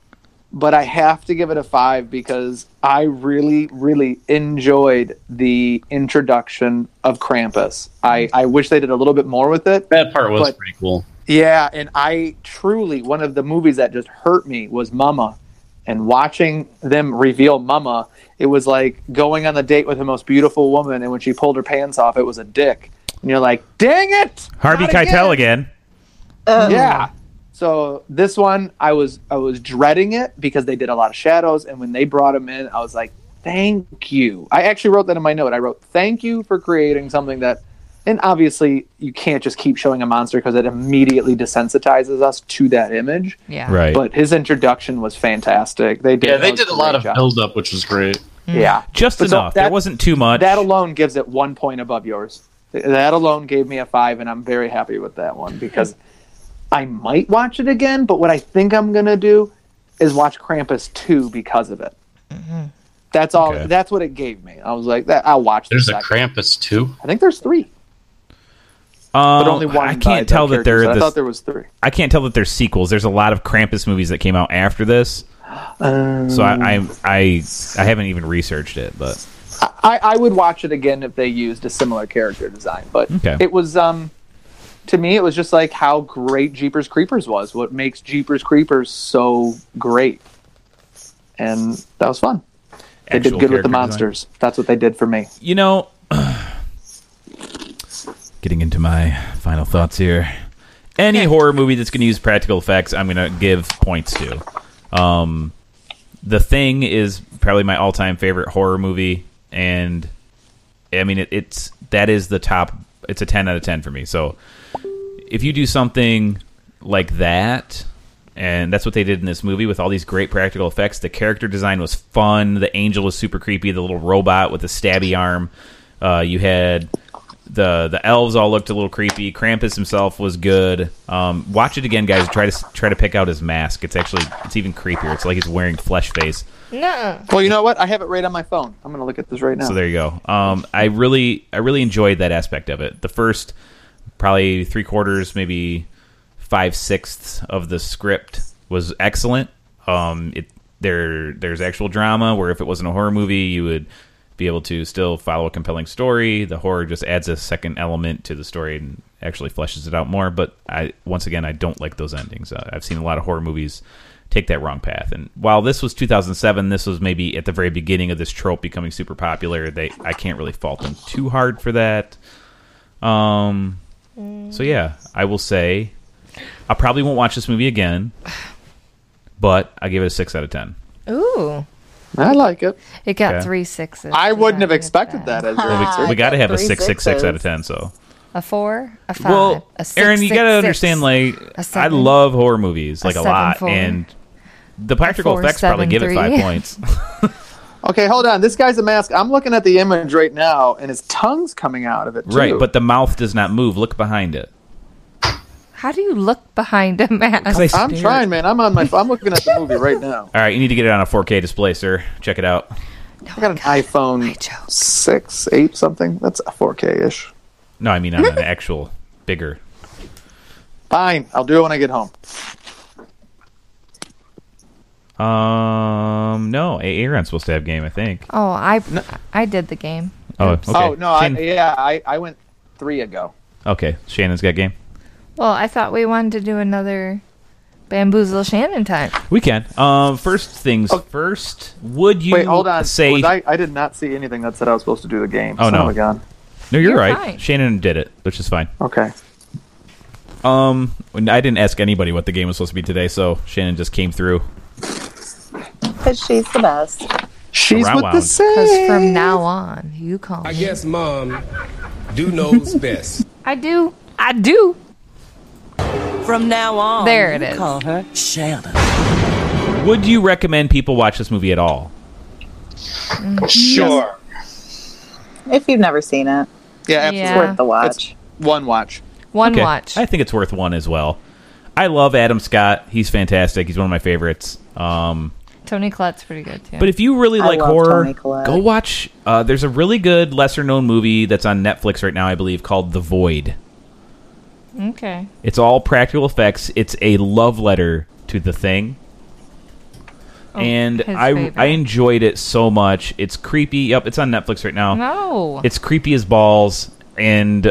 Speaker 2: but I have to give it a five because I really, really enjoyed the introduction of Krampus. I, I wish they did a little bit more with it.
Speaker 6: That part was
Speaker 2: But-
Speaker 6: pretty cool.
Speaker 2: Yeah, and I truly one of the movies that just hurt me was Mama. And watching them reveal Mama, it was like going on the date with the most beautiful woman and when she pulled her pants off it was a dick. And you're like, "Dang it!"
Speaker 1: Harvey
Speaker 2: Not
Speaker 1: Keitel again.
Speaker 2: Yeah. So this one I was I was dreading it because they did a lot of shadows and when they brought him in I was like, "Thank you." I actually wrote that in my note. I wrote, "Thank you for creating something that and obviously you can't just keep showing a monster because it immediately desensitizes us to that image."
Speaker 4: Yeah.
Speaker 1: Right.
Speaker 2: but his introduction was fantastic. They did.
Speaker 6: Yeah, they
Speaker 2: a
Speaker 6: did a
Speaker 2: great
Speaker 6: lot of
Speaker 2: job.
Speaker 6: build up, which was great.
Speaker 2: Yeah,
Speaker 1: Just
Speaker 2: But so
Speaker 1: enough. there
Speaker 2: that-
Speaker 1: wasn't too much.
Speaker 2: that alone gives it one point above yours. Th- That alone gave me a five, and I'm very happy with that one because I might watch it again. But what I think I'm gonna do is watch Krampus two because of it. That's all.
Speaker 1: Mm-hmm. Okay.
Speaker 2: That's what it gave me. I was like, that I'll watch.
Speaker 6: There's
Speaker 2: the
Speaker 6: a
Speaker 2: second.
Speaker 6: Krampus too.
Speaker 2: I think there's three.
Speaker 1: Um,
Speaker 2: But only one
Speaker 1: I
Speaker 2: by
Speaker 1: can't tell
Speaker 2: the
Speaker 1: that there.
Speaker 2: characters. I
Speaker 1: this-
Speaker 2: thought there was three.
Speaker 1: I can't tell that there's sequels. There's a lot of Krampus movies that came out after this, so I, I I
Speaker 2: Mm.
Speaker 1: I haven't even researched it. But
Speaker 2: I, I would watch it again if they used a similar character design, but
Speaker 1: Okay.
Speaker 2: it was um to me it was just like how great Jeepers Creepers was. What makes Jeepers Creepers so great, and that was fun. They
Speaker 1: Actual
Speaker 2: did good with
Speaker 1: character
Speaker 2: the
Speaker 1: design.
Speaker 2: monsters. That's what they did for me.
Speaker 1: you know, getting into my final thoughts here. Any horror movie that's going to use practical effects, I'm going to give points to. Um, the Thing is probably my all-time favorite horror movie, and I mean it, it's that is the top. It's a 10 out of 10 for me. So if you do something like that, and that's what they did in this movie with all these great practical effects. The character design was fun. The angel was super creepy. The little robot with the stabby arm. Uh, you had the the elves all looked a little creepy. Krampus himself was good. Um, watch it again, guys. Try to try to pick out his mask. It's actually it's even creepier. It's like he's wearing flesh face.
Speaker 4: No.
Speaker 2: Well, you know what? I have it right on my phone. I'm going to look at this right now.
Speaker 1: So there you go. Um, I really, I really enjoyed that aspect of it. The first, probably three quarters, maybe five sixths of the script was excellent. Um, it there, there's actual drama where if it wasn't a horror movie, you would be able to still follow a compelling story. The horror just adds a second element to the story and actually fleshes it out more. But I, once again, I don't like those endings. Uh, I've seen a lot of horror movies take that wrong path. And while this was 2007, this was maybe at the very beginning of this trope becoming super popular. They, I can't really fault them too hard for that. Um, so yeah, I will say I probably won't watch this movie again, but I give it a six out of ten.
Speaker 4: Ooh.
Speaker 2: I like it.
Speaker 4: It got
Speaker 1: Okay.
Speaker 4: three sixes.
Speaker 2: I
Speaker 4: Is
Speaker 2: wouldn't
Speaker 4: that
Speaker 2: have
Speaker 4: good?
Speaker 2: expected that as your
Speaker 1: Well, we
Speaker 2: answer.
Speaker 1: we got to have a
Speaker 3: three
Speaker 1: six six six
Speaker 3: sixes.
Speaker 1: out of ten. So
Speaker 4: A four, a five,
Speaker 1: well,
Speaker 4: a six.
Speaker 1: Aaron, you
Speaker 4: six,
Speaker 1: got to
Speaker 4: six.
Speaker 1: understand. Like
Speaker 4: A
Speaker 1: I
Speaker 4: seven.
Speaker 1: love horror movies, like a,
Speaker 4: seven,
Speaker 1: lot,
Speaker 4: four.
Speaker 1: and the practical
Speaker 4: four,
Speaker 1: effects probably
Speaker 4: seven,
Speaker 1: give it
Speaker 4: three.
Speaker 1: five points.
Speaker 2: Okay, hold on. This guy's a mask. I'm looking at the image right now, and his tongue's coming out of it. Too.
Speaker 1: right, but the mouth does not move. Look behind it.
Speaker 4: How do you look behind a mask?
Speaker 1: I
Speaker 2: I'm trying, man. I'm on my. I'm looking at the movie right now.
Speaker 1: All right, you need to get it on a 4K display, sir. Check it out.
Speaker 2: I got an iPhone
Speaker 4: joke.
Speaker 2: six, eight, something. That's a 4K ish.
Speaker 1: No, I mean on an actual bigger.
Speaker 2: Fine, I'll do it when I get home.
Speaker 1: Um, no, Aaron's supposed to have game, I think.
Speaker 4: Oh, I I did the game.
Speaker 1: Oh, okay.
Speaker 2: Oh no, I,
Speaker 1: Shan-
Speaker 2: yeah, I, I went three ago.
Speaker 1: okay, Shannon's got game.
Speaker 4: Well, I thought we wanted to do another bamboozle Shannon time.
Speaker 1: We can. Um, first things first. Would you
Speaker 2: Wait, hold on.
Speaker 1: say?
Speaker 2: Was I, I did not see anything that said I was supposed to do the game.
Speaker 1: Oh,
Speaker 2: Son
Speaker 1: no.
Speaker 2: of a gun.
Speaker 1: no, you're,
Speaker 4: You're
Speaker 1: right.
Speaker 4: fine.
Speaker 1: Shannon did it, which is fine.
Speaker 2: Okay.
Speaker 1: Um, when- I didn't ask anybody what the game was supposed to be today, so Shannon just came through.
Speaker 3: Because she's the best.
Speaker 2: She's
Speaker 1: Around
Speaker 2: with
Speaker 1: wound.
Speaker 2: the
Speaker 4: Because
Speaker 2: same.
Speaker 4: from now on, you call
Speaker 10: I
Speaker 4: me.
Speaker 10: guess mom do knows best.
Speaker 4: I do. I do.
Speaker 9: From now on,
Speaker 4: There it is.
Speaker 9: her Sheldon.
Speaker 1: Would you recommend people watch this movie at all?
Speaker 6: Sure.
Speaker 3: If you've never seen it,
Speaker 2: yeah, absolutely.
Speaker 4: Yeah.
Speaker 3: worth the watch.
Speaker 2: One watch.
Speaker 4: One
Speaker 1: Okay.
Speaker 4: watch.
Speaker 1: I think it's worth one as well. I love Adam Scott. He's fantastic. He's one of my favorites. Um,
Speaker 4: Tony Clut's pretty good too.
Speaker 1: But if you really
Speaker 3: I
Speaker 1: like
Speaker 3: love
Speaker 1: horror,
Speaker 3: Toni Collette.
Speaker 1: go watch. Uh, there's a really good lesser known movie that's on Netflix right now, I believe, called The Void.
Speaker 4: okay.
Speaker 1: It's all practical effects. It's a love letter to the thing, and
Speaker 4: Oh, his
Speaker 1: I
Speaker 4: favorite.
Speaker 1: I enjoyed it so much. It's creepy. Yep, it's on Netflix right now.
Speaker 4: No.
Speaker 1: It's creepy as balls, and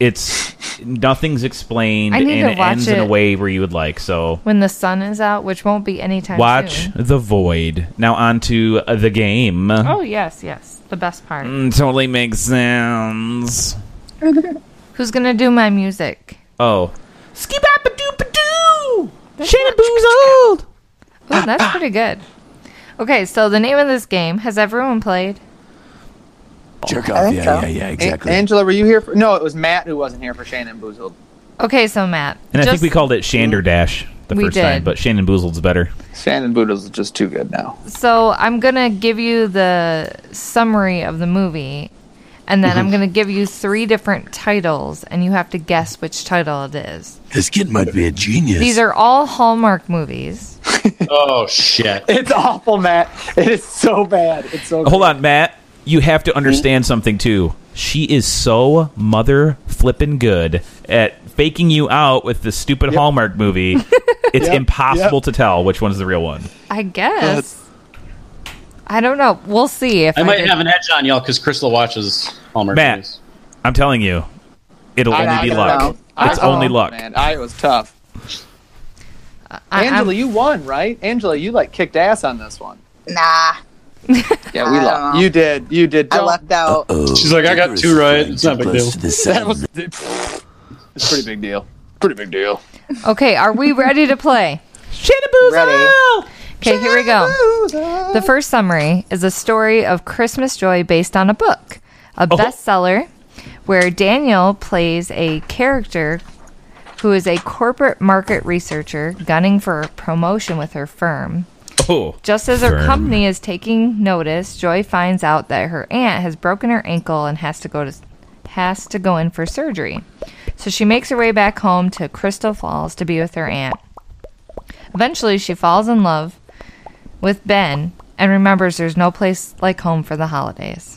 Speaker 1: it's nothing's explained,
Speaker 4: I need
Speaker 1: and
Speaker 4: to
Speaker 1: it
Speaker 4: watch
Speaker 1: ends in a
Speaker 4: it.
Speaker 1: way where you would like. So
Speaker 4: when the sun is out, which won't be anytime
Speaker 1: watch
Speaker 4: soon.
Speaker 1: The Void. Now on to uh, the game.
Speaker 4: Oh yes, yes. The best part.
Speaker 1: Mm, totally makes sense.
Speaker 4: Who's gonna do my music?
Speaker 1: Oh. Skip a doop a doo! Shannon Boozled!
Speaker 4: Oh, that's pretty good. Okay, so the name of this game has everyone played?
Speaker 7: Jerk
Speaker 3: I
Speaker 7: off.
Speaker 3: think
Speaker 7: Yeah, yeah,
Speaker 3: so.
Speaker 7: yeah,
Speaker 2: A-
Speaker 7: exactly.
Speaker 2: Angela, were you here for? No, it was Matt who wasn't here for Shannon Boozled.
Speaker 4: Okay, so Matt.
Speaker 1: And I think
Speaker 4: just-
Speaker 1: we called it Shander Dash the
Speaker 4: We
Speaker 1: first time,
Speaker 4: did.
Speaker 1: but Shannon Boozled's better.
Speaker 2: Shannon Boozled's is just too good now.
Speaker 4: So I'm gonna give you the summary of the movie, and then
Speaker 1: Mm-hmm.
Speaker 4: I'm gonna give you three different titles, and you have to guess which title it is.
Speaker 7: This kid might be a genius.
Speaker 4: These are all Hallmark movies.
Speaker 6: Oh shit.
Speaker 2: It's awful, Matt. It is so bad. It's so.
Speaker 1: Hold on, Matt. You have to understand something, too. She is so motherfucking flipping good at faking you out with the stupid Hallmark movie, it's
Speaker 4: Yep.
Speaker 1: impossible to tell which one's the real one.
Speaker 4: I guess. I don't know. We'll see if
Speaker 6: I
Speaker 4: I,
Speaker 6: might
Speaker 4: did-
Speaker 6: have an edge on y'all because Crystal watches Hallmark.
Speaker 1: Matt, I'm telling you, it'll
Speaker 2: I- I
Speaker 1: only be
Speaker 2: don't
Speaker 1: luck.
Speaker 2: know.
Speaker 1: It's
Speaker 2: I- oh,
Speaker 1: only luck.
Speaker 2: Man, I was tough.
Speaker 4: I-
Speaker 2: Angela, you won, right? Angela, you like kicked ass on this one.
Speaker 3: Nah.
Speaker 2: Yeah, we
Speaker 3: I
Speaker 2: lost.
Speaker 3: don't know.
Speaker 2: You did. You did.
Speaker 3: I
Speaker 2: Don't-
Speaker 3: lucked out.
Speaker 6: She's like, I got two right. It's not a big deal.
Speaker 2: That was it's a pretty big deal. Pretty big deal.
Speaker 4: Okay, are we ready to play? Okay, here we go. The first summary is a story of Christmas joy based on a book, a
Speaker 6: Oh.
Speaker 4: bestseller, where Daniel plays a character who is a corporate market researcher gunning for promotion with her firm.
Speaker 1: Oh,
Speaker 4: Just as her
Speaker 1: Firm.
Speaker 4: company is taking notice, Joy finds out that her aunt has broken her ankle and has to go to has to go in for surgery. So she makes her way back home to Crystal Falls to be with her aunt. Eventually, she falls in love with Ben and remembers there's no place like home for the holidays.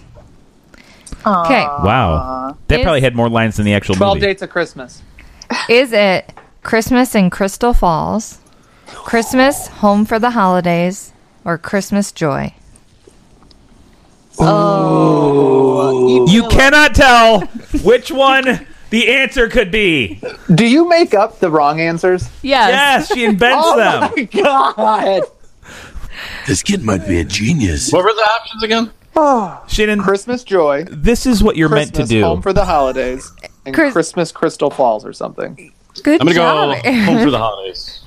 Speaker 4: Okay.
Speaker 1: Wow, that
Speaker 4: Is-
Speaker 1: probably had more lines than the actual
Speaker 2: Twelve
Speaker 1: movie.
Speaker 2: dates of Christmas.
Speaker 4: Is it Christmas in Crystal Falls, Christmas Home for the Holidays, or Christmas Joy?
Speaker 1: You cannot tell which one the answer could be.
Speaker 2: Do you make up the wrong answers?
Speaker 1: Yes, she invents
Speaker 2: oh
Speaker 1: them.
Speaker 2: my god!
Speaker 7: This kid might be a genius.
Speaker 6: What were the options again?
Speaker 2: Oh,
Speaker 1: Shannon,
Speaker 2: Christmas joy.
Speaker 1: this is what you're
Speaker 2: Christmas
Speaker 1: meant to do.
Speaker 2: home for the holidays and
Speaker 4: Chris-
Speaker 2: Christmas Crystal Falls or something.
Speaker 4: Good
Speaker 6: I'm gonna
Speaker 4: job.
Speaker 6: go home for the holidays.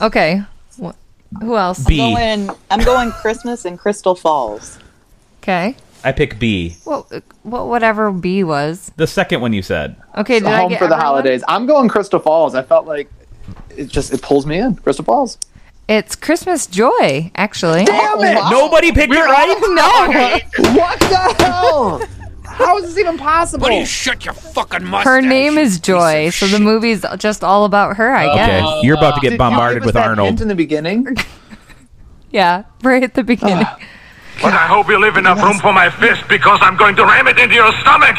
Speaker 4: okay. Wh- Who else?
Speaker 1: B.
Speaker 3: Going, I'm going Christmas in Crystal Falls.
Speaker 4: Okay.
Speaker 1: I pick B.
Speaker 4: Well, uh, well, whatever B was.
Speaker 1: The second one you said.
Speaker 4: Okay. Did I
Speaker 2: home
Speaker 4: get
Speaker 2: for the
Speaker 4: everyone?
Speaker 2: holidays. I'm going Crystal Falls. I felt like it just it pulls me in. Crystal Falls.
Speaker 4: It's Christmas Joy, actually.
Speaker 2: Damn it!
Speaker 1: Nobody picked it right.
Speaker 4: No,
Speaker 2: What the hell? How is this even possible?
Speaker 10: shut your fucking mustache?
Speaker 4: her name is Joy, so the movie's just all about her, I
Speaker 1: Okay,
Speaker 4: guess.
Speaker 2: Uh,
Speaker 1: you're about to
Speaker 2: Did you
Speaker 1: get bombarded
Speaker 2: give us
Speaker 1: with
Speaker 2: that
Speaker 1: Arnold.
Speaker 2: hint in the beginning.
Speaker 4: Yeah, right at the beginning.
Speaker 2: Ah.
Speaker 10: But I hope you leave enough room for my fist because I'm going to ram it into your stomach.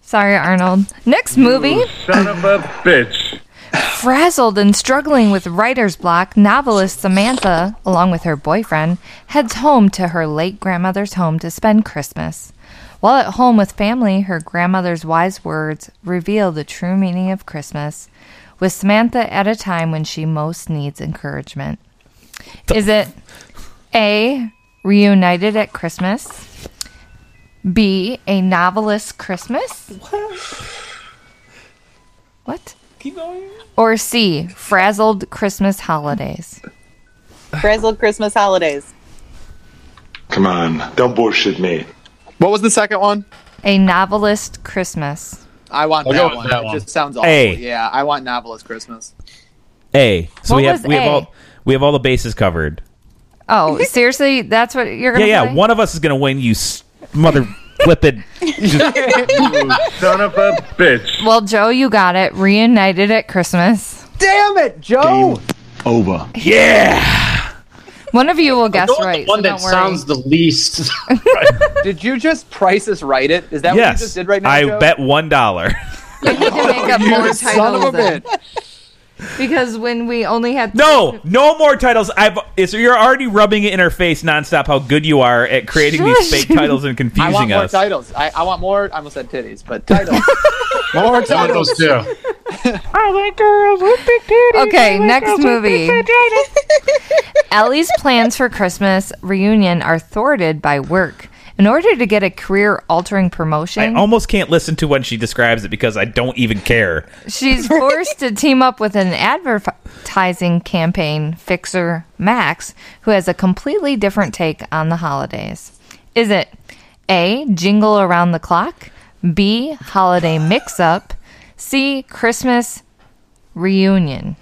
Speaker 4: Sorry, Arnold. Next movie.
Speaker 10: Son of a bitch.
Speaker 4: Frazzled and struggling with writer's block, novelist Samantha, along with her boyfriend, heads home to her late grandmother's home to spend Christmas. While at home with family, her grandmother's wise words reveal the true meaning of Christmas, with Samantha at a time when she most needs encouragement. Is it A, reunited at Christmas? B, a novelist Christmas? What? Or C, frazzled Christmas holidays.
Speaker 3: Frazzled Christmas holidays.
Speaker 11: Come on, don't bullshit me.
Speaker 2: What was the second one?
Speaker 4: A novelist Christmas.
Speaker 2: I want
Speaker 6: I'll go
Speaker 2: that
Speaker 6: with
Speaker 2: one.
Speaker 6: that
Speaker 2: It
Speaker 6: one.
Speaker 2: just sounds awful.
Speaker 1: A.
Speaker 2: Yeah, I want novelist Christmas.
Speaker 1: A. So we
Speaker 4: What
Speaker 1: have
Speaker 4: was
Speaker 1: we have
Speaker 4: A?
Speaker 1: all we have all the bases covered.
Speaker 4: Oh, seriously? That's what
Speaker 1: Yeah,
Speaker 4: you're going to
Speaker 1: yeah. One of us is gonna win. You s- mother flippin'.
Speaker 10: Son of a bitch.
Speaker 4: Well, Joe, you got it. Reunited at Christmas.
Speaker 2: Damn it, Joe!
Speaker 11: Over.
Speaker 1: Yeah.
Speaker 4: One of you will guess
Speaker 6: Go with
Speaker 4: right.
Speaker 6: the one
Speaker 4: so
Speaker 6: that
Speaker 4: don't worry.
Speaker 6: sounds the least.
Speaker 2: Did you just Price is Right it? Is that what you
Speaker 1: Yes.
Speaker 2: just did right now?
Speaker 1: I
Speaker 2: Joe?
Speaker 1: bet one dollar.
Speaker 4: We need to make up more titles.
Speaker 2: Son of a
Speaker 4: then,
Speaker 2: bitch.
Speaker 4: Because when we only had.
Speaker 1: No, no more titles. I've it's, you're already rubbing it in our face nonstop how good you are at creating these
Speaker 4: Shush.
Speaker 1: fake titles and
Speaker 2: I want
Speaker 1: confusing
Speaker 2: more
Speaker 1: us.
Speaker 2: titles. I, I want more. I almost said titties, but titles. more
Speaker 6: One of
Speaker 2: titles.
Speaker 6: those two.
Speaker 4: Okay, next movie. Ellie's plans for Christmas reunion are thwarted by work. In order to get a career altering
Speaker 1: I
Speaker 4: promotion,
Speaker 1: almost can't listen to when she describes it because I don't even care.
Speaker 4: She's forced to team up with an advertising campaign fixer, Max, who has a completely different take on the holidays. Is it A, jingle around the clock, B, holiday mix up, C, Christmas reunion?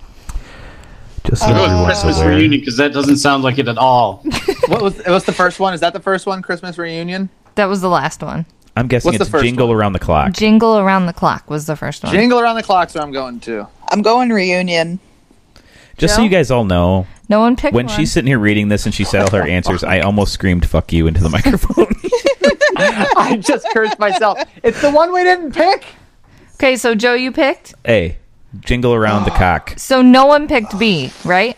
Speaker 1: Just
Speaker 2: Oh.
Speaker 6: I'll go with Christmas reunion because that doesn't sound like it at all.
Speaker 2: What was what's the first one? Is that the first one? Christmas reunion?
Speaker 4: That was the last one.
Speaker 1: I'm guessing
Speaker 2: What's the
Speaker 1: it's
Speaker 2: first
Speaker 1: jingle
Speaker 2: one?
Speaker 1: around the clock.
Speaker 4: Jingle around the clock was the first one.
Speaker 2: Jingle around the clock's where I'm going to.
Speaker 3: I'm going reunion.
Speaker 1: Just so
Speaker 4: Joe?
Speaker 1: you guys all know,
Speaker 4: no one picked
Speaker 1: when
Speaker 4: one.
Speaker 1: she's sitting here reading this and she said all her answers, I almost screamed "fuck you" into the microphone.
Speaker 2: I just cursed myself. It's the one we didn't pick.
Speaker 4: Okay, so Joe, you picked.
Speaker 1: A. Jingle around the cock.
Speaker 4: So no one picked B, right?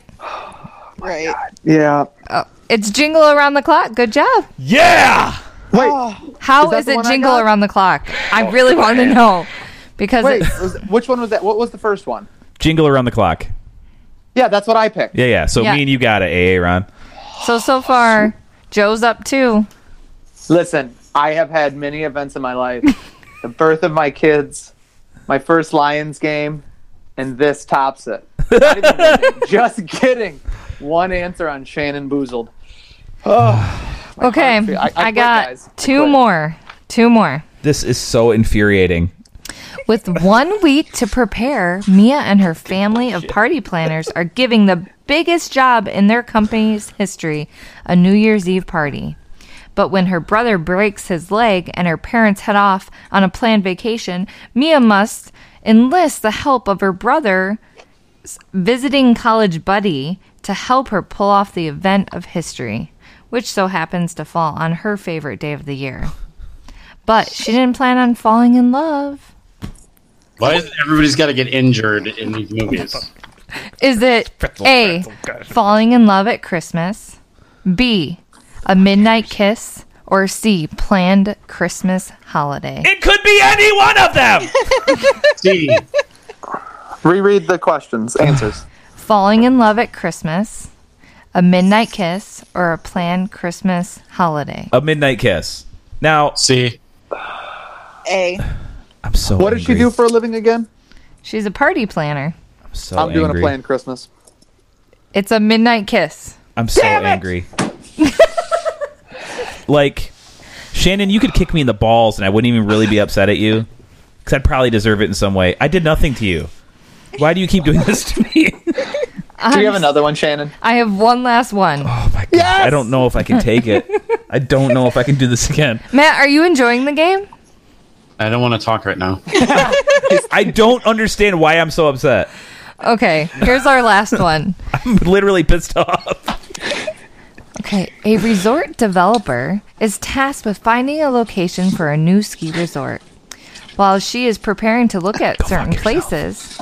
Speaker 3: Right.
Speaker 2: Yeah.
Speaker 4: Oh, it's jingle around the clock. Good job.
Speaker 1: Yeah.
Speaker 2: Wait.
Speaker 4: How
Speaker 2: that
Speaker 4: is
Speaker 2: the
Speaker 4: it
Speaker 2: one I
Speaker 4: jingle
Speaker 2: got?
Speaker 4: around the clock? I really want to know because
Speaker 2: Wait,
Speaker 4: it's,
Speaker 2: was- which one was that? What was the first one?
Speaker 1: Jingle around the clock.
Speaker 2: Yeah, that's what I picked.
Speaker 1: Yeah, yeah. So
Speaker 4: Yeah.
Speaker 1: me and you got it, AA Ron.
Speaker 4: so so far Joe's up two.
Speaker 2: Listen, I have had many events in my life the birth of my kids, my first Lions game, and this tops it. Not even kidding. Just kidding. One answer on Shannon Boozled. Oh, my
Speaker 4: Okay,
Speaker 2: heart feel-
Speaker 4: I,
Speaker 2: quit,
Speaker 4: got
Speaker 2: guys. I
Speaker 4: two
Speaker 2: quit.
Speaker 4: more. Two more.
Speaker 1: This is so infuriating.
Speaker 4: With one week to prepare, Mia and her family of party planners are giving the biggest job in their company's history a New Year's Eve party. But when her brother breaks his leg and her parents head off on a planned vacation, Mia must enlist the help of her brother's visiting college buddy to help her pull off the event of history, which so happens to fall on her favorite day of the year. But she didn't plan on falling in love.
Speaker 6: Why is it everybody's got to get injured in these movies?
Speaker 4: Is it A, falling in love at Christmas, B, a midnight kiss, or C, planned Christmas holiday?
Speaker 1: It could be any one of them.
Speaker 6: C.
Speaker 2: Reread the questions, answers.
Speaker 4: Falling in love at Christmas, a midnight kiss, or a planned Christmas holiday?
Speaker 1: A midnight kiss. Now,
Speaker 6: see,
Speaker 3: A.
Speaker 1: I'm so.
Speaker 2: what does she do for a living again?
Speaker 4: She's a party planner.
Speaker 1: So
Speaker 2: I'm doing
Speaker 1: angry.
Speaker 2: a planned Christmas.
Speaker 4: It's a midnight kiss.
Speaker 1: I'm so angry. like, Shannon, you could kick me in the balls and I wouldn't even really be upset at you. Because I'd probably deserve it in some way. I did nothing to you. Why do you keep doing this to me? Uh,
Speaker 2: Do you have another one, Shannon?
Speaker 4: I have one last one.
Speaker 1: Oh. I don't know if I can take it. I don't know if I can do this again.
Speaker 4: Matt, are you enjoying the game?
Speaker 6: I don't want to talk right now.
Speaker 1: I don't understand why I'm so upset.
Speaker 4: Okay, here's our last one.
Speaker 1: I'm literally pissed off.
Speaker 4: Okay, a resort developer is tasked with finding a location for a new ski resort. While she is preparing to look at certain places,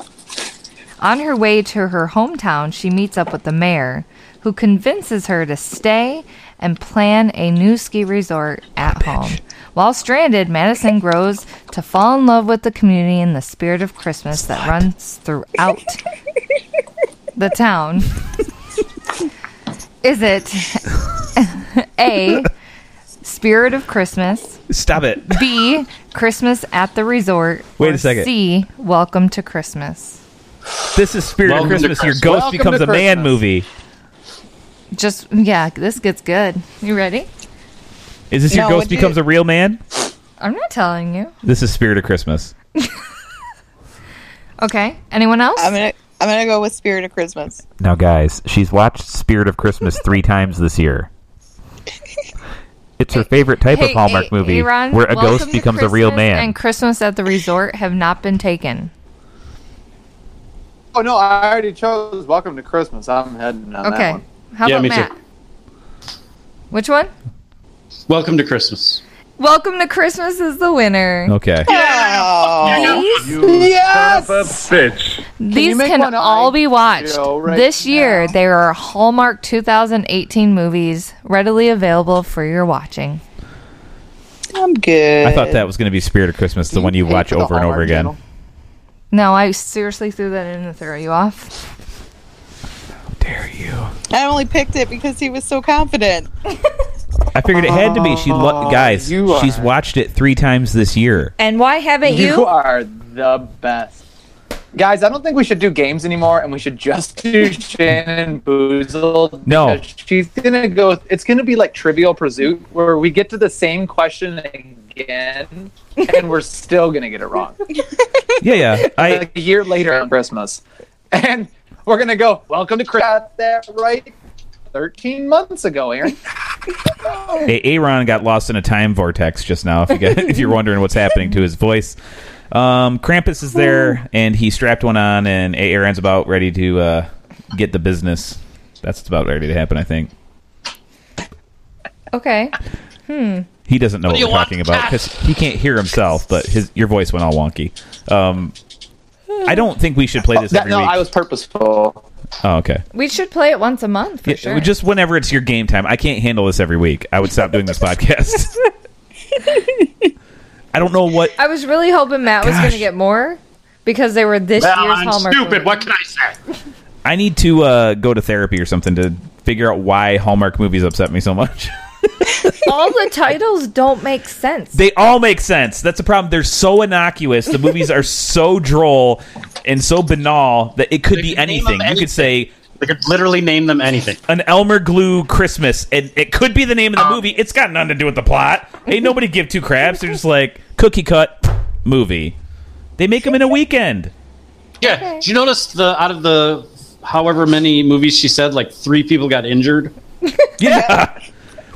Speaker 4: on her way to her hometown, she meets up with the mayor, who convinces her to stay and plan a new ski resort at home. While stranded, Madison grows to fall in love with the community and the spirit of Christmas that runs throughout the town. Is it A, Spirit of Christmas,
Speaker 1: Stop it.
Speaker 4: B, Christmas at the Resort,
Speaker 1: Wait
Speaker 4: or
Speaker 1: a second.
Speaker 4: C, Welcome to Christmas?
Speaker 1: This is Spirit
Speaker 6: Welcome to
Speaker 1: of Christmas. Your
Speaker 6: Christmas.
Speaker 1: ghost
Speaker 2: Welcome
Speaker 1: becomes
Speaker 2: to
Speaker 1: a man
Speaker 2: Christmas.
Speaker 1: movie.
Speaker 4: Just, yeah, this gets good. You ready?
Speaker 1: Is this your
Speaker 3: No,
Speaker 1: ghost
Speaker 3: would you-
Speaker 1: becomes a real man?
Speaker 4: I'm not telling you.
Speaker 1: This is Spirit of Christmas.
Speaker 4: Okay, anyone else?
Speaker 3: I'm gonna I'm gonna go with Spirit of Christmas.
Speaker 1: Now, guys, she's watched Spirit of Christmas three times this year. It's her favorite type
Speaker 4: Hey,
Speaker 1: of Hallmark
Speaker 4: hey,
Speaker 1: movie,
Speaker 4: hey, Ron,
Speaker 1: where a
Speaker 4: Welcome
Speaker 1: ghost
Speaker 4: to
Speaker 1: becomes a real
Speaker 4: Christmas
Speaker 1: man.
Speaker 4: And Christmas at the Resort have not been taken.
Speaker 2: Oh no, I already chose. Welcome to Christmas. I'm heading on that
Speaker 4: Okay.
Speaker 2: one.
Speaker 4: How
Speaker 6: Yeah,
Speaker 4: about
Speaker 6: me too.
Speaker 4: Matt? Which one?
Speaker 6: Welcome to Christmas.
Speaker 4: Welcome to Christmas is the winner.
Speaker 1: okay.
Speaker 2: Oh, Yes.
Speaker 10: Bitch.
Speaker 4: These
Speaker 2: you make
Speaker 4: can
Speaker 2: one
Speaker 4: all
Speaker 2: I
Speaker 4: be watched
Speaker 2: do right
Speaker 4: this year.
Speaker 2: now?
Speaker 4: They are Hallmark 2018 movies readily available for your watching.
Speaker 3: I'm good.
Speaker 1: I thought that was going to be Spirit of Christmas, the one you
Speaker 2: pay
Speaker 1: watch
Speaker 2: for the
Speaker 1: over and over
Speaker 2: Hallmark
Speaker 1: again.
Speaker 2: Channel?
Speaker 4: No, I seriously threw that in to throw you off.
Speaker 1: Dare you?
Speaker 3: I only picked it because he was so confident.
Speaker 1: I figured it had to be. She, lo- guys,
Speaker 2: you are-
Speaker 1: she's watched it three times this year.
Speaker 4: And why haven't
Speaker 2: You are the best. Guys, I don't think we should do games anymore, and we should just do Shannon Boozled.
Speaker 1: No.
Speaker 2: because she's gonna go. It's gonna be like Trivial Pursuit, where we get to the same question again, and we're still gonna get it wrong.
Speaker 1: Yeah, yeah. I
Speaker 2: like a year later on Christmas, and we're gonna go. Welcome to Christmas. Got that right. Thirteen months ago, Aaron.
Speaker 1: A- Aaron got lost in a time vortex just now. If, you got, if you're wondering what's happening to his voice, um, Krampus is there and he strapped one on, and A- Aaron's about ready to uh, get the business. That's about ready to happen, I think.
Speaker 4: Okay.
Speaker 1: He doesn't know
Speaker 12: What
Speaker 1: what,
Speaker 12: do you
Speaker 1: we're
Speaker 12: want,
Speaker 1: talking about because he can't hear himself. But his your voice went all wonky. Um, I don't think we should play this
Speaker 2: That-
Speaker 1: every
Speaker 2: Oh, no,
Speaker 1: week.
Speaker 2: I was purposeful.
Speaker 1: oh, okay.
Speaker 4: We should play it once a month for
Speaker 1: Yeah,
Speaker 4: sure.
Speaker 1: Just whenever it's your game time. I can't handle this every week. I would stop doing this podcast. I don't know what.
Speaker 4: I was really hoping Matt was going to get more because they were this
Speaker 6: Well,
Speaker 4: year's
Speaker 6: I'm
Speaker 4: Hallmark.
Speaker 6: stupid.
Speaker 4: movies.
Speaker 6: What can I say?
Speaker 1: I need to uh, go to therapy or something to figure out why Hallmark movies upset me so much.
Speaker 4: All the titles don't make sense.
Speaker 1: they all make sense. That's the problem. They're so innocuous. The movies are so droll and so banal that it could be anything. You could say.
Speaker 6: They could literally name them anything.
Speaker 1: An Elmer Glue Christmas. And it could be the name of the movie. It's got nothing to do with the plot. Ain't nobody give two craps. They're just like cookie cut movie. They make them in a weekend.
Speaker 6: Yeah. Do you notice the out of the however many movies she said, like three people got injured?
Speaker 1: Yeah.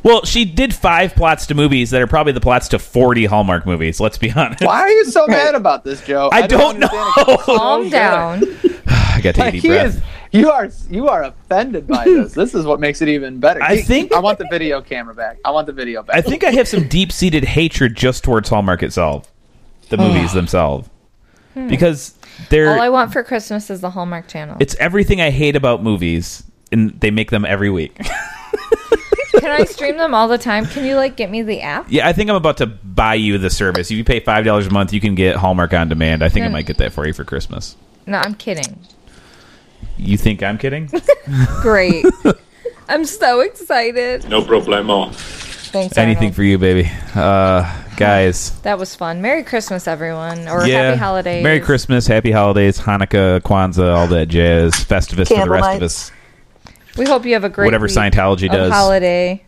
Speaker 1: Well, she did five plots to movies that are probably the plots to 40 Hallmark movies, let's be honest.
Speaker 2: Why are you so mad about this, Joe?
Speaker 1: I don't know.
Speaker 4: Calm down.
Speaker 1: I got to take
Speaker 2: Like,
Speaker 1: a deep
Speaker 2: he
Speaker 1: breath.
Speaker 2: is, you are you are offended by this. This is what makes it even better.
Speaker 1: I
Speaker 2: He-
Speaker 1: think-
Speaker 2: I want the video camera back. I want the video back.
Speaker 1: I think I have some deep seated hatred just towards Hallmark itself, the movies themselves.
Speaker 4: Hmm.
Speaker 1: Because they're.
Speaker 4: All I want for Christmas is the Hallmark Channel.
Speaker 1: it's everything I hate about movies, and they make them every week.
Speaker 4: Can I stream them all the time? Can you like get me the app?
Speaker 1: yeah, I think I'm about to buy you the service. If you pay $5 a month, you can get Hallmark on demand. I think I
Speaker 4: No.
Speaker 1: might get that for you for Christmas.
Speaker 4: No, I'm kidding.
Speaker 1: You think I'm kidding?
Speaker 4: Great. I'm so excited.
Speaker 1: No problemo.
Speaker 4: Thanks.
Speaker 1: Anything
Speaker 4: Arnold.
Speaker 1: for you, baby. Uh, guys.
Speaker 4: That was fun. Merry Christmas, everyone, or happy holidays.
Speaker 1: Merry Christmas, happy holidays, Hanukkah, Kwanzaa, all that jazz, Festivus for the
Speaker 4: Candle
Speaker 1: rest
Speaker 4: night.
Speaker 1: of us.
Speaker 4: We hope you have a great
Speaker 1: Whatever
Speaker 4: week
Speaker 1: Scientology
Speaker 4: of
Speaker 1: does.
Speaker 4: Holiday.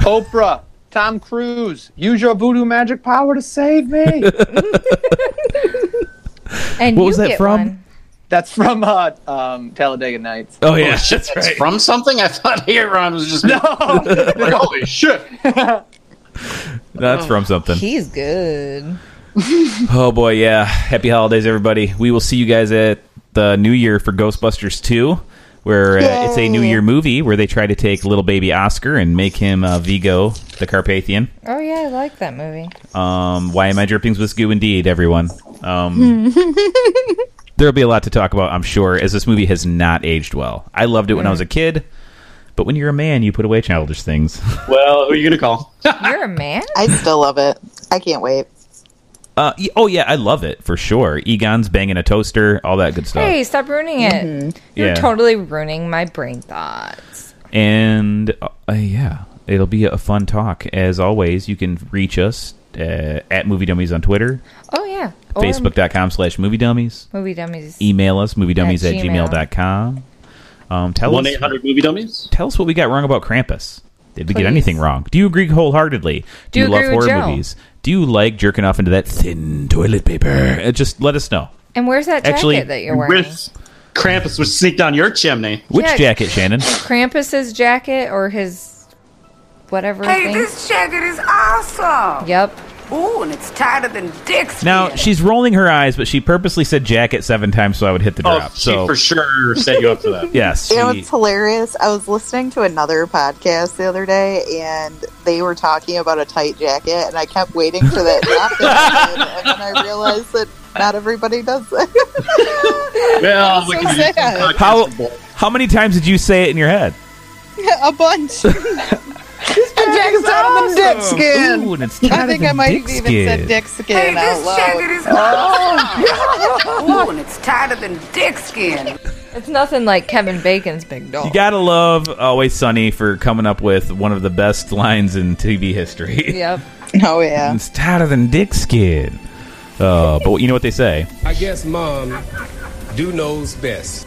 Speaker 2: Oprah, Tom Cruise, use your voodoo magic power to save me.
Speaker 4: and
Speaker 2: What was
Speaker 4: you
Speaker 2: that
Speaker 4: get
Speaker 2: from?
Speaker 4: one.
Speaker 2: That's from uh, um, Talladega Nights.
Speaker 1: Oh yeah,
Speaker 6: shit, that's from something. I thought Aaron was just no. like, holy shit.
Speaker 1: That's from something.
Speaker 4: He's good.
Speaker 1: Oh boy, yeah. Happy holidays, everybody. We will see you guys at the New Year for Ghostbusters Two, where uh, it's a New Year movie where they try to take little baby Oscar and make him uh, Vigo the Carpathian.
Speaker 4: Oh yeah, I like that movie.
Speaker 1: Um, why am I drippings with goo? Indeed, everyone. Um, there'll be a lot to talk about, I'm sure, as this movie has not aged well. I loved it when I was a kid, but when you're a man, you put away childish things.
Speaker 6: Well, who are you gonna call?
Speaker 4: You're a man.
Speaker 3: I still love it. I can't wait.
Speaker 1: Uh, y- oh yeah, I love it for sure. Egon's banging a toaster, all that good stuff.
Speaker 4: Hey, stop ruining it. You're
Speaker 1: Oh. Yeah.
Speaker 4: totally ruining my brain thoughts.
Speaker 1: And uh, uh, yeah, it'll be a fun talk. As always, you can reach us uh, at Movie Dummies on Twitter,
Speaker 4: Oh yeah. Or
Speaker 1: facebook.com slash Movie Dummies.
Speaker 4: Movie dummies.
Speaker 1: Email us, moviedummies at,
Speaker 4: At
Speaker 1: gmail.
Speaker 4: gmail.
Speaker 1: gmail.com. Um, tell
Speaker 6: One
Speaker 1: us
Speaker 6: eight hundred movie dummies.
Speaker 1: tell us what we got wrong about Krampus. Did we
Speaker 6: Please.
Speaker 1: get anything wrong? Do you agree wholeheartedly? Do,
Speaker 4: Do you
Speaker 1: you love
Speaker 4: agree with
Speaker 1: horror
Speaker 4: Joe?
Speaker 1: movies? Do you like jerking off into that thin toilet paper? Uh, Just let us know.
Speaker 4: And where's that jacket
Speaker 1: Actually,
Speaker 4: that you're wearing?
Speaker 6: Krampus would sneak down your chimney.
Speaker 1: Which
Speaker 4: Yeah.
Speaker 1: jacket, Shannon?
Speaker 4: Krampus's jacket or his whatever
Speaker 9: Hey,
Speaker 4: thing.
Speaker 9: this jacket is awesome.
Speaker 4: Yep.
Speaker 9: Ooh, and it's tighter than Dick's.
Speaker 1: Now she's rolling her eyes, but she purposely said jacket seven times so I would hit the
Speaker 6: Oh,
Speaker 1: drop.
Speaker 6: she
Speaker 1: so
Speaker 6: for sure set you up for that.
Speaker 1: Yes,
Speaker 3: You know,
Speaker 1: she-
Speaker 3: it's hilarious. I was listening to another podcast the other day, and they were talking about a tight jacket, and I kept waiting for that drop, to happen, and then I realized that not everybody does that.
Speaker 6: Well,
Speaker 3: we can do some sad.
Speaker 1: how how many times did you say it in your head?
Speaker 3: a bunch. this jacket's out of the dick skin.
Speaker 1: Ooh, and it's
Speaker 3: I
Speaker 1: tighter
Speaker 3: think
Speaker 1: than
Speaker 3: I might have
Speaker 1: dick
Speaker 3: even said
Speaker 1: skin.
Speaker 3: dick skin
Speaker 9: Hey,
Speaker 3: out
Speaker 9: this jacket
Speaker 3: loud.
Speaker 9: is awesome. Ooh, and it's tighter than Dick's skin.
Speaker 4: It's nothing like Kevin Bacon's big doll.
Speaker 1: You gotta love Always Sunny for coming up with one of the best lines in TV history.
Speaker 4: Yep.
Speaker 3: Oh yeah.
Speaker 1: it's tighter than dick skin. Uh, but you know what they say.
Speaker 13: I guess mom do knows best.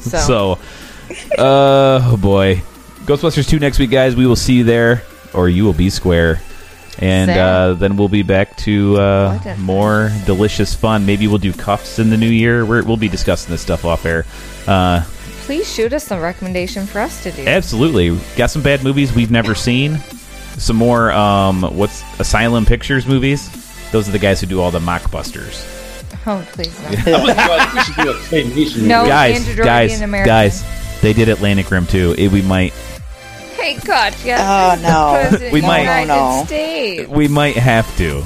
Speaker 1: So, uh, oh boy. Ghostbusters 2 next week, guys. We will see you there, or you will be square. And
Speaker 4: Sam.
Speaker 1: uh, then we'll be back to
Speaker 4: What
Speaker 1: uh,
Speaker 4: a-
Speaker 1: more delicious fun. Maybe we'll do cuffs in the new year. We're, we'll be discussing this stuff off air. Uh,
Speaker 4: Please shoot us some recommendation for us to do.
Speaker 1: absolutely. Got some bad movies we've never seen. Some more, um, what's Asylum Pictures movies? Those are the guys who do all the mockbusters.
Speaker 4: Oh please no.
Speaker 6: we should do a claymation.
Speaker 4: No,
Speaker 1: guys,
Speaker 4: Oh, Andrew Doherty
Speaker 1: guys,
Speaker 4: in America.
Speaker 1: guys. They did Atlantic Rim too. It, we might
Speaker 4: Hey, God, yes.
Speaker 3: Oh, no.
Speaker 4: President
Speaker 1: We
Speaker 4: of
Speaker 1: might-
Speaker 4: the United
Speaker 1: No, no.
Speaker 4: States.
Speaker 1: We might have to.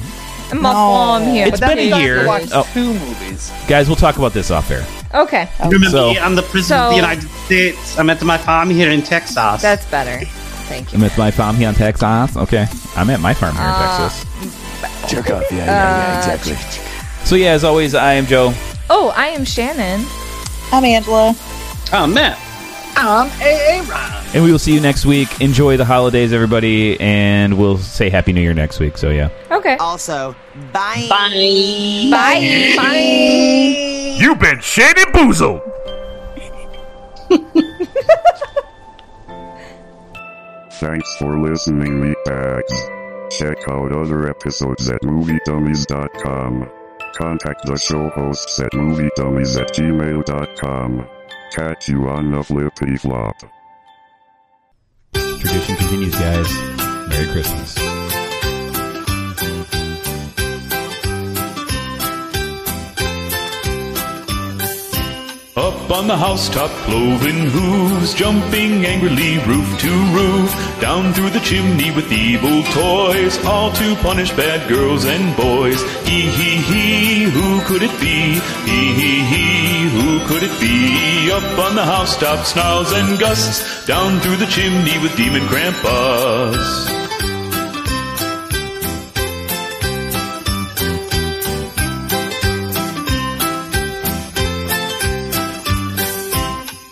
Speaker 4: I'm mom here.
Speaker 1: It's been a year. Oh.
Speaker 2: Two movies.
Speaker 1: Guys, we'll talk about this off air.
Speaker 4: Okay.
Speaker 6: Remember,
Speaker 1: So-
Speaker 6: I'm the president
Speaker 4: So-
Speaker 6: of the United States. I'm at my farm here in Texas.
Speaker 4: That's better. Thank you.
Speaker 1: I'm at my farm here in Texas. Okay. I'm at my farm here
Speaker 4: Uh,
Speaker 1: in Texas.
Speaker 4: Jerk off. Yeah, yeah, yeah, Uh, exactly.
Speaker 1: So, yeah, as always, I am Joe.
Speaker 4: Oh, I am Shannon.
Speaker 3: I'm Angela.
Speaker 6: I'm Matt.
Speaker 2: I'm Aaron.
Speaker 1: And we will see you next week. Enjoy the holidays, everybody. And we'll say Happy New Year next week. So, yeah.
Speaker 4: Okay.
Speaker 12: Also, bye.
Speaker 3: Bye.
Speaker 4: Bye. Bye.
Speaker 10: You've been shady boozled.
Speaker 5: Thanks for listening, meatbags. Check out other episodes at moviedummies.com. Contact the show hosts at moviedummies at gmail.com. Catch you on the flippity flop.
Speaker 1: Tradition continues, guys. Merry Christmas.
Speaker 14: Up on the housetop, cloven hooves, jumping angrily roof to roof, down through the chimney with evil toys, all to punish bad girls and boys. Hee hee hee, who could it be? Hee hee hee, who could it be? Up on the housetop, snarls and gusts, down through the chimney with demon Krampus.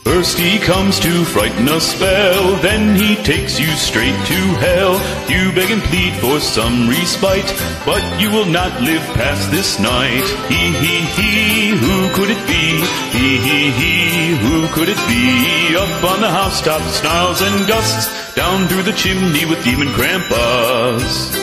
Speaker 14: First he comes to frighten a spell, then he takes you straight to hell. You beg and plead for some respite, but you will not live past this night. Hee hee hee, who could it be? Hee hee hee, who could it be? Up on the housetop, snarls and gusts, down through the chimney with demon Krampus.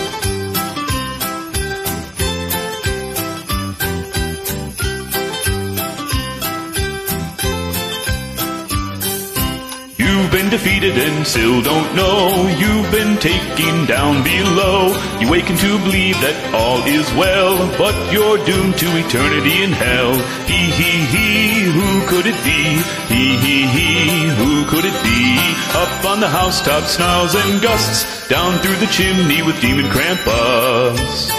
Speaker 14: You've been defeated and still don't know. You've been taken down below. You waken to believe that all is well, but you're doomed to eternity in hell. Hee hee hee, who could it be? Hee hee hee, who could it be? Up on the housetop, snarls and gusts, down through the chimney with demon Krampus.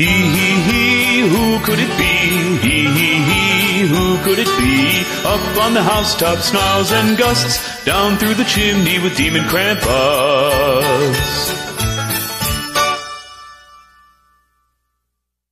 Speaker 14: Hee hee hee, who could it be? Hee hee hee, who could it be? Up on the housetop, snarls and gusts, down through the chimney with demon Krampus.